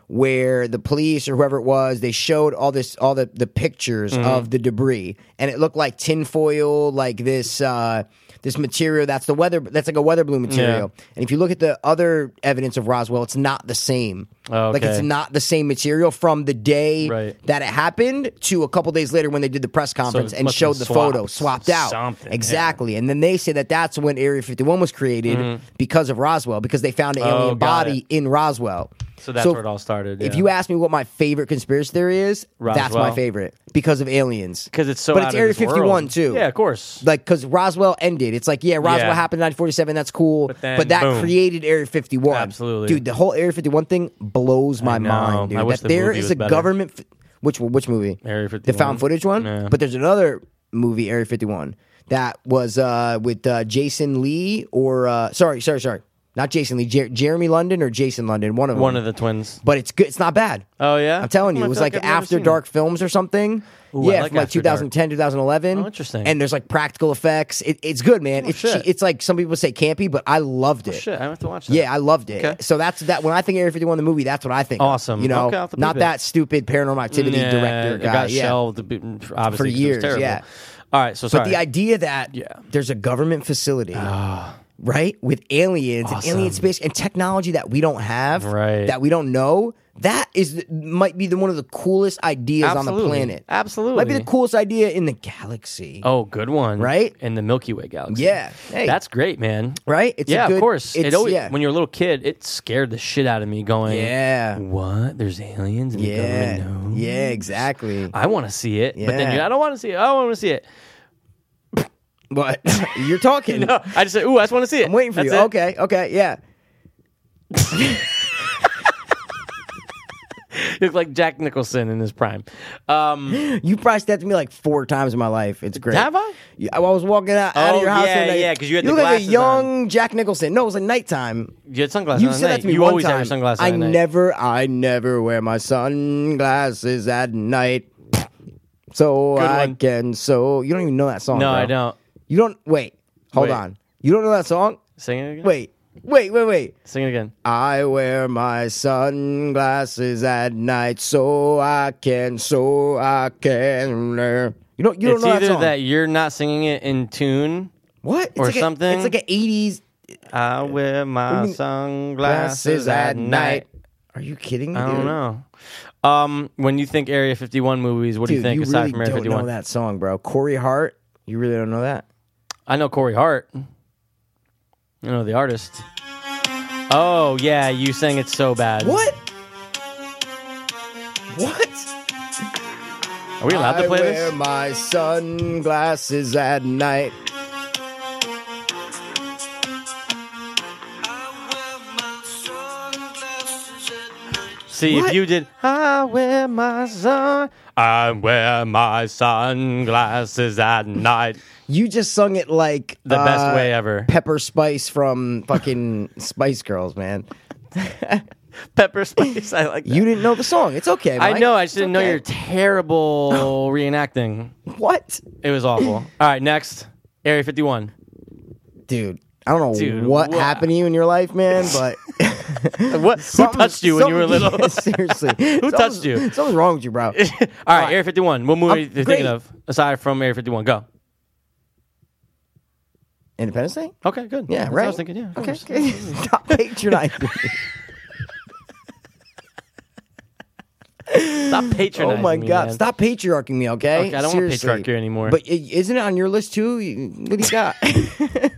Speaker 1: where the police or whoever it was, they showed all this all the the pictures of the debris, and it looked like tinfoil, like this uh, this material that's the weather that's like a weather balloon material. And if you look at the other evidence of Roswell, it's not the same.
Speaker 2: Oh,
Speaker 1: Like it's
Speaker 2: okay.
Speaker 1: not the same material from the day
Speaker 2: Right.
Speaker 1: that it happened to a couple days later when they did the press conference and
Speaker 2: must have
Speaker 1: showed
Speaker 2: been
Speaker 1: the
Speaker 2: swapped.
Speaker 1: photo swapped out.
Speaker 2: Something, yeah.
Speaker 1: exactly. And then they say that that's when Area 51 was created because of Roswell because they found an alien
Speaker 2: Mm-hmm. Oh, got
Speaker 1: body
Speaker 2: it.
Speaker 1: in Roswell.
Speaker 2: So that's where it all started.
Speaker 1: If you ask me what my favorite conspiracy theory is, that's my
Speaker 2: Roswell.
Speaker 1: favorite because of aliens.
Speaker 2: because it's so
Speaker 1: but
Speaker 2: out
Speaker 1: it's
Speaker 2: of
Speaker 1: Area
Speaker 2: this world.
Speaker 1: 51 too.
Speaker 2: Yeah, of course.
Speaker 1: Like, because Roswell ended. It's like, yeah, Roswell
Speaker 2: Yeah.
Speaker 1: happened in 1947. That's cool. But,
Speaker 2: then,
Speaker 1: that
Speaker 2: boom.
Speaker 1: created Area 51.
Speaker 2: Absolutely.
Speaker 1: Dude, the whole Area 51 thing blows my
Speaker 2: know.
Speaker 1: mind, dude.
Speaker 2: I wish
Speaker 1: that
Speaker 2: the
Speaker 1: there
Speaker 2: movie
Speaker 1: is
Speaker 2: was
Speaker 1: a
Speaker 2: better.
Speaker 1: government. F- which one- which movie?
Speaker 2: Area
Speaker 1: The
Speaker 2: 51?
Speaker 1: found footage one?
Speaker 2: Yeah.
Speaker 1: But there's another movie, Area 51, that was uh, with uh, Jason Lee or. Uh, sorry, sorry, sorry. Not Jason Lee. Jer- Jeremy London or Jason London. One of them.
Speaker 2: One of the twins.
Speaker 1: But it's good. It's not bad.
Speaker 2: Oh yeah,
Speaker 1: I'm telling you,
Speaker 2: I
Speaker 1: it was
Speaker 2: feel
Speaker 1: like
Speaker 2: I've never
Speaker 1: After
Speaker 2: seen
Speaker 1: Dark Films or something.
Speaker 2: Ooh, I
Speaker 1: yeah,
Speaker 2: like
Speaker 1: from like
Speaker 2: After
Speaker 1: 2010, 2011.
Speaker 2: Oh, interesting.
Speaker 1: And there's like practical effects. It, it's good, man. it's
Speaker 2: Oh, shit.
Speaker 1: che- it's like some people say campy, but I loved it.
Speaker 2: that. Shit, I have to watch that.
Speaker 1: Yeah, I loved it.
Speaker 2: Okay.
Speaker 1: So that's that. When I think Area 51, the movie, that's what I think. of.
Speaker 2: Awesome.
Speaker 1: You know,
Speaker 2: Okay, I'll have to
Speaker 1: not
Speaker 2: peep it.
Speaker 1: that stupid paranormal activity
Speaker 2: Nah,
Speaker 1: director
Speaker 2: it
Speaker 1: guy.
Speaker 2: got
Speaker 1: yeah.
Speaker 2: shelved a bit, obviously, 'cause it was
Speaker 1: years,
Speaker 2: terrible.
Speaker 1: yeah.
Speaker 2: All right, so
Speaker 1: But
Speaker 2: sorry.
Speaker 1: the idea that
Speaker 2: Yeah.
Speaker 1: there's a government facility, right, with aliens and alien
Speaker 2: Awesome.
Speaker 1: space and technology that we don't have,
Speaker 2: Right.
Speaker 1: that we don't know, that is might be the, one of the coolest ideas on the
Speaker 2: Absolutely.
Speaker 1: planet.
Speaker 2: Absolutely.
Speaker 1: might be the coolest idea in the galaxy.
Speaker 2: Oh, good one.
Speaker 1: Right?
Speaker 2: In the Milky Way galaxy.
Speaker 1: Yeah. Hey.
Speaker 2: That's great, man.
Speaker 1: Right? It's a
Speaker 2: yeah,
Speaker 1: good-
Speaker 2: of course.
Speaker 1: it's-
Speaker 2: It always,
Speaker 1: yeah.
Speaker 2: When you're a little kid, it scared the shit out of me going,
Speaker 1: Yeah.
Speaker 2: What? There's aliens and the
Speaker 1: Yeah,
Speaker 2: government knows?
Speaker 1: yeah, exactly.
Speaker 2: I want to see it. But then
Speaker 1: Yeah.
Speaker 2: you, I don't want to see it. I want to see it.
Speaker 1: But you're talking.
Speaker 2: No, I just said, ooh, I just want to see it.
Speaker 1: I'm waiting for
Speaker 2: That's
Speaker 1: you.
Speaker 2: it.
Speaker 1: Okay, okay, yeah.
Speaker 2: You look like Jack Nicholson in his prime. Um,
Speaker 1: You probably stepped to me like four times in my life. It's great.
Speaker 2: have I?
Speaker 1: Yeah, I was walking out, out
Speaker 2: Oh,
Speaker 1: of your house.
Speaker 2: yeah,
Speaker 1: the other night.
Speaker 2: yeah, 'cause you had the
Speaker 1: look like a
Speaker 2: glasses
Speaker 1: young Jack Nicholson. No, it was like nighttime.
Speaker 2: You had sunglasses
Speaker 1: You
Speaker 2: on at
Speaker 1: said
Speaker 2: night.
Speaker 1: that to me
Speaker 2: you
Speaker 1: one
Speaker 2: always
Speaker 1: time.
Speaker 2: have your sunglasses
Speaker 1: I
Speaker 2: on at night.
Speaker 1: never, I never wear my sunglasses at night. So
Speaker 2: Good
Speaker 1: I
Speaker 2: one.
Speaker 1: can. So you don't even know that song.
Speaker 2: No,
Speaker 1: bro.
Speaker 2: I don't.
Speaker 1: You don't. Wait. Hold
Speaker 2: Wait.
Speaker 1: on. You don't know that song?
Speaker 2: Sing it again.
Speaker 1: Wait. Wait. Wait. Wait.
Speaker 2: Sing it again.
Speaker 1: I wear my sunglasses at night so I can, so I can. uh. You don't, you don't
Speaker 2: it's
Speaker 1: know
Speaker 2: either
Speaker 1: that song.
Speaker 2: you're not singing it in tune.
Speaker 1: what? It's
Speaker 2: or
Speaker 1: like a-
Speaker 2: something.
Speaker 1: it's like an 80s
Speaker 2: I wear my sunglasses
Speaker 1: glasses
Speaker 2: at night.
Speaker 1: Are you kidding me?
Speaker 2: I
Speaker 1: dude?
Speaker 2: don't know. Um, when you think Area 51 movies, what do
Speaker 1: Dude,
Speaker 2: you think aside
Speaker 1: really
Speaker 2: from Area
Speaker 1: don't
Speaker 2: 51?
Speaker 1: know that song, bro. Corey Hart, you really don't know that.
Speaker 2: I know Corey Hart. I know the artist. Oh yeah, you sang it so bad.
Speaker 1: What? What?
Speaker 2: Are we allowed to play
Speaker 1: I wear
Speaker 2: this?
Speaker 1: my sunglasses at night.
Speaker 2: See
Speaker 1: What?
Speaker 2: if you did. I wear my sun. I wear my sunglasses at night.
Speaker 1: You just sung it like
Speaker 2: The best
Speaker 1: uh,
Speaker 2: way ever.
Speaker 1: Pepper Spice from fucking Spice Girls, man.
Speaker 2: Pepper Spice. I like that.
Speaker 1: You didn't know the song. It's okay.
Speaker 2: I
Speaker 1: Mike.
Speaker 2: know. I
Speaker 1: It's
Speaker 2: just didn't know
Speaker 1: okay.
Speaker 2: your terrible reenacting.
Speaker 1: What,
Speaker 2: It was awful. All right, next Area 51.
Speaker 1: dude? I don't know
Speaker 2: Dude,
Speaker 1: what
Speaker 2: wha-
Speaker 1: happened to you in your life, man, but
Speaker 2: What? Who
Speaker 1: something-
Speaker 2: touched you when you were
Speaker 1: something-
Speaker 2: little?
Speaker 1: Yeah, seriously, who
Speaker 2: touched you?
Speaker 1: Something's wrong with you, bro.
Speaker 2: All right, Area 51. What movie are you thinking
Speaker 1: great.
Speaker 2: of aside from Area 51? Go.
Speaker 1: Independence Day?
Speaker 2: Okay, good.
Speaker 1: Yeah,
Speaker 2: That's what
Speaker 1: right.
Speaker 2: I was thinking, yeah. of
Speaker 1: okay,
Speaker 2: course.
Speaker 1: okay. Oh, Stop patronizing. me.
Speaker 2: Stop patronizing.
Speaker 1: oh my
Speaker 2: me,
Speaker 1: god,
Speaker 2: man.
Speaker 1: stop patriarching me, okay?
Speaker 2: Okay, I don't want
Speaker 1: Seriously.
Speaker 2: patriarchy anymore.
Speaker 1: But i- isn't it on your list too? You- What do you got?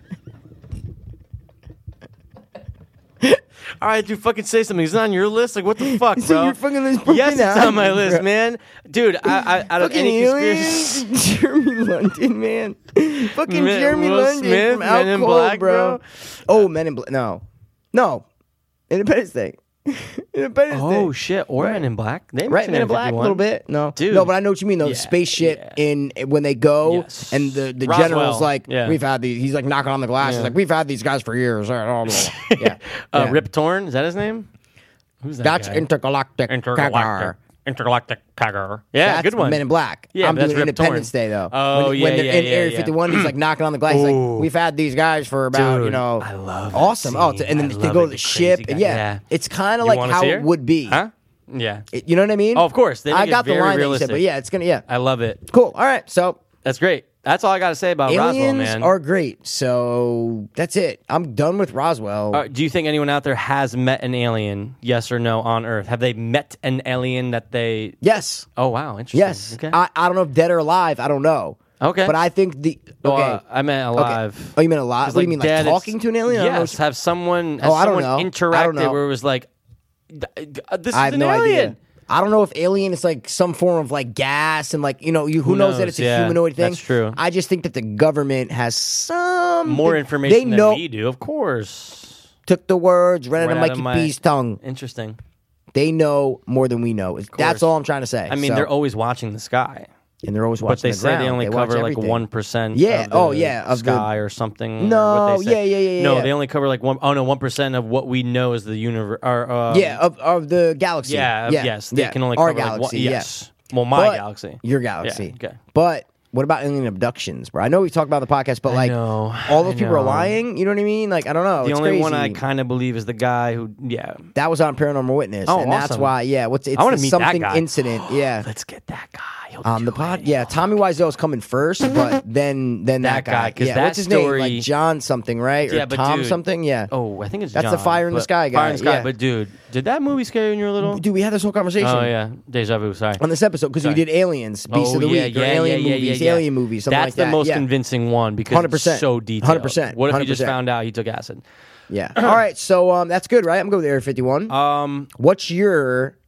Speaker 2: All right, dude, fucking say something. It's not on your list. Like, what the fuck, bro?
Speaker 1: So you're fucking this broken
Speaker 2: yes, it's
Speaker 1: out,
Speaker 2: on my list,
Speaker 1: bro.
Speaker 2: man. Dude, I, I, out of
Speaker 1: Fucking
Speaker 2: any conspiracy,
Speaker 1: aliens, Jeremy London, man. Fucking
Speaker 2: Men-
Speaker 1: Jeremy
Speaker 2: Will
Speaker 1: London
Speaker 2: Smith,
Speaker 1: from Out
Speaker 2: Men in
Speaker 1: Cold,
Speaker 2: Black,
Speaker 1: bro.
Speaker 2: bro.
Speaker 1: Oh, Men in Black. No, no. Independence Day. Independence Day.
Speaker 2: oh shit, or Men in Black. They
Speaker 1: Right,
Speaker 2: mentioned
Speaker 1: Men in
Speaker 2: Area
Speaker 1: Black, a
Speaker 2: 51.
Speaker 1: little bit. No,
Speaker 2: Dude.
Speaker 1: no, but I know what you mean though.
Speaker 2: Yeah,
Speaker 1: the spaceship
Speaker 2: yeah.
Speaker 1: in when they go
Speaker 2: Yes.
Speaker 1: and the the
Speaker 2: Roswell.
Speaker 1: general's like,
Speaker 2: Yeah.
Speaker 1: we've had these. He's like knocking on the glass. He's
Speaker 2: Yeah.
Speaker 1: like, we've had these guys for years. yeah,
Speaker 2: Uh,
Speaker 1: Yeah.
Speaker 2: Rip Torn, is that his name? Who's that?
Speaker 1: That's
Speaker 2: guy?
Speaker 1: intergalactic.
Speaker 2: Intergalactic.
Speaker 1: Kakar.
Speaker 2: intergalactic tiger. Yeah,
Speaker 1: That's
Speaker 2: good one.
Speaker 1: Men in Black.
Speaker 2: Yeah,
Speaker 1: I'm
Speaker 2: but that's
Speaker 1: doing
Speaker 2: Rip
Speaker 1: Independence
Speaker 2: Torn.
Speaker 1: Day though.
Speaker 2: Oh,
Speaker 1: when,
Speaker 2: yeah,
Speaker 1: when they're
Speaker 2: yeah,
Speaker 1: in
Speaker 2: yeah,
Speaker 1: Area
Speaker 2: yeah.
Speaker 1: 51, he's like knocking on the glass.
Speaker 2: Ooh.
Speaker 1: Like we've had these guys for about you
Speaker 2: Dude,
Speaker 1: know,
Speaker 2: I love that
Speaker 1: awesome. Oh,
Speaker 2: scene.
Speaker 1: and then
Speaker 2: I
Speaker 1: they
Speaker 2: love
Speaker 1: go to the
Speaker 2: it, the crazy
Speaker 1: ship.
Speaker 2: guy.
Speaker 1: and yeah,
Speaker 2: Yeah.
Speaker 1: it's kind of
Speaker 2: You
Speaker 1: like
Speaker 2: wanna
Speaker 1: how
Speaker 2: see
Speaker 1: it
Speaker 2: her?
Speaker 1: would be.
Speaker 2: Huh? Yeah,
Speaker 1: It- you know what I mean?
Speaker 2: Oh, of course. They
Speaker 1: I
Speaker 2: make it
Speaker 1: got the
Speaker 2: very
Speaker 1: line
Speaker 2: realistic.
Speaker 1: that you said, but yeah, it's gonna yeah.
Speaker 2: I love it.
Speaker 1: cool. All right, so
Speaker 2: That's great. That's all I got to say about Roswell,
Speaker 1: aliens
Speaker 2: man.
Speaker 1: are great. So that's it. I'm done with Roswell.
Speaker 2: Uh, do you think anyone out there has met an alien? Yes or no on Earth? Have they met an alien that they?
Speaker 1: yes.
Speaker 2: Oh wow, interesting.
Speaker 1: Yes.
Speaker 2: Okay.
Speaker 1: I, I don't know if dead or alive. I don't know.
Speaker 2: Okay.
Speaker 1: But I think the okay.
Speaker 2: Well, uh, I meant
Speaker 1: Okay.
Speaker 2: alive.
Speaker 1: Oh, you mean a lot? What
Speaker 2: It's
Speaker 1: do you mean, like
Speaker 2: dead, it's-
Speaker 1: talking to an alien? I don't know
Speaker 2: Yes.
Speaker 1: what
Speaker 2: Have someone? Has
Speaker 1: Oh, I don't
Speaker 2: someone
Speaker 1: know. I don't
Speaker 2: interacted
Speaker 1: know.
Speaker 2: where it was like, "D- d- uh, this
Speaker 1: I
Speaker 2: is
Speaker 1: have
Speaker 2: an
Speaker 1: no
Speaker 2: alien.
Speaker 1: idea. I don't know if alien is like some form of like gas and like you know you who, knows, that
Speaker 2: knows?
Speaker 1: it's a
Speaker 2: Yeah,
Speaker 1: humanoid thing.
Speaker 2: that's true.
Speaker 1: I just think that the government has some
Speaker 2: More
Speaker 1: they-
Speaker 2: information
Speaker 1: They know
Speaker 2: than we do, of course.
Speaker 1: took the words ran out
Speaker 2: Right
Speaker 1: of
Speaker 2: out
Speaker 1: Mikey
Speaker 2: of my-
Speaker 1: B's tongue.
Speaker 2: Interesting.
Speaker 1: They know more than we know. That's all I'm trying to say.
Speaker 2: I mean,
Speaker 1: So-
Speaker 2: they're always watching the sky,
Speaker 1: and they're always watching.
Speaker 2: but they
Speaker 1: the
Speaker 2: say
Speaker 1: ground.
Speaker 2: they only
Speaker 1: watch
Speaker 2: cover like
Speaker 1: everything.
Speaker 2: one percent.
Speaker 1: Yeah,
Speaker 2: Of the
Speaker 1: oh, yeah, of the-
Speaker 2: Sky or something. or
Speaker 1: No,
Speaker 2: what they say.
Speaker 1: yeah, yeah, yeah,
Speaker 2: No,
Speaker 1: yeah.
Speaker 2: they only cover like one. Oh no, one percent of what we know is the universe. Or um,
Speaker 1: Yeah, of, of the galaxy.
Speaker 2: yeah,
Speaker 1: yeah
Speaker 2: yes. They
Speaker 1: yeah.
Speaker 2: can only
Speaker 1: our
Speaker 2: cover like, one,
Speaker 1: galaxy. yeah.
Speaker 2: yes. Well, my
Speaker 1: But-
Speaker 2: galaxy.
Speaker 1: Your galaxy.
Speaker 2: okay.
Speaker 1: But what about alien abductions, bro? I know we talked about the podcast, but like
Speaker 2: know,
Speaker 1: all those
Speaker 2: I
Speaker 1: people are
Speaker 2: know.
Speaker 1: lying. You know what I mean? Like I don't know.
Speaker 2: The
Speaker 1: it's
Speaker 2: only
Speaker 1: crazy.
Speaker 2: one I kind of believe is the guy who. Yeah,
Speaker 1: that was on Paranormal Witness,
Speaker 2: Oh,
Speaker 1: and that's
Speaker 2: awesome.
Speaker 1: why. Yeah, what's it's
Speaker 2: I wanna
Speaker 1: the
Speaker 2: meet that
Speaker 1: something
Speaker 2: guy.
Speaker 1: incident? Yeah.
Speaker 2: let's get that guy He'll
Speaker 1: On the
Speaker 2: do
Speaker 1: pod,
Speaker 2: it.
Speaker 1: yeah, Tommy Wiseau is coming first, but then then that,
Speaker 2: That guy, 'cause
Speaker 1: yeah,
Speaker 2: that
Speaker 1: what's his name?
Speaker 2: story-
Speaker 1: Like John something, right? Or
Speaker 2: Yeah, but
Speaker 1: Tom
Speaker 2: dude-
Speaker 1: something, yeah.
Speaker 2: Oh, I think it's
Speaker 1: That's the
Speaker 2: John,
Speaker 1: Fire in the
Speaker 2: but-
Speaker 1: Sky guy,
Speaker 2: Fire in the sky,
Speaker 1: yeah.
Speaker 2: but dude, did that movie scare you when you were little?
Speaker 1: dude, we had this whole conversation
Speaker 2: Oh yeah, deja vu. Sorry.
Speaker 1: on this episode because we
Speaker 2: Sorry. Oh,
Speaker 1: did aliens, Beast of the Week, or alien movies, alien movies, something
Speaker 2: That's
Speaker 1: like
Speaker 2: the
Speaker 1: that.
Speaker 2: most
Speaker 1: yeah.
Speaker 2: convincing one because
Speaker 1: 100%.
Speaker 2: it's so detailed.
Speaker 1: 100%.
Speaker 2: What if you just
Speaker 1: 100%.
Speaker 2: found out he took acid?
Speaker 1: Yeah. All right. So um, that's good, right? I'm going with Area 51.
Speaker 2: Um,
Speaker 1: What's your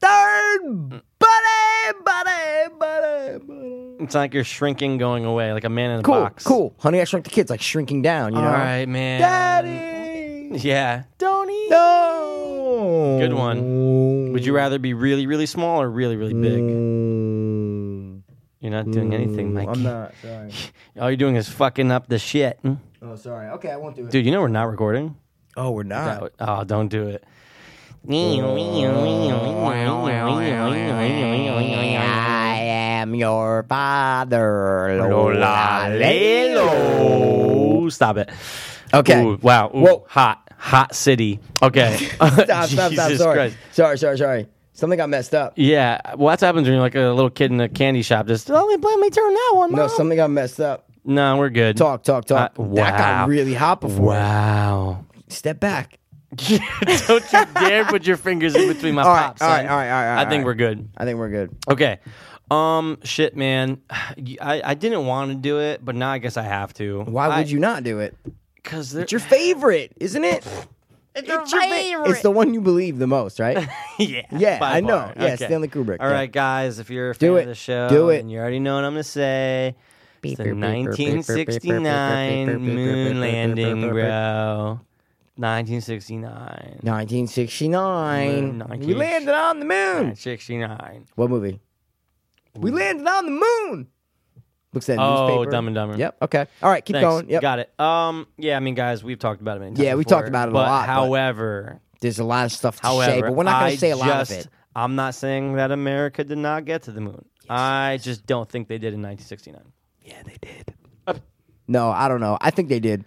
Speaker 1: third buddy, buddy, buddy, buddy?
Speaker 2: it's like you're shrinking, going away, like a man in a
Speaker 1: Cool,
Speaker 2: box.
Speaker 1: cool. Honey, I Shrunk the Kids, like shrinking down, you
Speaker 2: All
Speaker 1: know?
Speaker 2: right, man.
Speaker 1: Daddy!
Speaker 2: Yeah. Don't eat.
Speaker 1: No!
Speaker 2: Good one. Would you rather be really, really small or really, really big?
Speaker 1: Mm,
Speaker 2: You're not doing anything, Mike.
Speaker 1: I'm not. Sorry.
Speaker 2: All you're doing is fucking up the shit.
Speaker 1: Oh, sorry. Okay, I won't do it.
Speaker 2: Dude, you know we're not recording.
Speaker 1: Oh, we're not.
Speaker 2: That- Oh, don't do it.
Speaker 1: I
Speaker 2: Mm-hmm.
Speaker 1: am your father.
Speaker 2: Lalo. Stop it.
Speaker 1: Okay.
Speaker 2: Ooh, wow. Ooh,
Speaker 1: Whoa.
Speaker 2: Hot. Hot city. Okay.
Speaker 1: Stop, stop, stop.
Speaker 2: Jesus
Speaker 1: Sorry.
Speaker 2: Christ.
Speaker 1: Sorry, sorry, sorry. Something got messed up.
Speaker 2: Yeah. Well, that's happens when you're like a little kid in a candy shop. Just oh, let me- let me turn that one.
Speaker 1: No,
Speaker 2: Mom.
Speaker 1: something got messed up.
Speaker 2: no, we're good.
Speaker 1: Talk, talk, talk.
Speaker 2: Uh,
Speaker 1: That
Speaker 2: wow.
Speaker 1: got really hot before.
Speaker 2: Wow.
Speaker 1: Step back.
Speaker 2: Don't you dare put your fingers in between my
Speaker 1: All right,
Speaker 2: pops.
Speaker 1: all right,
Speaker 2: son.
Speaker 1: all right, all right, all
Speaker 2: I think
Speaker 1: right.
Speaker 2: we're good.
Speaker 1: I think we're good.
Speaker 2: Okay. Um. Shit, man. I, I didn't want to do it, but now I guess I have to.
Speaker 1: Why would you not do it?
Speaker 2: Because they're
Speaker 1: It's your favorite, isn't it? It's, your fa- It's the one you believe the most, right?
Speaker 2: yeah.
Speaker 1: Yeah,
Speaker 2: by
Speaker 1: I know.
Speaker 2: far.
Speaker 1: Yeah, Stanley Kubrick.
Speaker 2: All
Speaker 1: Yeah.
Speaker 2: right, guys, if you're a fan
Speaker 1: Do
Speaker 2: of
Speaker 1: it.
Speaker 2: the show,
Speaker 1: Do it.
Speaker 2: and you already know what I'm gonna say. It's the
Speaker 1: beep, beep, beep, beep, beep, beep, beep, beep, beep, beep, beep, beep, beep, beep, beep, beep,
Speaker 2: 1969 moon landing, bro. 1969.
Speaker 1: 1969.
Speaker 2: Moon,
Speaker 1: We landed on the moon.
Speaker 2: 1969.
Speaker 1: What movie? We landed on the moon. Looks at a
Speaker 2: Oh,
Speaker 1: newspaper.
Speaker 2: Dumb and Dumber.
Speaker 1: Yep. Okay. All right. Keep
Speaker 2: Thanks.
Speaker 1: going. Yep.
Speaker 2: Got it. Um, yeah, I mean, guys, we've talked about it many times.
Speaker 1: Yeah, we
Speaker 2: before,
Speaker 1: talked about it a
Speaker 2: but
Speaker 1: lot, but-
Speaker 2: However,
Speaker 1: There's a lot of stuff to
Speaker 2: however,
Speaker 1: say, but we're not going
Speaker 2: I
Speaker 1: to say a lot of
Speaker 2: just-
Speaker 1: it.
Speaker 2: I'm not saying that America did not get to the moon. I just don't think they did in 1969.
Speaker 1: Yeah, they did. No, I don't know. I think they did.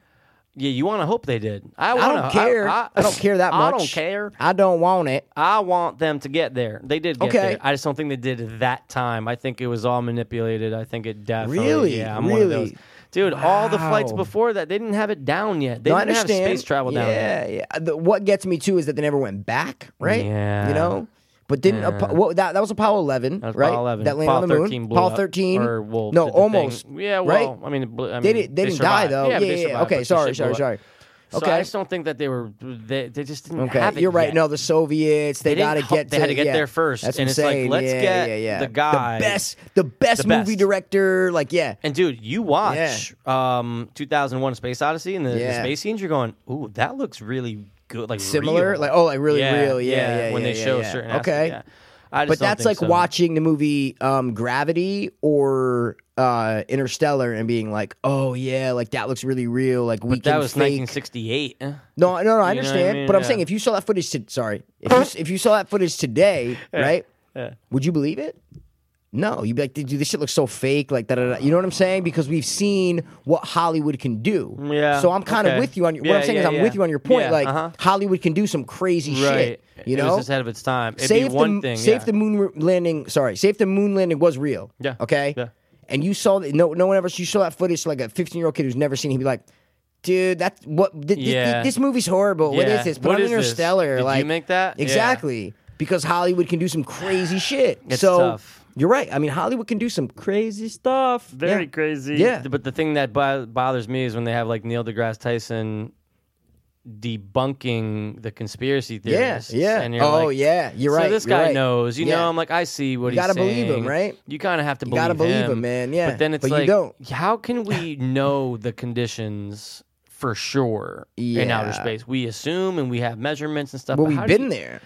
Speaker 2: Yeah, you want to hope they did. I,
Speaker 1: I
Speaker 2: wanna,
Speaker 1: don't care. I, don't care that much.
Speaker 2: I don't care.
Speaker 1: I don't want it.
Speaker 2: I want them to get there. They did get
Speaker 1: Okay.
Speaker 2: there. I just don't think they did it that time. I think it was all manipulated. I think it definitely.
Speaker 1: Really?
Speaker 2: Yeah, I'm one of
Speaker 1: Really?
Speaker 2: those. Dude, all the flights
Speaker 1: Wow.
Speaker 2: before that, they didn't have it down yet. They
Speaker 1: No, I
Speaker 2: didn't have
Speaker 1: understand.
Speaker 2: space travel down yet.
Speaker 1: Yeah, yeah. The- what gets me too is that they never went back, right?
Speaker 2: Yeah.
Speaker 1: You know, but didn't
Speaker 2: Yeah.
Speaker 1: Apo- well, that that was Apollo eleven,
Speaker 2: That was
Speaker 1: right?
Speaker 2: Apollo 11.
Speaker 1: That landed
Speaker 2: Apollo
Speaker 1: on the moon.
Speaker 2: 13 blew
Speaker 1: Apollo
Speaker 2: up,
Speaker 1: thirteen.
Speaker 2: or, well,
Speaker 1: no,
Speaker 2: did the thing.
Speaker 1: almost.
Speaker 2: Yeah,
Speaker 1: right?
Speaker 2: well, I mean, it blew- I
Speaker 1: they
Speaker 2: mean,
Speaker 1: did. They, didn't
Speaker 2: survived.
Speaker 1: die though.
Speaker 2: Yeah, but
Speaker 1: yeah,
Speaker 2: they
Speaker 1: yeah,
Speaker 2: survived,
Speaker 1: Okay,
Speaker 2: but the
Speaker 1: sorry,
Speaker 2: ship
Speaker 1: sorry,
Speaker 2: blew up.
Speaker 1: sorry.
Speaker 2: So I
Speaker 1: Okay.
Speaker 2: just don't think that they were. They, they just didn't have
Speaker 1: Okay,
Speaker 2: it
Speaker 1: you're right.
Speaker 2: yet.
Speaker 1: No, the Soviets they,
Speaker 2: They didn't
Speaker 1: got to
Speaker 2: help-
Speaker 1: get.
Speaker 2: they had to get
Speaker 1: yeah.
Speaker 2: there first,
Speaker 1: That's
Speaker 2: and
Speaker 1: what
Speaker 2: it's
Speaker 1: I'm
Speaker 2: like,
Speaker 1: saying.
Speaker 2: let's
Speaker 1: yeah,
Speaker 2: get
Speaker 1: yeah, yeah.
Speaker 2: the guy-
Speaker 1: the best, the best,
Speaker 2: the
Speaker 1: movie
Speaker 2: best.
Speaker 1: director. Like, yeah,
Speaker 2: And dude, you watch um 2001 Space Odyssey and the, the
Speaker 1: Yeah.
Speaker 2: space scenes, you're going, ooh, that looks really good, like
Speaker 1: similar.
Speaker 2: real."
Speaker 1: Like, oh, like really real. Yeah, yeah.
Speaker 2: when
Speaker 1: yeah,
Speaker 2: they
Speaker 1: yeah,
Speaker 2: show
Speaker 1: yeah.
Speaker 2: certain.
Speaker 1: Okay.
Speaker 2: aspects, yeah. I
Speaker 1: But
Speaker 2: just don't
Speaker 1: that's
Speaker 2: think
Speaker 1: like
Speaker 2: so.
Speaker 1: watching the movie um, Gravity or uh, Interstellar and being like, "Oh yeah, like that looks really real." Like we
Speaker 2: But that
Speaker 1: can
Speaker 2: was
Speaker 1: fake.
Speaker 2: 1968. eh?
Speaker 1: no, no, no. I
Speaker 2: You know what I
Speaker 1: understand.
Speaker 2: mean?
Speaker 1: But I'm
Speaker 2: Yeah.
Speaker 1: saying if you saw that footage, to- sorry, if you, if you saw that footage today, right? Would you believe it? No, you'd be like, dude, this shit looks so fake, like da da da. You know what I'm saying? Because we've seen what Hollywood can do.
Speaker 2: Yeah,
Speaker 1: So I'm kind of
Speaker 2: okay.
Speaker 1: with you on your. What
Speaker 2: Yeah,
Speaker 1: I'm saying
Speaker 2: yeah,
Speaker 1: is I'm
Speaker 2: yeah.
Speaker 1: with you on your point.
Speaker 2: Yeah,
Speaker 1: like
Speaker 2: uh-huh.
Speaker 1: Hollywood can do some crazy
Speaker 2: right.
Speaker 1: shit. You
Speaker 2: it was
Speaker 1: know,
Speaker 2: just ahead of its time. It'd
Speaker 1: say
Speaker 2: be
Speaker 1: if
Speaker 2: one
Speaker 1: the,
Speaker 2: thing.
Speaker 1: Say
Speaker 2: yeah.
Speaker 1: if the moon landing, sorry, say if the moon landing was real.
Speaker 2: Yeah.
Speaker 1: Okay.
Speaker 2: Yeah.
Speaker 1: And you saw that no no one ever you saw that footage to, like a 15 year old kid who's never seen. it, He'd be like, dude, that what th- th-
Speaker 2: Yeah.
Speaker 1: th- this movie's horrible. What
Speaker 2: Yeah.
Speaker 1: is this? But
Speaker 2: What
Speaker 1: I'm
Speaker 2: is this?
Speaker 1: Interstellar.
Speaker 2: Did you
Speaker 1: like
Speaker 2: make that? Yeah.
Speaker 1: exactly because Hollywood can do some crazy shit.
Speaker 2: It's
Speaker 1: so
Speaker 2: tough.
Speaker 1: you're right. I mean, Hollywood can do some crazy stuff.
Speaker 2: Very
Speaker 1: Yeah.
Speaker 2: crazy.
Speaker 1: Yeah.
Speaker 2: But the thing that bo- bothers me is when they have like Neil deGrasse Tyson debunking the conspiracy
Speaker 1: Yeah,
Speaker 2: theorists.
Speaker 1: yeah.
Speaker 2: And you're
Speaker 1: Oh
Speaker 2: like,
Speaker 1: yeah, you're right.
Speaker 2: So this
Speaker 1: you're
Speaker 2: guy
Speaker 1: right.
Speaker 2: knows. You
Speaker 1: Yeah.
Speaker 2: know, I'm like, I see what
Speaker 1: You
Speaker 2: he's
Speaker 1: gotta
Speaker 2: saying.
Speaker 1: believe him, right?
Speaker 2: You kind of have to believe
Speaker 1: gotta believe
Speaker 2: him.
Speaker 1: him, man, yeah.
Speaker 2: But then it's
Speaker 1: But you
Speaker 2: like,
Speaker 1: don't.
Speaker 2: how can we know the conditions for sure in outer
Speaker 1: Yeah.
Speaker 2: space? We assume and we have measurements and stuff.
Speaker 1: Well,
Speaker 2: but
Speaker 1: we've
Speaker 2: how do
Speaker 1: been
Speaker 2: you-
Speaker 1: there.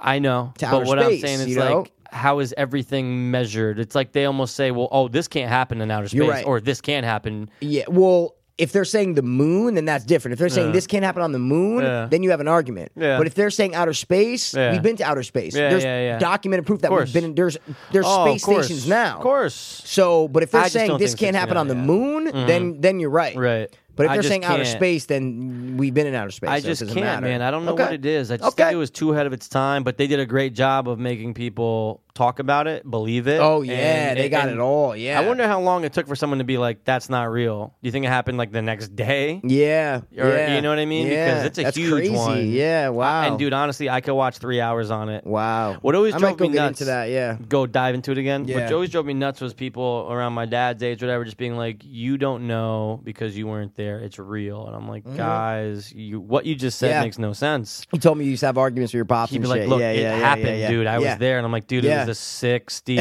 Speaker 2: I know.
Speaker 1: to
Speaker 2: but
Speaker 1: outer
Speaker 2: what
Speaker 1: space,
Speaker 2: I'm saying is
Speaker 1: you know?
Speaker 2: like how is everything measured? It's like they almost say, well, oh, this can't happen in outer space
Speaker 1: You're right.
Speaker 2: or this can happen.
Speaker 1: Yeah. Well, if they're saying the moon, then that's different. If they're saying this can't happen on the moon,
Speaker 2: Yeah.
Speaker 1: then you have an argument.
Speaker 2: Yeah.
Speaker 1: But if they're saying outer space,
Speaker 2: Yeah.
Speaker 1: we've been to outer space.
Speaker 2: Yeah,
Speaker 1: there's
Speaker 2: yeah, yeah.
Speaker 1: documented proof that
Speaker 2: course.
Speaker 1: we've been in there's there's
Speaker 2: Oh,
Speaker 1: space
Speaker 2: of course.
Speaker 1: stations now.
Speaker 2: Of course.
Speaker 1: So, but if
Speaker 2: I
Speaker 1: they're
Speaker 2: just
Speaker 1: saying
Speaker 2: don't
Speaker 1: this
Speaker 2: think
Speaker 1: can't
Speaker 2: it's
Speaker 1: happen
Speaker 2: gonna-
Speaker 1: on the
Speaker 2: yeah.
Speaker 1: moon, then then you're right.
Speaker 2: Right.
Speaker 1: But if
Speaker 2: I
Speaker 1: they're
Speaker 2: just
Speaker 1: saying outer
Speaker 2: can't.
Speaker 1: space, then we've been in outer space.
Speaker 2: I
Speaker 1: so
Speaker 2: just
Speaker 1: it doesn't
Speaker 2: can't,
Speaker 1: matter.
Speaker 2: man. I don't know
Speaker 1: Okay.
Speaker 2: what it is. I just
Speaker 1: Okay.
Speaker 2: think it was too ahead of its time, but they did a great job of making people talk about it, believe it.
Speaker 1: Oh
Speaker 2: and-
Speaker 1: yeah, they got
Speaker 2: and
Speaker 1: it all. Yeah.
Speaker 2: I wonder how long it took for someone to be like, "That's not real." Do you think it happened like the next day?
Speaker 1: Yeah,
Speaker 2: Or,
Speaker 1: yeah.
Speaker 2: you know what I mean?
Speaker 1: Yeah,
Speaker 2: Because it's a
Speaker 1: that's
Speaker 2: huge
Speaker 1: crazy.
Speaker 2: one.
Speaker 1: Yeah, wow.
Speaker 2: And dude, honestly, I could watch three hours on it.
Speaker 1: wow.
Speaker 2: What always
Speaker 1: I
Speaker 2: drove
Speaker 1: might go
Speaker 2: me
Speaker 1: get
Speaker 2: nuts-
Speaker 1: into that. Yeah,
Speaker 2: go dive into it again.
Speaker 1: Yeah.
Speaker 2: What always drove me nuts was people around my dad's age, whatever, just being like, "You don't know because you weren't there. It's real." And I'm like, "Guys, you what you just said
Speaker 1: Mm-hmm. Yeah.
Speaker 2: makes no sense."
Speaker 1: you told me you used to have arguments with your pops
Speaker 2: He'd
Speaker 1: and
Speaker 2: be like,
Speaker 1: shit.
Speaker 2: "Look,
Speaker 1: yeah,
Speaker 2: it
Speaker 1: yeah, yeah,
Speaker 2: happened,
Speaker 1: yeah, yeah.
Speaker 2: dude. I
Speaker 1: Yeah.
Speaker 2: was there." And I'm like, "Dude,
Speaker 1: Yeah.
Speaker 2: it was the '60s.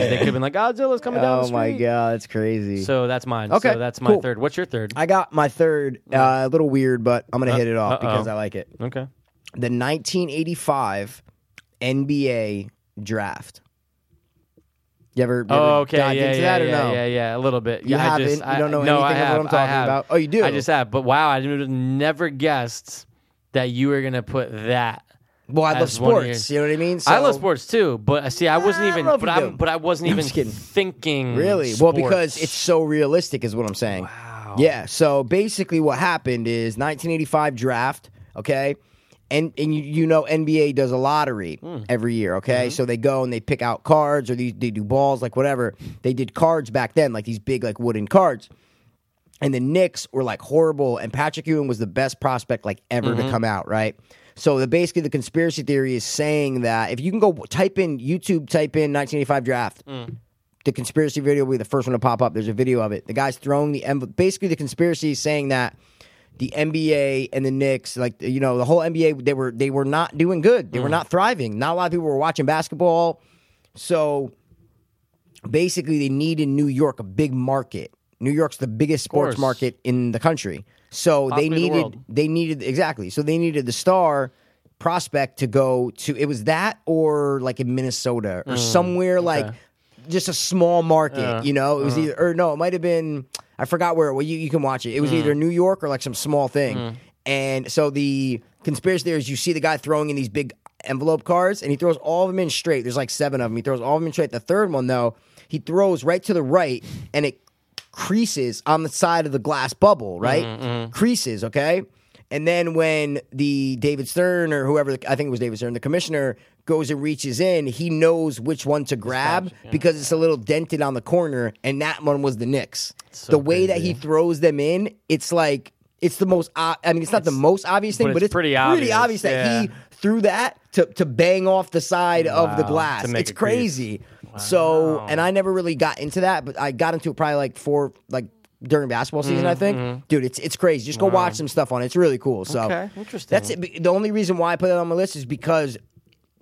Speaker 2: they could have been like, Godzilla's coming down the
Speaker 1: Oh
Speaker 2: street."
Speaker 1: my god, that's crazy.
Speaker 2: So that's mine.
Speaker 1: Okay,
Speaker 2: So that's my
Speaker 1: cool.
Speaker 2: third. What's your third?
Speaker 1: I got my third, uh, a little weird, but I'm gonna hit it off
Speaker 2: Uh, uh-oh.
Speaker 1: because I like it.
Speaker 2: okay.
Speaker 1: The 1985 NBA draft. You ever, you ever
Speaker 2: Oh, okay.
Speaker 1: dived
Speaker 2: yeah,
Speaker 1: into
Speaker 2: yeah,
Speaker 1: that or
Speaker 2: yeah,
Speaker 1: no?
Speaker 2: yeah, yeah, a little bit.
Speaker 1: You
Speaker 2: yeah, I just,
Speaker 1: haven't. You
Speaker 2: I-
Speaker 1: don't know
Speaker 2: no,
Speaker 1: anything of
Speaker 2: I
Speaker 1: what
Speaker 2: have,
Speaker 1: I'm talking
Speaker 2: I have.
Speaker 1: about. Oh, you do?
Speaker 2: I just have. But wow, I would've never guessed that you were gonna put that.
Speaker 1: Well, I love
Speaker 2: As one of your-
Speaker 1: sports. You know what I mean?
Speaker 2: I love
Speaker 1: So-
Speaker 2: sports too, but uh, see, I wasn't
Speaker 1: I don't
Speaker 2: even.
Speaker 1: know if
Speaker 2: but
Speaker 1: you
Speaker 2: I,
Speaker 1: do.
Speaker 2: but I wasn't
Speaker 1: I'm
Speaker 2: even
Speaker 1: just kidding.
Speaker 2: thinking.
Speaker 1: Really? Well, because
Speaker 2: Mm, sports.
Speaker 1: it's so realistic, is what I'm saying. Wow. Yeah. So basically, what happened is 1985 draft. Okay. And, and you, you know NBA does a lottery every year, okay? So they go and they pick out cards or they, they do balls, like whatever. They did cards back then, like these big like wooden cards. And the Knicks were like horrible, and Patrick Ewing was the best prospect like ever to come out, right? So the, basically, the conspiracy theory is saying that if you can go type in YouTube, type in 1985 draft, the conspiracy video will be the first one to pop up. There's a video of it. The guy's throwing the envelope. Basically, the conspiracy is saying that the NBA and the Knicks, like you know, the whole NBA, they were they were not doing good. They were not thriving. Not a lot of people were watching basketball. So basically, they need in New York a big market. New York's the biggest sports
Speaker 2: course.
Speaker 1: market in the country. So
Speaker 2: Possibly
Speaker 1: they
Speaker 2: the
Speaker 1: needed
Speaker 2: world.
Speaker 1: they needed exactly. So they needed the star prospect to go to. It was that or like in Minnesota
Speaker 2: Hmm,
Speaker 1: or somewhere like just a small market. you know, it was
Speaker 2: uh-huh.
Speaker 1: either or no, it might have been I forgot where. Well, you you can watch it. It was
Speaker 2: Hmm.
Speaker 1: either New York or like some small thing. And so the conspiracy theory is you see the guy throwing in these big envelope cards and he throws all of them in straight. There's like seven of them. He throws all of them in straight. The third one though, he throws right to the right and it creases on the side of the glass bubble, right?
Speaker 2: Mm-hmm,
Speaker 1: Creases, okay? And then when the David Stern or whoever, I think it was David Stern, the commissioner goes and reaches in, he knows which one to grab because it's a little dented on the corner, and that one was the Knicks. the way that he throws them in, it's like, it's the most, o- I mean, it's not the most obvious thing,
Speaker 2: but
Speaker 1: but,
Speaker 2: it's
Speaker 1: it's
Speaker 2: pretty
Speaker 1: pretty,
Speaker 2: obvious,
Speaker 1: obvious. that
Speaker 2: yeah.
Speaker 1: he threw that to, to bang off the side of the
Speaker 2: Wow,
Speaker 1: glass.
Speaker 2: to make
Speaker 1: It's
Speaker 2: a crease.
Speaker 1: crazy crazy. So, and I never really got into that, but I got into it probably like four, like during basketball season.
Speaker 2: Mm-hmm,
Speaker 1: I think, dude, it's it's crazy. Just go watch some stuff on it. It's really cool. So,
Speaker 2: Okay, interesting.
Speaker 1: That's it. Be- The only reason why I put it on my list is because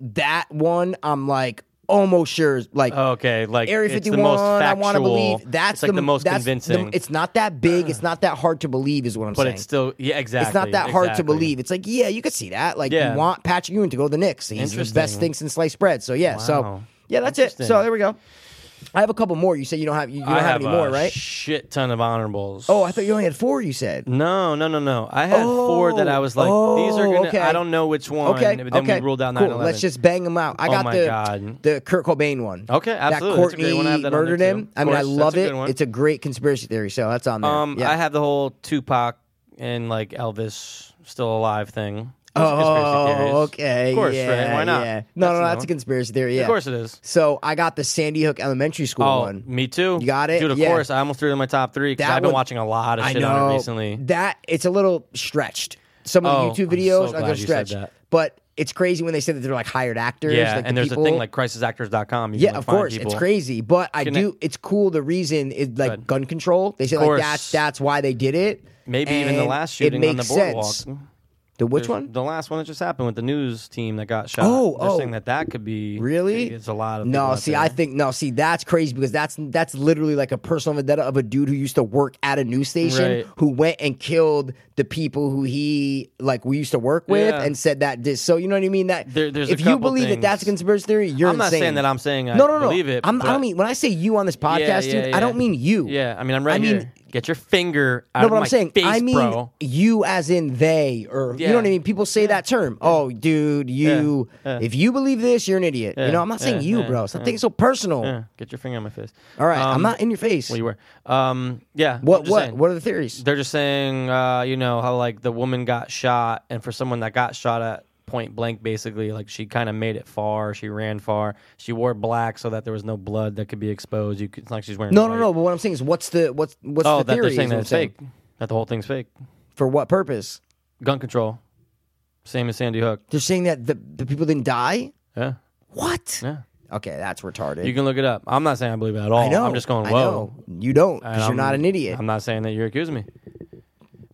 Speaker 1: that one, I'm like almost sure, is, like
Speaker 2: okay, like
Speaker 1: Area
Speaker 2: Oh, it's
Speaker 1: 51.
Speaker 2: the most
Speaker 1: I
Speaker 2: factual.
Speaker 1: want to believe that's
Speaker 2: it's like the, most
Speaker 1: that's the-
Speaker 2: convincing.
Speaker 1: it's not that big. It's not that hard to believe, is what I'm
Speaker 2: but
Speaker 1: saying.
Speaker 2: it's still yeah, exactly.
Speaker 1: It's not that hard to
Speaker 2: exactly.
Speaker 1: believe. It's like, yeah, you could see that. Like,
Speaker 2: Yeah.
Speaker 1: you want Patrick Ewing to go to the Knicks. He's the
Speaker 2: Interesting.
Speaker 1: best thing since sliced bread. So, yeah.
Speaker 2: Wow.
Speaker 1: So, yeah, that's it.
Speaker 2: Interesting.
Speaker 1: So, there we go. I have a couple more. You said you don't have you, you don't
Speaker 2: I
Speaker 1: have,
Speaker 2: have
Speaker 1: any
Speaker 2: a
Speaker 1: more, right?
Speaker 2: Shit ton of honorables.
Speaker 1: oh, I thought you only had four. You said.
Speaker 2: No, no, no, no. I had four that I was like, these are
Speaker 1: Oh,
Speaker 2: gonna.
Speaker 1: okay.
Speaker 2: I don't know which one.
Speaker 1: Okay.
Speaker 2: But then
Speaker 1: okay.
Speaker 2: we ruled out
Speaker 1: cool.
Speaker 2: nine eleven.
Speaker 1: Let's just bang them out. I
Speaker 2: Oh
Speaker 1: got
Speaker 2: my
Speaker 1: the
Speaker 2: God.
Speaker 1: the Kurt Cobain one.
Speaker 2: Okay, absolutely.
Speaker 1: That
Speaker 2: That's a
Speaker 1: Courtney
Speaker 2: great one. I have that on there,
Speaker 1: murdered
Speaker 2: too.
Speaker 1: him.
Speaker 2: Of
Speaker 1: I mean, I
Speaker 2: course,
Speaker 1: love
Speaker 2: that's a
Speaker 1: it.
Speaker 2: good one.
Speaker 1: it's a great conspiracy theory, so that's on there.
Speaker 2: Um,
Speaker 1: yeah.
Speaker 2: I have the whole Tupac and like Elvis still alive thing. Those are conspiracy theories.
Speaker 1: oh, okay.
Speaker 2: Of course,
Speaker 1: yeah,
Speaker 2: right? Why not?
Speaker 1: Yeah. No, no, no,
Speaker 2: another
Speaker 1: that's a
Speaker 2: one.
Speaker 1: conspiracy theory. Yeah.
Speaker 2: Of course it is.
Speaker 1: So I got the Sandy Hook Elementary School
Speaker 2: Oh,
Speaker 1: one.
Speaker 2: me too.
Speaker 1: You got it?
Speaker 2: dude. Of
Speaker 1: Yeah.
Speaker 2: course, I almost threw it in my top three because
Speaker 1: That
Speaker 2: I've been
Speaker 1: one-
Speaker 2: watching a lot of
Speaker 1: I
Speaker 2: shit
Speaker 1: know
Speaker 2: on it recently.
Speaker 1: that it's a little stretched. Some of
Speaker 2: Oh,
Speaker 1: the YouTube
Speaker 2: I'm so
Speaker 1: videos are
Speaker 2: glad
Speaker 1: going
Speaker 2: you
Speaker 1: to
Speaker 2: said
Speaker 1: stretch,
Speaker 2: that.
Speaker 1: but it's crazy when they say that they're like hired actors.
Speaker 2: yeah,
Speaker 1: like the
Speaker 2: and there's
Speaker 1: people.
Speaker 2: a thing like crisisactors.com. You
Speaker 1: Yeah,
Speaker 2: can, like,
Speaker 1: of
Speaker 2: find
Speaker 1: course,
Speaker 2: people.
Speaker 1: it's crazy, but I
Speaker 2: Can
Speaker 1: do. It's cool. The reason is like
Speaker 2: ahead.
Speaker 1: gun control. They say
Speaker 2: course.
Speaker 1: like that's that's why they did it.
Speaker 2: Maybe even the
Speaker 1: and
Speaker 2: last
Speaker 1: it
Speaker 2: shooting on the
Speaker 1: makes
Speaker 2: boardwalk.
Speaker 1: sense. The which
Speaker 2: There's-
Speaker 1: one?
Speaker 2: The last one that just happened with the news team that got shot.
Speaker 1: Oh,
Speaker 2: They're
Speaker 1: oh.
Speaker 2: saying that that could be
Speaker 1: Really?
Speaker 2: It's a lot of people
Speaker 1: No,
Speaker 2: out
Speaker 1: see,
Speaker 2: there.
Speaker 1: I think no, see, that's crazy because that's that's literally like a personal vendetta of a dude who used to work at a news station
Speaker 2: Right.
Speaker 1: who went and killed the people who he like we used to work with
Speaker 2: Yeah.
Speaker 1: and said that dis. So you know what I mean? That
Speaker 2: There- there's a
Speaker 1: if you
Speaker 2: couple
Speaker 1: believe that that's a
Speaker 2: things.
Speaker 1: conspiracy theory, you're
Speaker 2: I'm not
Speaker 1: insane.
Speaker 2: saying that I'm saying I
Speaker 1: no, no, no.
Speaker 2: believe it.
Speaker 1: I'm, I
Speaker 2: but-
Speaker 1: don't mean when I say you on this podcast,
Speaker 2: yeah,
Speaker 1: dude.
Speaker 2: yeah.
Speaker 1: I don't mean you.
Speaker 2: Yeah, I mean I'm right
Speaker 1: I
Speaker 2: here.
Speaker 1: mean-
Speaker 2: Get your finger out
Speaker 1: No,
Speaker 2: of
Speaker 1: but
Speaker 2: my
Speaker 1: I'm saying
Speaker 2: face,
Speaker 1: I mean
Speaker 2: bro.
Speaker 1: you as in they or you
Speaker 2: Yeah.
Speaker 1: know what I mean. People say that term. Oh, dude, you
Speaker 2: Yeah.
Speaker 1: if you believe this, you're an idiot. You know, I'm not saying
Speaker 2: Yeah.
Speaker 1: you,
Speaker 2: Yeah.
Speaker 1: bro. Stop
Speaker 2: Yeah.
Speaker 1: taking it so personal.
Speaker 2: Yeah, get your finger on my face.
Speaker 1: All right, I'm
Speaker 2: Um,
Speaker 1: not in your face.
Speaker 2: Well, you were. Um, yeah. I'm
Speaker 1: what
Speaker 2: just
Speaker 1: what
Speaker 2: saying.
Speaker 1: what are the theories?
Speaker 2: They're just saying, uh, you know, how like the woman got shot, and for someone that got shot at point blank, basically, like she kind of made it far. She ran far. She wore black so that there was no blood that could be exposed. You could, it's not like she's wearing.
Speaker 1: No,
Speaker 2: white.
Speaker 1: no, no. But what I'm saying is, what's the what's what's
Speaker 2: Oh,
Speaker 1: the
Speaker 2: that
Speaker 1: theory?
Speaker 2: they're saying
Speaker 1: is
Speaker 2: that
Speaker 1: what
Speaker 2: it's
Speaker 1: I'm saying.
Speaker 2: fake. That the whole thing's fake.
Speaker 1: For what purpose?
Speaker 2: Gun control, same as Sandy Hook.
Speaker 1: They're saying that the, the people didn't die.
Speaker 2: Yeah,
Speaker 1: What?
Speaker 2: yeah.
Speaker 1: Okay, that's retarded.
Speaker 2: You can look it up. I'm not saying I believe it at all.
Speaker 1: I know.
Speaker 2: I'm just going,
Speaker 1: I
Speaker 2: whoa.
Speaker 1: know. You don't because you're
Speaker 2: I'm-
Speaker 1: not an idiot.
Speaker 2: I'm not saying that you're accusing me.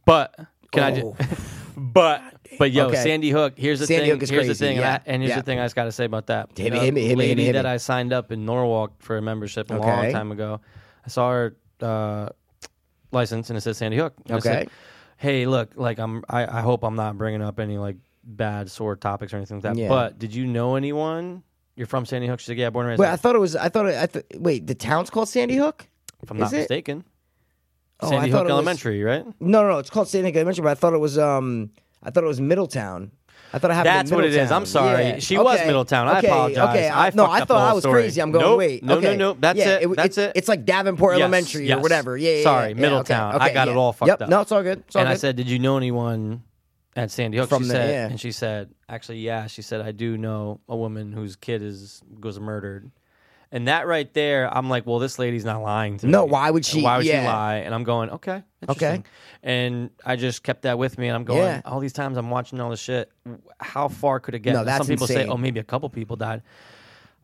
Speaker 2: But can I
Speaker 1: Oh.
Speaker 2: just But but yo,
Speaker 1: Okay.
Speaker 2: Sandy Hook, here's the
Speaker 1: Sandy
Speaker 2: thing.
Speaker 1: Hook is
Speaker 2: here's the
Speaker 1: crazy,
Speaker 2: thing,
Speaker 1: yeah,
Speaker 2: and, I, and here's
Speaker 1: yeah.
Speaker 2: the thing I just gotta say about that.
Speaker 1: Hit me, hit me, hit me, hit me,
Speaker 2: lady
Speaker 1: hit
Speaker 2: that
Speaker 1: me.
Speaker 2: I signed up in Norwalk for a membership a long
Speaker 1: Okay.
Speaker 2: time ago. I saw her uh, license and it says Sandy Hook. And I
Speaker 1: Okay.
Speaker 2: said, hey, look, like I'm I, I hope I'm not bringing up any like bad sore topics or anything like that.
Speaker 1: Yeah.
Speaker 2: But did you know anyone? You're from Sandy Hook. She's like, yeah, born and raised.
Speaker 1: wait,
Speaker 2: there."
Speaker 1: I thought it was. I thought. It, I th- wait, the town's called Sandy Hook.
Speaker 2: if I'm
Speaker 1: is
Speaker 2: not
Speaker 1: it?
Speaker 2: mistaken,
Speaker 1: Oh, I
Speaker 2: Sandy
Speaker 1: thought
Speaker 2: Hook
Speaker 1: it was-
Speaker 2: Elementary, right?
Speaker 1: No, no, no. It's called Sandy Hook Elementary, but I thought it was. Um, I thought it was Middletown. I thought I happened.
Speaker 2: That's
Speaker 1: in
Speaker 2: what it is.
Speaker 1: Middletown.
Speaker 2: I'm sorry.
Speaker 1: Yeah.
Speaker 2: She was
Speaker 1: Okay.
Speaker 2: Middletown. I
Speaker 1: Okay.
Speaker 2: apologize.
Speaker 1: Okay. no,
Speaker 2: I fucked
Speaker 1: I
Speaker 2: up the
Speaker 1: thought
Speaker 2: whole
Speaker 1: I was
Speaker 2: story.
Speaker 1: crazy. I'm going.
Speaker 2: Nope.
Speaker 1: Wait.
Speaker 2: No, no,
Speaker 1: okay.
Speaker 2: no. That's
Speaker 1: Yeah,
Speaker 2: it. That's it.
Speaker 1: It's like Davenport
Speaker 2: Yes.
Speaker 1: Elementary
Speaker 2: Yes.
Speaker 1: or whatever. Yeah. yeah, yeah.
Speaker 2: Sorry,
Speaker 1: Yeah, okay.
Speaker 2: Middletown. I
Speaker 1: Okay,
Speaker 2: got it
Speaker 1: yeah.
Speaker 2: all fucked
Speaker 1: Yep.
Speaker 2: up.
Speaker 1: No, it's all good. It's all
Speaker 2: and I
Speaker 1: good.
Speaker 2: said, "Did you know anyone at Sandy Hook?"
Speaker 1: From
Speaker 2: she
Speaker 1: the-
Speaker 2: said,
Speaker 1: yeah.
Speaker 2: and she said, "Actually, yeah." She said, "I do know a woman whose kid is was murdered." And that right there, I'm like, "Well, this lady's not lying to me."
Speaker 1: No, why would she-
Speaker 2: Why would she
Speaker 1: yeah.
Speaker 2: lie? And I'm going, "Okay, interesting."
Speaker 1: Okay.
Speaker 2: And I just kept that with me, and I'm going,
Speaker 1: Yeah.
Speaker 2: "All these times I'm watching all this shit. How far could it get?"
Speaker 1: No,
Speaker 2: And
Speaker 1: that's
Speaker 2: Some people say,
Speaker 1: insane.
Speaker 2: "Oh, maybe a couple people died."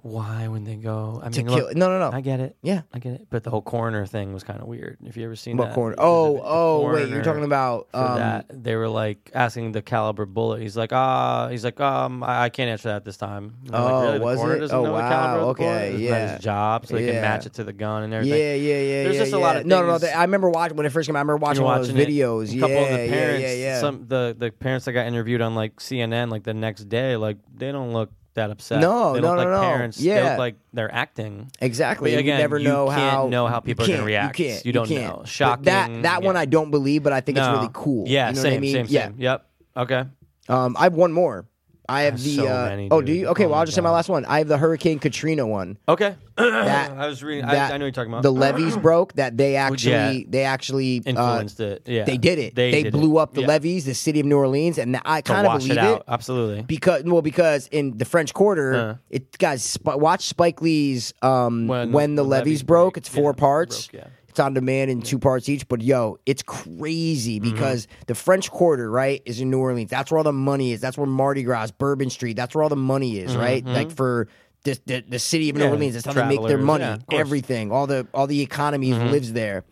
Speaker 2: Why would they go? I mean,
Speaker 1: to kill.
Speaker 2: look,
Speaker 1: No, no, no.
Speaker 2: I get it.
Speaker 1: Yeah.
Speaker 2: I get it. But the whole coroner thing was kind of weird. If you ever seen
Speaker 1: What
Speaker 2: that,
Speaker 1: corner?
Speaker 2: There's a
Speaker 1: Oh,
Speaker 2: bit-
Speaker 1: oh, wait. You're
Speaker 2: coroner
Speaker 1: talking about
Speaker 2: for
Speaker 1: um,
Speaker 2: that. They were like asking the caliber bullet. He's like, ah, he's like, um, I, I can't answer that this time. And I'm
Speaker 1: Oh,
Speaker 2: like,
Speaker 1: was
Speaker 2: coroner
Speaker 1: it?
Speaker 2: doesn't
Speaker 1: Oh,
Speaker 2: know the
Speaker 1: wow,
Speaker 2: caliber of the
Speaker 1: okay,
Speaker 2: bullet? Isn't that
Speaker 1: yeah.
Speaker 2: his job, so they can
Speaker 1: Yeah.
Speaker 2: match it to the gun and everything.
Speaker 1: Yeah, yeah, yeah.
Speaker 2: There's
Speaker 1: yeah,
Speaker 2: just a
Speaker 1: yeah.
Speaker 2: lot of
Speaker 1: no, no, no.
Speaker 2: things-
Speaker 1: th- I remember watching when it first came out. I remember watching
Speaker 2: You're
Speaker 1: one of those
Speaker 2: watching it.
Speaker 1: videos.
Speaker 2: A
Speaker 1: Yeah,
Speaker 2: couple of the parents,
Speaker 1: yeah, yeah, yeah.
Speaker 2: some the the parents that got interviewed on like CNN, like the next day, like they don't look that upset.
Speaker 1: No,
Speaker 2: they
Speaker 1: no,
Speaker 2: look
Speaker 1: no, no.
Speaker 2: like Parents, they
Speaker 1: Yeah.
Speaker 2: look like they're acting.
Speaker 1: Exactly.
Speaker 2: But
Speaker 1: and
Speaker 2: again,
Speaker 1: you never
Speaker 2: you
Speaker 1: know
Speaker 2: can't
Speaker 1: how
Speaker 2: know how people are
Speaker 1: you
Speaker 2: gonna
Speaker 1: can't,
Speaker 2: react.
Speaker 1: You can't.
Speaker 2: You don't
Speaker 1: can't.
Speaker 2: know.
Speaker 1: But
Speaker 2: Shocking,
Speaker 1: that that one
Speaker 2: yeah.
Speaker 1: I don't believe, but I think
Speaker 2: No.
Speaker 1: it's really cool.
Speaker 2: Yeah,
Speaker 1: you know
Speaker 2: same,
Speaker 1: what I mean?
Speaker 2: same,
Speaker 1: yeah.
Speaker 2: same. Yep. Okay.
Speaker 1: Um, I have one more. I have
Speaker 2: There's
Speaker 1: the.
Speaker 2: so
Speaker 1: uh,
Speaker 2: many,
Speaker 1: oh,
Speaker 2: dude.
Speaker 1: do you? Okay,
Speaker 2: Oh
Speaker 1: well,
Speaker 2: my
Speaker 1: I'll just say my
Speaker 2: God.
Speaker 1: last one. I have the Hurricane Katrina one.
Speaker 2: Okay.
Speaker 1: That
Speaker 2: I was reading.
Speaker 1: that-
Speaker 2: I, I know what you're talking about.
Speaker 1: The uh, levees broke. That they actually,
Speaker 2: yeah.
Speaker 1: they actually uh,
Speaker 2: influenced it. Yeah,
Speaker 1: They did it. They,
Speaker 2: did
Speaker 1: blew
Speaker 2: it.
Speaker 1: up the
Speaker 2: Yeah.
Speaker 1: levees, the city of New Orleans, and I
Speaker 2: to
Speaker 1: kind of
Speaker 2: wash
Speaker 1: believe
Speaker 2: it out. Absolutely.
Speaker 1: because well because in the French Quarter,
Speaker 2: Uh.
Speaker 1: it guys sp- watch Spike Lee's um,
Speaker 2: When
Speaker 1: when,
Speaker 2: the
Speaker 1: the,
Speaker 2: levees
Speaker 1: levees, broke.
Speaker 2: break,
Speaker 1: It's four
Speaker 2: yeah,
Speaker 1: parts.
Speaker 2: broke, yeah.
Speaker 1: It's on demand in two parts each. But yo, it's crazy
Speaker 2: Mm-hmm.
Speaker 1: because the French Quarter right is in New Orleans. That's where all the money is. That's where Mardi Gras, Bourbon Street. That's where all the money is. Right, like for. The, the, the city of New
Speaker 2: Mm-hmm. Yeah,
Speaker 1: Orleans. That's how they make their
Speaker 2: travelers,
Speaker 1: money.
Speaker 2: yeah, of course.
Speaker 1: Everything, all the all the economy
Speaker 2: Mm-hmm.
Speaker 1: lives there.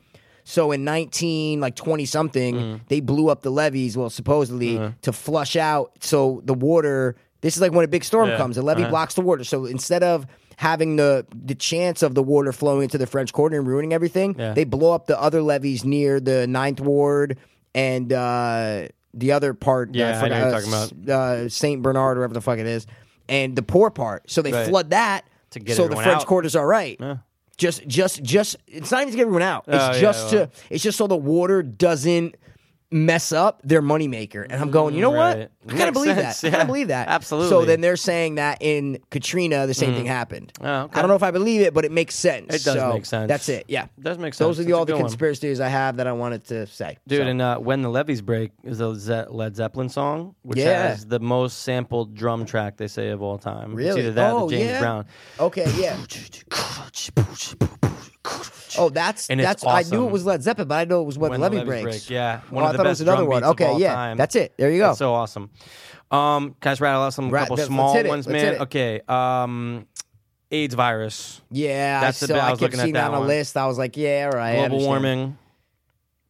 Speaker 1: So in 19, like 20 something,
Speaker 2: Mm-hmm.
Speaker 1: they blew up the levees, well, supposedly
Speaker 2: Uh-huh.
Speaker 1: to flush out. So the water, this is like when a big storm
Speaker 2: Yeah. Uh-huh.
Speaker 1: comes, a levee blocks the water. So instead of having the the chance of the water flowing into the French Quarter and ruining everything,
Speaker 2: Yeah.
Speaker 1: they blow up the other levees near the Ninth Ward and uh, the other part.
Speaker 2: Yeah, I know
Speaker 1: forgot-
Speaker 2: what you're talking
Speaker 1: uh, s- uh, St. Bernard, whatever the fuck it is, and the poor part. So they
Speaker 2: Right.
Speaker 1: flood that.
Speaker 2: To get
Speaker 1: so the
Speaker 2: everyone
Speaker 1: French
Speaker 2: out.
Speaker 1: Quarter's all right. Just, just, just. It's not even to get everyone out. It's
Speaker 2: Oh, yeah,
Speaker 1: just
Speaker 2: well.
Speaker 1: to. It's just so the water doesn't mess up their moneymaker. And I'm going, you know
Speaker 2: right.
Speaker 1: what? I kind
Speaker 2: Makes
Speaker 1: of believe
Speaker 2: sense,
Speaker 1: that. I kind
Speaker 2: yeah.
Speaker 1: of believe that. So
Speaker 2: Absolutely.
Speaker 1: then they're saying that in Katrina, the same thing happened.
Speaker 2: Oh, okay.
Speaker 1: I don't know if I believe it, but it makes sense.
Speaker 2: It does
Speaker 1: So
Speaker 2: make sense.
Speaker 1: That's it. Yeah,
Speaker 2: It does make
Speaker 1: Those
Speaker 2: sense.
Speaker 1: are the,
Speaker 2: It's a
Speaker 1: all the
Speaker 2: good one.
Speaker 1: conspiracy theories I have that I wanted to say,
Speaker 2: Dude,
Speaker 1: So,
Speaker 2: and uh, when the levees break is a Ze- Led Zeppelin song, which
Speaker 1: Yeah.
Speaker 2: has the most sampled drum track they say of all time. It's
Speaker 1: really,
Speaker 2: either that
Speaker 1: oh
Speaker 2: or the James
Speaker 1: yeah.
Speaker 2: Brown.
Speaker 1: Okay, yeah. Oh, that's
Speaker 2: And it's
Speaker 1: that's. I knew it
Speaker 2: awesome.
Speaker 1: was Led Zeppelin, but I know it was when,
Speaker 2: When the
Speaker 1: Levy
Speaker 2: Levees
Speaker 1: breaks.
Speaker 2: Break, yeah.
Speaker 1: Well,
Speaker 2: One
Speaker 1: Oh, I
Speaker 2: of the
Speaker 1: thought it
Speaker 2: best
Speaker 1: was another
Speaker 2: drum
Speaker 1: one.
Speaker 2: beats of
Speaker 1: Okay,
Speaker 2: all
Speaker 1: yeah,
Speaker 2: time.
Speaker 1: that's it. There you go.
Speaker 2: That's so awesome. Um, can I just rattle out some
Speaker 1: Ra-
Speaker 2: couple
Speaker 1: let's- let's
Speaker 2: small
Speaker 1: hit it.
Speaker 2: ones,
Speaker 1: Let's
Speaker 2: man?
Speaker 1: hit it.
Speaker 2: Okay. Um, AIDS virus,
Speaker 1: yeah,
Speaker 2: That's
Speaker 1: I,
Speaker 2: the
Speaker 1: saw,
Speaker 2: bit- I
Speaker 1: I
Speaker 2: was
Speaker 1: kept
Speaker 2: looking at
Speaker 1: seeing
Speaker 2: that
Speaker 1: that on a
Speaker 2: one.
Speaker 1: list. I was like, yeah, all right. I
Speaker 2: global
Speaker 1: understand.
Speaker 2: warming,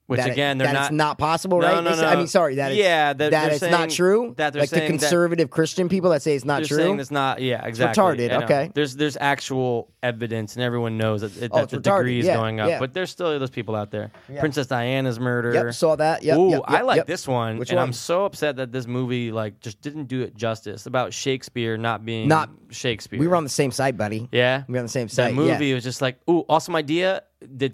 Speaker 2: which
Speaker 1: That it-
Speaker 2: again they're
Speaker 1: that
Speaker 2: not.
Speaker 1: it's not possible,
Speaker 2: No,
Speaker 1: right?
Speaker 2: no,
Speaker 1: They say- I
Speaker 2: no.
Speaker 1: mean, sorry, that it's,
Speaker 2: Yeah, they're-
Speaker 1: that
Speaker 2: they're
Speaker 1: it's not
Speaker 2: saying-
Speaker 1: true.
Speaker 2: that they're
Speaker 1: like the
Speaker 2: saying that-
Speaker 1: conservative Christian people that say it's not
Speaker 2: They're
Speaker 1: true.
Speaker 2: saying it's not. Yeah, exactly.
Speaker 1: retarded,
Speaker 2: I know.
Speaker 1: okay.
Speaker 2: There's there's actual evidence, and everyone knows that, that
Speaker 1: Oh, it's
Speaker 2: the
Speaker 1: retarded,
Speaker 2: degree is
Speaker 1: yeah,
Speaker 2: going up.
Speaker 1: yeah.
Speaker 2: But there's still those people out there. Princess Diana's murder.
Speaker 1: Yep, saw that. Yep,
Speaker 2: Ooh,
Speaker 1: yep,
Speaker 2: I
Speaker 1: yep,
Speaker 2: like
Speaker 1: yep.
Speaker 2: this one,
Speaker 1: Which
Speaker 2: and
Speaker 1: one?
Speaker 2: I'm so upset that this movie like just didn't do it justice about Shakespeare not being
Speaker 1: Not-
Speaker 2: Shakespeare.
Speaker 1: we were on the same side, buddy.
Speaker 2: yeah,
Speaker 1: we were on the same
Speaker 2: that
Speaker 1: side. yeah.
Speaker 2: movie was just like, ooh, awesome idea. Did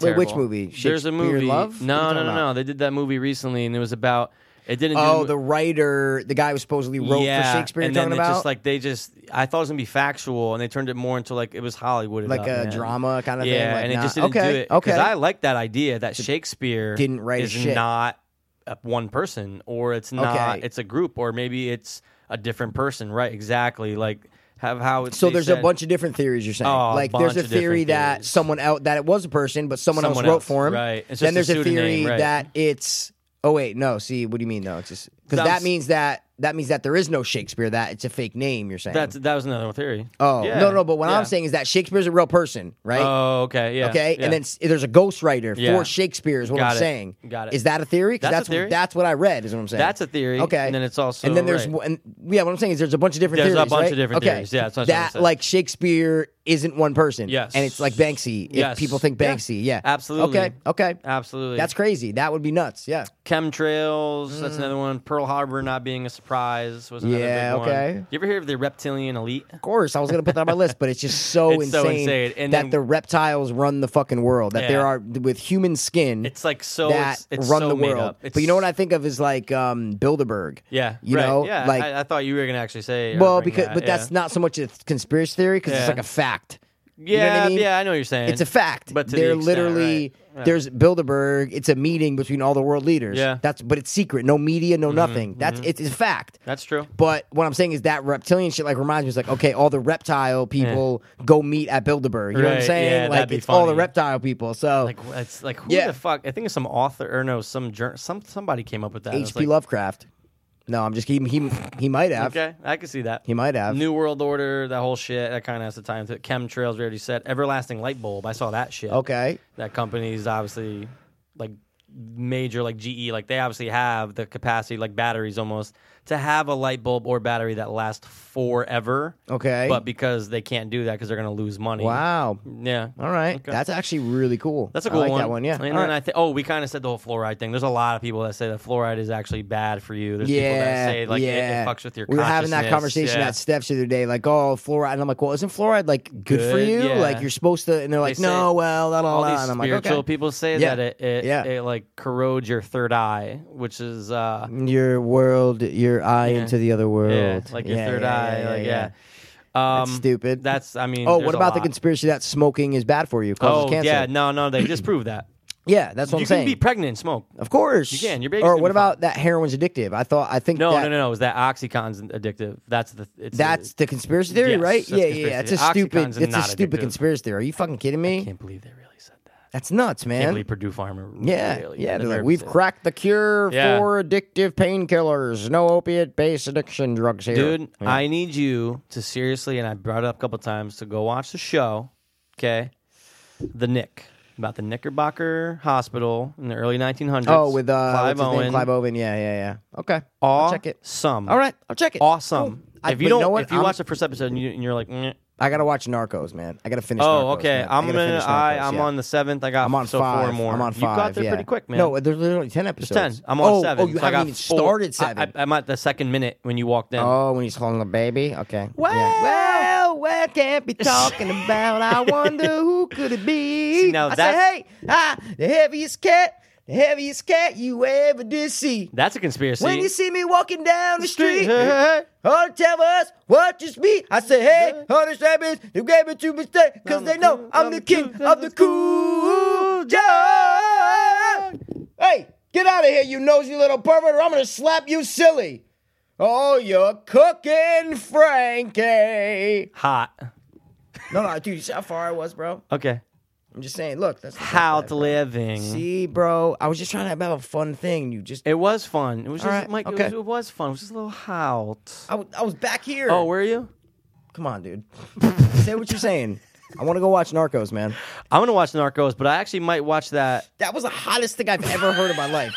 Speaker 1: Wait,
Speaker 2: terrible.
Speaker 1: which movie?
Speaker 2: There's a
Speaker 1: Shakespeare
Speaker 2: movie.
Speaker 1: Love? What are
Speaker 2: No,
Speaker 1: you
Speaker 2: no,
Speaker 1: talking
Speaker 2: no,
Speaker 1: about?
Speaker 2: no. They did that movie recently, and it was about. It didn't.
Speaker 1: Oh,
Speaker 2: do,
Speaker 1: the writer, the guy who supposedly wrote
Speaker 2: yeah,
Speaker 1: for Shakespeare.
Speaker 2: And
Speaker 1: you're
Speaker 2: then
Speaker 1: talking
Speaker 2: it
Speaker 1: about
Speaker 2: just like they just, I thought it was gonna be factual, and they turned it more into like it was Hollywood,
Speaker 1: Like a drama kind of thing,
Speaker 2: oh, Yeah,
Speaker 1: like,
Speaker 2: and
Speaker 1: nah,
Speaker 2: it just didn't
Speaker 1: okay,
Speaker 2: do it.
Speaker 1: okay.
Speaker 2: because I like that idea that Shakespeare
Speaker 1: didn't write a
Speaker 2: is
Speaker 1: shit.
Speaker 2: not a- one person, or it's not,
Speaker 1: Okay.
Speaker 2: it's a group, or maybe it's a different person, right? Exactly, like have how. it-
Speaker 1: So
Speaker 2: they
Speaker 1: there's a
Speaker 2: said-
Speaker 1: bunch of different theories you're saying.
Speaker 2: Oh, a
Speaker 1: like there's
Speaker 2: bunch
Speaker 1: a
Speaker 2: of different
Speaker 1: theory that
Speaker 2: theories.
Speaker 1: someone out that it was a person, but someone,
Speaker 2: Someone
Speaker 1: else wrote
Speaker 2: else,
Speaker 1: for him.
Speaker 2: right. It's
Speaker 1: then
Speaker 2: just
Speaker 1: there's
Speaker 2: a
Speaker 1: a, theory
Speaker 2: pseudonym, right.
Speaker 1: that it's. Oh wait, no. See, what do you mean? No, it's just because
Speaker 2: That's-
Speaker 1: that means that that means that there is no Shakespeare. That it's a fake name. You're saying.
Speaker 2: That's that was another theory.
Speaker 1: oh
Speaker 2: Yeah,
Speaker 1: no, no. But what
Speaker 2: yeah.
Speaker 1: I'm saying is that Shakespeare's a real person, right?
Speaker 2: Oh, okay, yeah,
Speaker 1: okay,
Speaker 2: yeah.
Speaker 1: and then s- there's a ghostwriter
Speaker 2: Yeah.
Speaker 1: for Shakespeare. Is what
Speaker 2: Got
Speaker 1: I'm
Speaker 2: it.
Speaker 1: saying.
Speaker 2: Got it.
Speaker 1: Is that a theory? 'Cause that's
Speaker 2: That's a theory.
Speaker 1: What, that's what I read. Is what I'm saying.
Speaker 2: That's a theory,
Speaker 1: Okay.
Speaker 2: and then it's also
Speaker 1: and then there's
Speaker 2: right.
Speaker 1: w- and yeah. What I'm saying is there's a bunch of different
Speaker 2: There's a
Speaker 1: theories.
Speaker 2: bunch
Speaker 1: right?
Speaker 2: of different
Speaker 1: okay.
Speaker 2: theories. Yeah, that's what I was trying
Speaker 1: that
Speaker 2: to say.
Speaker 1: like Shakespeare isn't one person.
Speaker 2: Yes.
Speaker 1: and it's like Banksy. If
Speaker 2: Yes.
Speaker 1: people think
Speaker 2: Yeah.
Speaker 1: Banksy, yeah,
Speaker 2: Absolutely.
Speaker 1: Okay, okay,
Speaker 2: absolutely
Speaker 1: that's crazy. That would be nuts. Yeah,
Speaker 2: Chemtrails, that's another one. Pearl Harbor not being a surprise was another
Speaker 1: Mm. Yeah,
Speaker 2: big one.
Speaker 1: okay.
Speaker 2: You ever hear of the reptilian elite?
Speaker 1: of course. I was gonna put that on my list, but it's just so
Speaker 2: It's
Speaker 1: insane,
Speaker 2: so insane. And
Speaker 1: that
Speaker 2: then-
Speaker 1: the reptiles run the fucking world. That there
Speaker 2: Yeah.
Speaker 1: are with human skin.
Speaker 2: It's like so
Speaker 1: that
Speaker 2: it's, it's
Speaker 1: run
Speaker 2: so
Speaker 1: the
Speaker 2: made
Speaker 1: world.
Speaker 2: up. It's,
Speaker 1: But you know what I think of is like um, Bilderberg.
Speaker 2: Yeah,
Speaker 1: you
Speaker 2: right.
Speaker 1: know,
Speaker 2: yeah,
Speaker 1: like
Speaker 2: I, I thought you were gonna actually say. or
Speaker 1: well,
Speaker 2: bring
Speaker 1: because
Speaker 2: that,
Speaker 1: but
Speaker 2: yeah.
Speaker 1: that's not so much a conspiracy theory because
Speaker 2: Yeah.
Speaker 1: it's like a fact.
Speaker 2: yeah,
Speaker 1: know what I mean?
Speaker 2: yeah. I know what you're saying.
Speaker 1: It's a fact.
Speaker 2: But to the
Speaker 1: they're
Speaker 2: extent,
Speaker 1: literally
Speaker 2: right. Yeah.
Speaker 1: there's Bilderberg. It's a meeting between all the world leaders.
Speaker 2: Yeah. Mm-hmm,
Speaker 1: that's but it's secret. No media, no nothing. That's it's, it's a fact.
Speaker 2: That's true.
Speaker 1: But what I'm saying is that reptilian shit like reminds me. It's like okay, all the reptile people go meet at Bilderberg. You know what I'm
Speaker 2: Eh. Right,
Speaker 1: saying?
Speaker 2: yeah,
Speaker 1: like
Speaker 2: that'd be
Speaker 1: it's all the
Speaker 2: funny.
Speaker 1: reptile people. So
Speaker 2: Like wh- it's like who
Speaker 1: Yeah.
Speaker 2: the fuck? I think it's some author or no, some jour- some somebody came up with that. It's
Speaker 1: H.P.
Speaker 2: like,
Speaker 1: Lovecraft. No, I'm just he he he might have.
Speaker 2: Okay, I can see that.
Speaker 1: He might have.
Speaker 2: New World Order, that whole shit. That kind of has the time to chemtrails. We already said everlasting light bulb. I saw that shit.
Speaker 1: Okay.
Speaker 2: that companies obviously like major like GE like they obviously have the capacity like batteries almost to have a light bulb or battery that lasts forever.
Speaker 1: Okay.
Speaker 2: But because they can't do that because they're going to lose money.
Speaker 1: Wow.
Speaker 2: Yeah.
Speaker 1: All right. That's actually really cool.
Speaker 2: That's a
Speaker 1: I
Speaker 2: cool
Speaker 1: like
Speaker 2: one.
Speaker 1: That one, yeah.
Speaker 2: And
Speaker 1: All
Speaker 2: then
Speaker 1: right.
Speaker 2: I think, oh, we kind of said the whole fluoride thing. There's a lot of people that say that fluoride is actually bad for you. There's people that say like it-
Speaker 1: yeah.
Speaker 2: it, fucks with your.
Speaker 1: We were having that
Speaker 2: consciousness.
Speaker 1: conversation
Speaker 2: yeah.
Speaker 1: at Steph's the other day, like, oh, fluoride, and I'm like, well, isn't fluoride like good, for
Speaker 2: Good,
Speaker 1: you?
Speaker 2: yeah.
Speaker 1: Like you're supposed to, and they're like,
Speaker 2: say
Speaker 1: no, well, that all,
Speaker 2: all
Speaker 1: that.
Speaker 2: these
Speaker 1: and I'm like,
Speaker 2: spiritual
Speaker 1: okay,
Speaker 2: people say
Speaker 1: Yeah.
Speaker 2: that it it,
Speaker 1: Yeah.
Speaker 2: it like corrodes your third eye, which is uh,
Speaker 1: your world, your eye into the other world,
Speaker 2: Yeah, like your
Speaker 1: Yeah,
Speaker 2: third
Speaker 1: yeah,
Speaker 2: eye.
Speaker 1: yeah,
Speaker 2: like
Speaker 1: yeah.
Speaker 2: yeah. Um,
Speaker 1: That's stupid.
Speaker 2: That's I mean.
Speaker 1: Oh,
Speaker 2: there's
Speaker 1: what
Speaker 2: a
Speaker 1: about the
Speaker 2: lot.
Speaker 1: conspiracy that smoking is bad for you, causes
Speaker 2: Oh
Speaker 1: cancer?
Speaker 2: yeah, no, no, they disproved that.
Speaker 1: Yeah, that's what
Speaker 2: you
Speaker 1: I'm
Speaker 2: can
Speaker 1: saying.
Speaker 2: be pregnant and smoke.
Speaker 1: of course,
Speaker 2: You can. Your baby's
Speaker 1: Or
Speaker 2: gonna
Speaker 1: what
Speaker 2: be
Speaker 1: about that heroin's addictive? I thought, I think
Speaker 2: No,
Speaker 1: that,
Speaker 2: no, no, no. Is that OxyContin's addictive? That's the. It's
Speaker 1: That's the conspiracy theory,
Speaker 2: Yes,
Speaker 1: right?
Speaker 2: that's
Speaker 1: Yeah, yeah,
Speaker 2: conspiracy
Speaker 1: yeah. It's a
Speaker 2: theory.
Speaker 1: stupid,
Speaker 2: Oxycontin's
Speaker 1: it's a
Speaker 2: not
Speaker 1: stupid
Speaker 2: addictive.
Speaker 1: conspiracy theory. Are you fucking kidding
Speaker 2: I
Speaker 1: me?
Speaker 2: can't believe they really said that.
Speaker 1: That's nuts,
Speaker 2: I can't
Speaker 1: man.
Speaker 2: believe Purdue Farmer.
Speaker 1: Yeah,
Speaker 2: really
Speaker 1: yeah.
Speaker 2: had
Speaker 1: they're
Speaker 2: the
Speaker 1: like,
Speaker 2: nerve
Speaker 1: We've
Speaker 2: to-
Speaker 1: cracked the cure
Speaker 2: Yeah.
Speaker 1: for addictive painkillers. No opiate-based addiction drugs here,
Speaker 2: Dude, I need you to seriously, and I brought it up a couple times to go watch the show. Okay, the Nick about the Knickerbocker Hospital in the early 1900s.
Speaker 1: Oh, with uh,
Speaker 2: Clive
Speaker 1: what's his
Speaker 2: Owen.
Speaker 1: name? Clive Owen. Yeah, yeah, yeah. Okay, I'll
Speaker 2: Awesome.
Speaker 1: check it. All right, I'll check it.
Speaker 2: Awesome.
Speaker 1: Cool. I-
Speaker 2: if
Speaker 1: but
Speaker 2: you don't,
Speaker 1: know what?
Speaker 2: if you
Speaker 1: I'm-
Speaker 2: watch the first episode and, you, and you're like, "Meh."
Speaker 1: I gotta watch Narcos, man. I gotta finish.
Speaker 2: oh,
Speaker 1: Narcos,
Speaker 2: okay,
Speaker 1: man. I
Speaker 2: I'm
Speaker 1: gotta
Speaker 2: gonna,
Speaker 1: finish
Speaker 2: I,
Speaker 1: Narcos,
Speaker 2: I'm
Speaker 1: yeah.
Speaker 2: on the seventh. I got
Speaker 1: I'm on
Speaker 2: so
Speaker 1: five.
Speaker 2: four more.
Speaker 1: I'm on
Speaker 2: you
Speaker 1: five.
Speaker 2: got there
Speaker 1: yeah.
Speaker 2: pretty quick, man.
Speaker 1: No, there's only ten episodes.
Speaker 2: There's ten. I'm on
Speaker 1: oh,
Speaker 2: seven.
Speaker 1: Oh, you
Speaker 2: so I
Speaker 1: haven't
Speaker 2: got
Speaker 1: even
Speaker 2: four-
Speaker 1: started
Speaker 2: I-
Speaker 1: seven.
Speaker 2: I, am at the second minute when you walked in.
Speaker 1: oh, when he's holding the baby. Okay.
Speaker 2: Well,
Speaker 1: yeah.
Speaker 2: well,
Speaker 1: I can't be talking about. I wonder who could it be.
Speaker 2: See, now
Speaker 1: I
Speaker 2: that-
Speaker 1: say, hey, ah, the heaviest cat, the heaviest cat you ever did see.
Speaker 2: That's a conspiracy.
Speaker 1: When you see me walking down the
Speaker 2: Street,
Speaker 1: street,
Speaker 2: hey, hey,
Speaker 1: all tell us what you speak. I say, hey, honest rabbits, they gave me two mistakes, cause they know I'm the king of the cool job. Hey, get out of here, you nosy little pervert, or I'm gonna slap you silly. Oh, you're cooking, Frankie.
Speaker 2: hot.
Speaker 1: No, no, dude, you see how far I was, bro?
Speaker 2: Okay.
Speaker 1: I'm just saying, look, that's
Speaker 2: How
Speaker 1: to
Speaker 2: to living.
Speaker 1: See, bro, I was just trying to have a fun thing. You just,
Speaker 2: It was fun. It was
Speaker 1: All
Speaker 2: just
Speaker 1: right,
Speaker 2: like
Speaker 1: okay.
Speaker 2: it, was, it was fun. It was just a little hot.
Speaker 1: I, w- I was back here.
Speaker 2: Oh, were you?
Speaker 1: Come on, dude. Say what you're saying. I want to go watch Narcos, man.
Speaker 2: I'm gonna watch Narcos, but I actually might watch that.
Speaker 1: That was the hottest thing I've ever heard in my life.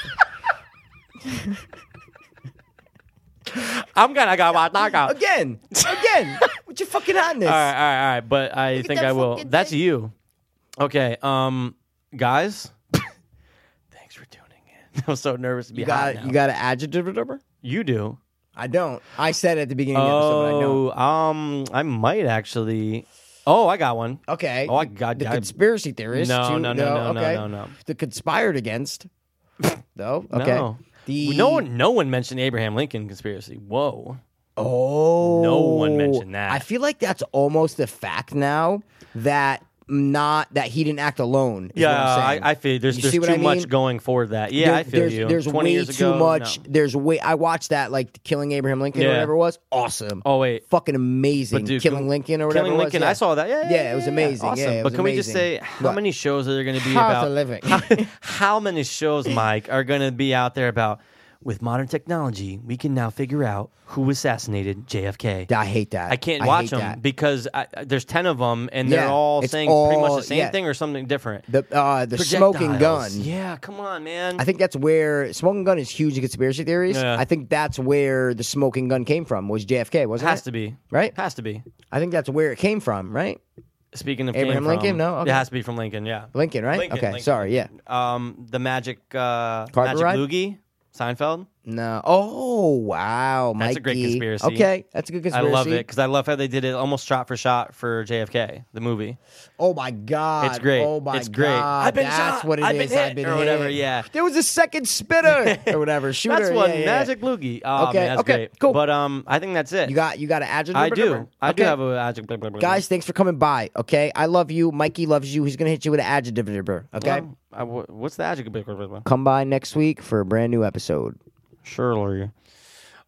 Speaker 2: I'm gonna I gotta watch Narcos.
Speaker 1: Again, again, with your fucking hotness.
Speaker 2: All right, all right, all right. But I think
Speaker 1: that
Speaker 2: I will.
Speaker 1: fucking
Speaker 2: That's
Speaker 1: thing.
Speaker 2: you. Okay, um, guys. thanks for tuning in. I'm so nervous to be
Speaker 1: You
Speaker 2: hot
Speaker 1: got
Speaker 2: now.
Speaker 1: you got an adjective or whatever?
Speaker 2: You do.
Speaker 1: I don't. I said at the beginning of the episode, but I don't.
Speaker 2: Oh, um, I might actually. Oh, I got one.
Speaker 1: Okay.
Speaker 2: Oh, I got.
Speaker 1: the
Speaker 2: I-
Speaker 1: conspiracy theorist.
Speaker 2: No,
Speaker 1: too,
Speaker 2: no, no, no, no,
Speaker 1: okay.
Speaker 2: no, no.
Speaker 1: The conspired against. no. Okay.
Speaker 2: No.
Speaker 1: The
Speaker 2: no one, no one mentioned Abraham Lincoln conspiracy. Whoa.
Speaker 1: Oh,
Speaker 2: No one mentioned that.
Speaker 1: I feel like that's almost a fact now that not that he didn't act alone. is what
Speaker 2: Yeah,
Speaker 1: I'm
Speaker 2: I,
Speaker 1: saying.
Speaker 2: I feel you. there's
Speaker 1: You
Speaker 2: there's
Speaker 1: see
Speaker 2: too
Speaker 1: what I
Speaker 2: much
Speaker 1: mean?
Speaker 2: going for that. Yeah,
Speaker 1: There-
Speaker 2: I feel
Speaker 1: there's,
Speaker 2: you.
Speaker 1: There's
Speaker 2: Twenty
Speaker 1: way
Speaker 2: years
Speaker 1: too
Speaker 2: ago,
Speaker 1: much.
Speaker 2: no.
Speaker 1: There's way. I watched that, like killing Abraham Lincoln or
Speaker 2: Yeah.
Speaker 1: whatever it was. Awesome.
Speaker 2: Oh wait,
Speaker 1: fucking amazing.
Speaker 2: But dude,
Speaker 1: killing
Speaker 2: can-
Speaker 1: Lincoln or whatever.
Speaker 2: Killing
Speaker 1: it was,
Speaker 2: Lincoln.
Speaker 1: yeah.
Speaker 2: I saw that. Yeah, yeah,
Speaker 1: Yeah, it was amazing. Yeah,
Speaker 2: Awesome.
Speaker 1: it
Speaker 2: but
Speaker 1: was
Speaker 2: can we just say
Speaker 1: amazing.
Speaker 2: how
Speaker 1: But-
Speaker 2: many shows are there going to be
Speaker 1: How to
Speaker 2: about
Speaker 1: living.
Speaker 2: How, how many shows, Mike, are going to be out there about? With modern technology, we can now figure out who assassinated JFK.
Speaker 1: I hate that.
Speaker 2: I can't
Speaker 1: I
Speaker 2: watch
Speaker 1: hate
Speaker 2: them
Speaker 1: that.
Speaker 2: because I, I- there's ten of them, and they're
Speaker 1: Yeah,
Speaker 2: all
Speaker 1: it's
Speaker 2: saying pretty
Speaker 1: all-
Speaker 2: much the same
Speaker 1: yeah.
Speaker 2: thing or something different.
Speaker 1: The uh, the smoking gun.
Speaker 2: Projectiles. Yeah, come on, man.
Speaker 1: I think that's where smoking gun is huge in conspiracy theories.
Speaker 2: Yeah.
Speaker 1: I think that's where the smoking gun came from. Was JFK? Wasn't
Speaker 2: has
Speaker 1: it?
Speaker 2: to be
Speaker 1: Right.
Speaker 2: Has to be.
Speaker 1: I think that's where it came from. Right.
Speaker 2: Speaking of
Speaker 1: Abraham
Speaker 2: came
Speaker 1: Lincoln?
Speaker 2: from,
Speaker 1: No? Okay.
Speaker 2: it has to be from Lincoln. Yeah,
Speaker 1: Lincoln. Right.
Speaker 2: Lincoln,
Speaker 1: okay.
Speaker 2: Lincoln.
Speaker 1: Sorry. Yeah.
Speaker 2: um, the magic uh,
Speaker 1: Carpet
Speaker 2: magic
Speaker 1: ride?
Speaker 2: loogie, Seinfeld.
Speaker 1: No. Oh wow.
Speaker 2: That's a great
Speaker 1: Mikey.
Speaker 2: conspiracy.
Speaker 1: Okay. That's a good
Speaker 2: I
Speaker 1: conspiracy.
Speaker 2: love it because I love how they did it almost shot for shot for JFK, the movie.
Speaker 1: Oh my god!
Speaker 2: It's great.
Speaker 1: Oh my
Speaker 2: It's great.
Speaker 1: God.
Speaker 2: I've been
Speaker 1: That's
Speaker 2: shot.
Speaker 1: what it
Speaker 2: I've been
Speaker 1: is.
Speaker 2: hit.
Speaker 1: I've been
Speaker 2: Or
Speaker 1: hit.
Speaker 2: whatever, yeah.
Speaker 1: There was a second spitter or whatever shooter.
Speaker 2: that's one
Speaker 1: yeah, yeah,
Speaker 2: magic loogie. Oh,
Speaker 1: Okay,
Speaker 2: man, that's
Speaker 1: okay,
Speaker 2: great.
Speaker 1: cool.
Speaker 2: But um, I think that's it.
Speaker 1: Yeah. You got you got an adjective.
Speaker 2: I
Speaker 1: or
Speaker 2: do.
Speaker 1: whatever?
Speaker 2: I do
Speaker 1: Okay.
Speaker 2: have a magic. Blah, blah, blah.
Speaker 1: Guys, thanks for coming by. Okay, I love you. Mikey loves you. He's gonna hit you with an adjective. or whatever, Okay,
Speaker 2: Um, I w- what's the adjective? Blah, blah, blah.
Speaker 1: come by next week for a brand new episode.
Speaker 2: Surely.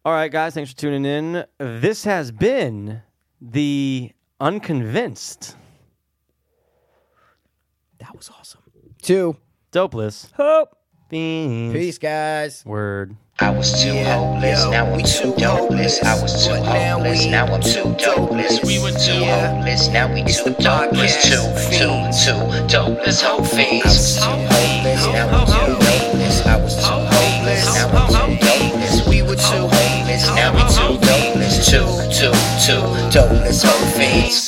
Speaker 2: All right, guys, thanks for tuning in. This has been the unconvinced
Speaker 1: That was awesome. Two.
Speaker 2: dopeless
Speaker 1: Hope.
Speaker 2: fiends.
Speaker 1: Peace, guys.
Speaker 2: Word.
Speaker 3: I was too hopeless, now I'm too dopeless. I was too hopeless, now I'm too dopeless. We were too hopeless, now we too darkness. Too, too, too dopeless, hope fiends. I was too hopeless, now I'm too hopeless. I was too hopeless, now I'm too dopeless. We were too hopeless, now we too dopeless. Too, too, too dopeless, hope fiends.